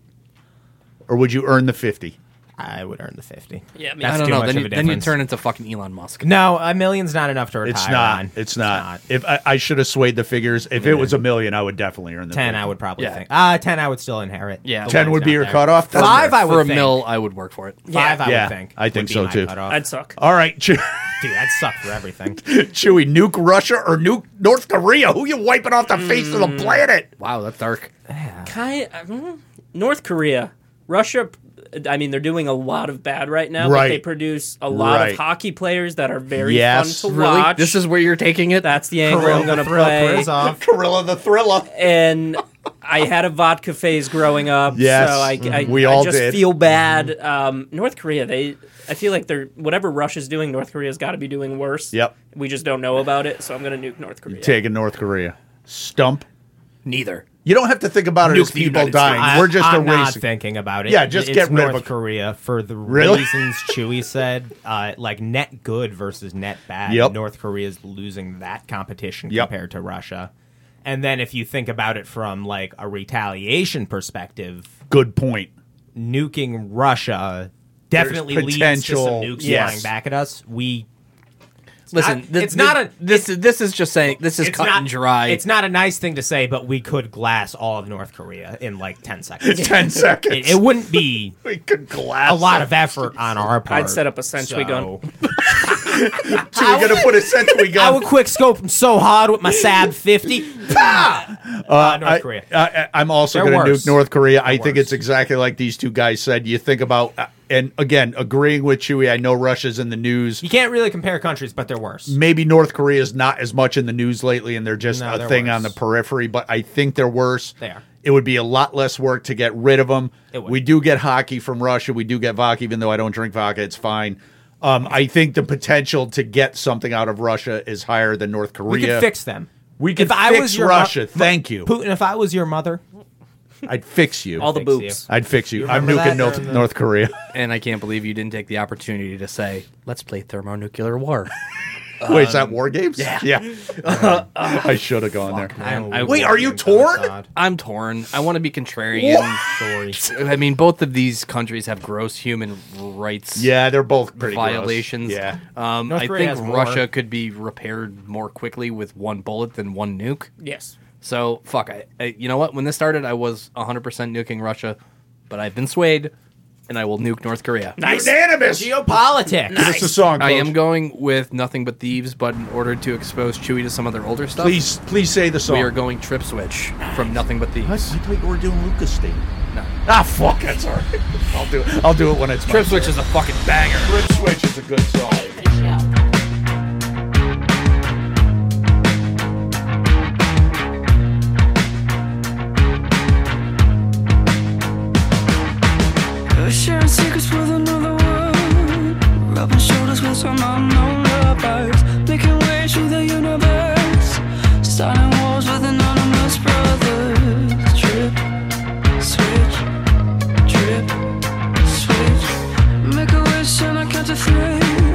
[SPEAKER 2] or would you earn the fifty?
[SPEAKER 3] I would earn the fifty.
[SPEAKER 4] Yeah, I mean,
[SPEAKER 1] I
[SPEAKER 3] That's
[SPEAKER 1] don't
[SPEAKER 3] too
[SPEAKER 1] know.
[SPEAKER 3] much
[SPEAKER 1] Then
[SPEAKER 3] of
[SPEAKER 1] you,
[SPEAKER 3] a
[SPEAKER 1] then you
[SPEAKER 3] difference.
[SPEAKER 1] turn into fucking Elon Musk.
[SPEAKER 3] No, a million's not enough to retire.
[SPEAKER 2] It's not,
[SPEAKER 3] on.
[SPEAKER 2] it's not. If I, I should have swayed the figures, if it was a million, I would definitely earn the
[SPEAKER 3] Ten,
[SPEAKER 2] 50.
[SPEAKER 3] I would probably
[SPEAKER 1] Yeah.
[SPEAKER 3] think. Ah, ten, I would still inherit.
[SPEAKER 1] Yeah.
[SPEAKER 3] The
[SPEAKER 2] 10
[SPEAKER 3] one's
[SPEAKER 2] would be
[SPEAKER 3] not
[SPEAKER 2] your
[SPEAKER 3] there.
[SPEAKER 2] cutoff. That's
[SPEAKER 3] Five,
[SPEAKER 2] fair.
[SPEAKER 3] I would
[SPEAKER 1] For a
[SPEAKER 3] think.
[SPEAKER 1] mill, I would work for it.
[SPEAKER 3] Five, I
[SPEAKER 2] Yeah,
[SPEAKER 3] would think.
[SPEAKER 2] I think
[SPEAKER 3] would be
[SPEAKER 2] so,
[SPEAKER 3] my
[SPEAKER 2] too.
[SPEAKER 3] cutoff.
[SPEAKER 4] I'd suck.
[SPEAKER 2] All right, <laughs> Chew-
[SPEAKER 3] Dude, that sucked
[SPEAKER 2] <laughs>
[SPEAKER 3] for everything.
[SPEAKER 2] Chewy, nuke Russia or nuke North Korea? Who you wiping off the face of
[SPEAKER 3] Mm.
[SPEAKER 2] the planet?
[SPEAKER 1] Wow, that's dark.
[SPEAKER 4] Kind mm, North Korea, Russia. I mean, they're doing a lot of bad right now.
[SPEAKER 2] Right.
[SPEAKER 4] But they produce a lot
[SPEAKER 2] Right.
[SPEAKER 4] of hockey players that are very
[SPEAKER 2] Yes.
[SPEAKER 4] fun to
[SPEAKER 1] Really?
[SPEAKER 4] watch.
[SPEAKER 1] This is where you're taking it?
[SPEAKER 4] that's the angle I'm going to
[SPEAKER 3] Thrill
[SPEAKER 4] play.
[SPEAKER 3] quiz off.
[SPEAKER 2] Gorilla the Thriller.
[SPEAKER 4] And I had a vodka phase growing up.
[SPEAKER 2] Yes. Mm-hmm.
[SPEAKER 4] so I, I,
[SPEAKER 2] We
[SPEAKER 4] I
[SPEAKER 2] all
[SPEAKER 4] just
[SPEAKER 2] did. Mm-hmm.
[SPEAKER 4] feel bad. Um, North Korea, they. I feel like they're whatever Russia's doing, North Korea's got to be doing worse.
[SPEAKER 2] Yep.
[SPEAKER 4] We just don't know about it, so I'm going to nuke North Korea.
[SPEAKER 2] Taking North Korea. Stump.
[SPEAKER 1] Neither.
[SPEAKER 2] You don't have to think about it
[SPEAKER 1] Nuke
[SPEAKER 2] as
[SPEAKER 1] the
[SPEAKER 2] people
[SPEAKER 1] United
[SPEAKER 2] dying.
[SPEAKER 1] States.
[SPEAKER 2] We're just
[SPEAKER 3] I'm not
[SPEAKER 2] erasing.
[SPEAKER 3] thinking about it.
[SPEAKER 2] Yeah, just
[SPEAKER 3] It's
[SPEAKER 2] get rid of
[SPEAKER 3] North
[SPEAKER 2] it.
[SPEAKER 3] Korea for the
[SPEAKER 2] Really? <laughs>
[SPEAKER 3] reasons Chewy said, uh, like net good versus net bad.
[SPEAKER 2] Yep.
[SPEAKER 3] North Korea is losing that competition
[SPEAKER 2] Yep.
[SPEAKER 3] compared to Russia. And then if you think about it from like a retaliation perspective,
[SPEAKER 2] Good point. <laughs>
[SPEAKER 3] nuking Russia definitely leads to some
[SPEAKER 2] potential-
[SPEAKER 3] nukes
[SPEAKER 2] yes.
[SPEAKER 3] flying back at us. We
[SPEAKER 1] Listen,
[SPEAKER 3] not-
[SPEAKER 1] thi-
[SPEAKER 3] it's
[SPEAKER 1] thi-
[SPEAKER 3] not a-
[SPEAKER 1] This, is this is just saying. This is cut
[SPEAKER 3] not,
[SPEAKER 1] and dry.
[SPEAKER 3] It's not a nice thing to say, but we could glass all of North Korea in like
[SPEAKER 2] <laughs>
[SPEAKER 3] ten seconds.
[SPEAKER 2] Ten seconds. <laughs>
[SPEAKER 3] <laughs> it, it wouldn't be
[SPEAKER 2] we could collapse.
[SPEAKER 3] a lot of effort on our part.
[SPEAKER 4] I'd set up a sentry gun.
[SPEAKER 2] So we're gonna put a sentry
[SPEAKER 3] <laughs> I
[SPEAKER 2] gun.
[SPEAKER 3] would quick scope him so hard
[SPEAKER 4] <laughs>
[SPEAKER 3] with my Sab 50. Pah! Uh, North Korea.
[SPEAKER 2] I, I, am also
[SPEAKER 3] They're
[SPEAKER 2] going to
[SPEAKER 3] worse.
[SPEAKER 2] nuke North Korea. I think
[SPEAKER 3] worse.
[SPEAKER 2] it's exactly like these two guys said. You think about, uh, and again, agreeing with Chewy, I know Russia's in the news.
[SPEAKER 3] you can't really compare countries, but they're worse.
[SPEAKER 2] Maybe North Korea is not as much in the news lately, and they're just
[SPEAKER 3] No,
[SPEAKER 2] a
[SPEAKER 3] they're
[SPEAKER 2] thing
[SPEAKER 3] worse.
[SPEAKER 2] on the periphery, but I think they're worse.
[SPEAKER 3] They are.
[SPEAKER 2] It would be a lot less work to get rid of them.
[SPEAKER 3] It would.
[SPEAKER 2] We do get hockey from Russia. We do get vodka, even though I don't drink vodka. It's fine. Um, I think the potential to get something out of Russia is higher than North Korea.
[SPEAKER 3] We could fix them.
[SPEAKER 2] We could
[SPEAKER 3] If I
[SPEAKER 2] fix
[SPEAKER 3] was your mo-
[SPEAKER 2] Russia. Thank you.
[SPEAKER 3] Putin, if I was your mother,
[SPEAKER 2] I'd fix you.
[SPEAKER 4] All the
[SPEAKER 3] Fix you.
[SPEAKER 4] boobs.
[SPEAKER 2] I'd fix you. I'm
[SPEAKER 3] remember
[SPEAKER 2] nuking
[SPEAKER 3] that
[SPEAKER 2] North,
[SPEAKER 3] during the-
[SPEAKER 2] North Korea.
[SPEAKER 1] and I can't believe you didn't take the opportunity to say, "Let's play thermonuclear
[SPEAKER 3] <laughs>
[SPEAKER 1] war."
[SPEAKER 2] <laughs> Wait, is that War Games? Um, Yeah. <laughs> Yeah. I Oh, should have gone there.
[SPEAKER 1] I-
[SPEAKER 2] Wait, are you torn?
[SPEAKER 1] I'm torn. I want to be contrarian. I mean, both of these countries have gross human rights
[SPEAKER 2] Yeah, they're both pretty gross.
[SPEAKER 1] violations.
[SPEAKER 2] Yeah.
[SPEAKER 1] Um,
[SPEAKER 3] North
[SPEAKER 1] I
[SPEAKER 3] Korea
[SPEAKER 1] think
[SPEAKER 3] has more.
[SPEAKER 1] Russia could be repaired more quickly with one bullet than one nuke.
[SPEAKER 4] Yes.
[SPEAKER 1] So fuck. I, I you know what? When this started, I was 100% nuking Russia, but I've been swayed, and I will nuke North Korea.
[SPEAKER 2] Unanimous.
[SPEAKER 3] Geopolitics.
[SPEAKER 2] Give us the song.
[SPEAKER 1] I
[SPEAKER 2] folks.
[SPEAKER 1] am going with nothing but thieves, but in order to expose Chewy to some of their older stuff,
[SPEAKER 2] Please, please say the song.
[SPEAKER 1] we are going trip switch from nothing but
[SPEAKER 2] I, I
[SPEAKER 1] thieves.
[SPEAKER 2] thought you were doing Lucas State.
[SPEAKER 1] No.
[SPEAKER 2] Ah, fuck. That's all right. I'll do it. I'll do it when it's my
[SPEAKER 1] Trip
[SPEAKER 2] turn.
[SPEAKER 1] switch is a fucking banger.
[SPEAKER 2] Trip Switch is a good song.
[SPEAKER 11] Sharing secrets with another world. Rubbing shoulders with some unknown lovers. Making way through the universe. Starting wars with anonymous brothers. Trip, switch, drip, switch. Make a wish and I count to three.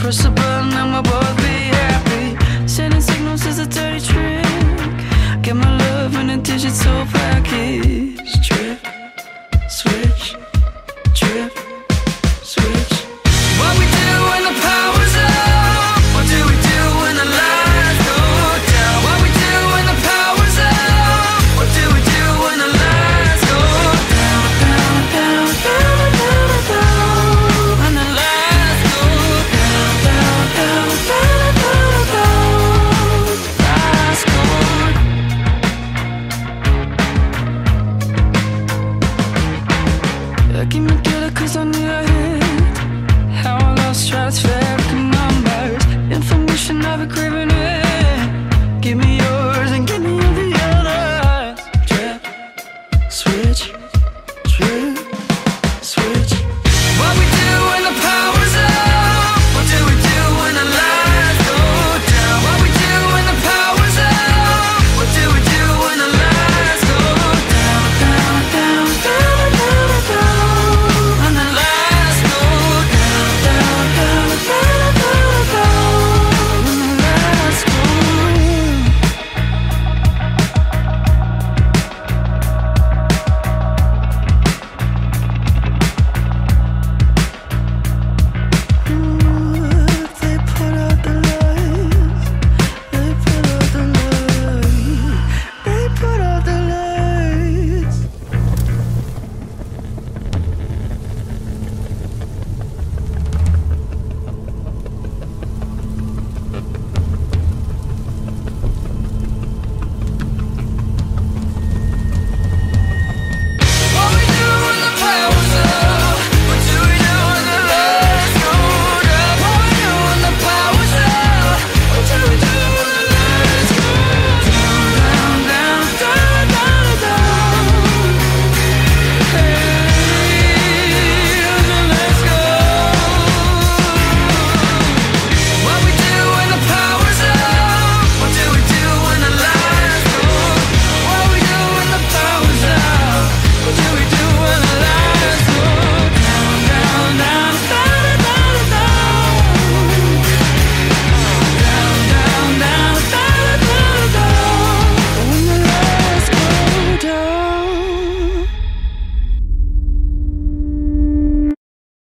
[SPEAKER 11] Press a button and we'll both be happy. Sending signals is a dirty trick. Get my love in a digital package. Trip, switch drip,
[SPEAKER 8] 'cause I need a hit. How I lost stratospheric numbers. Information I've been craving it. Give me yours and give me all the others. Drip, switch, drip.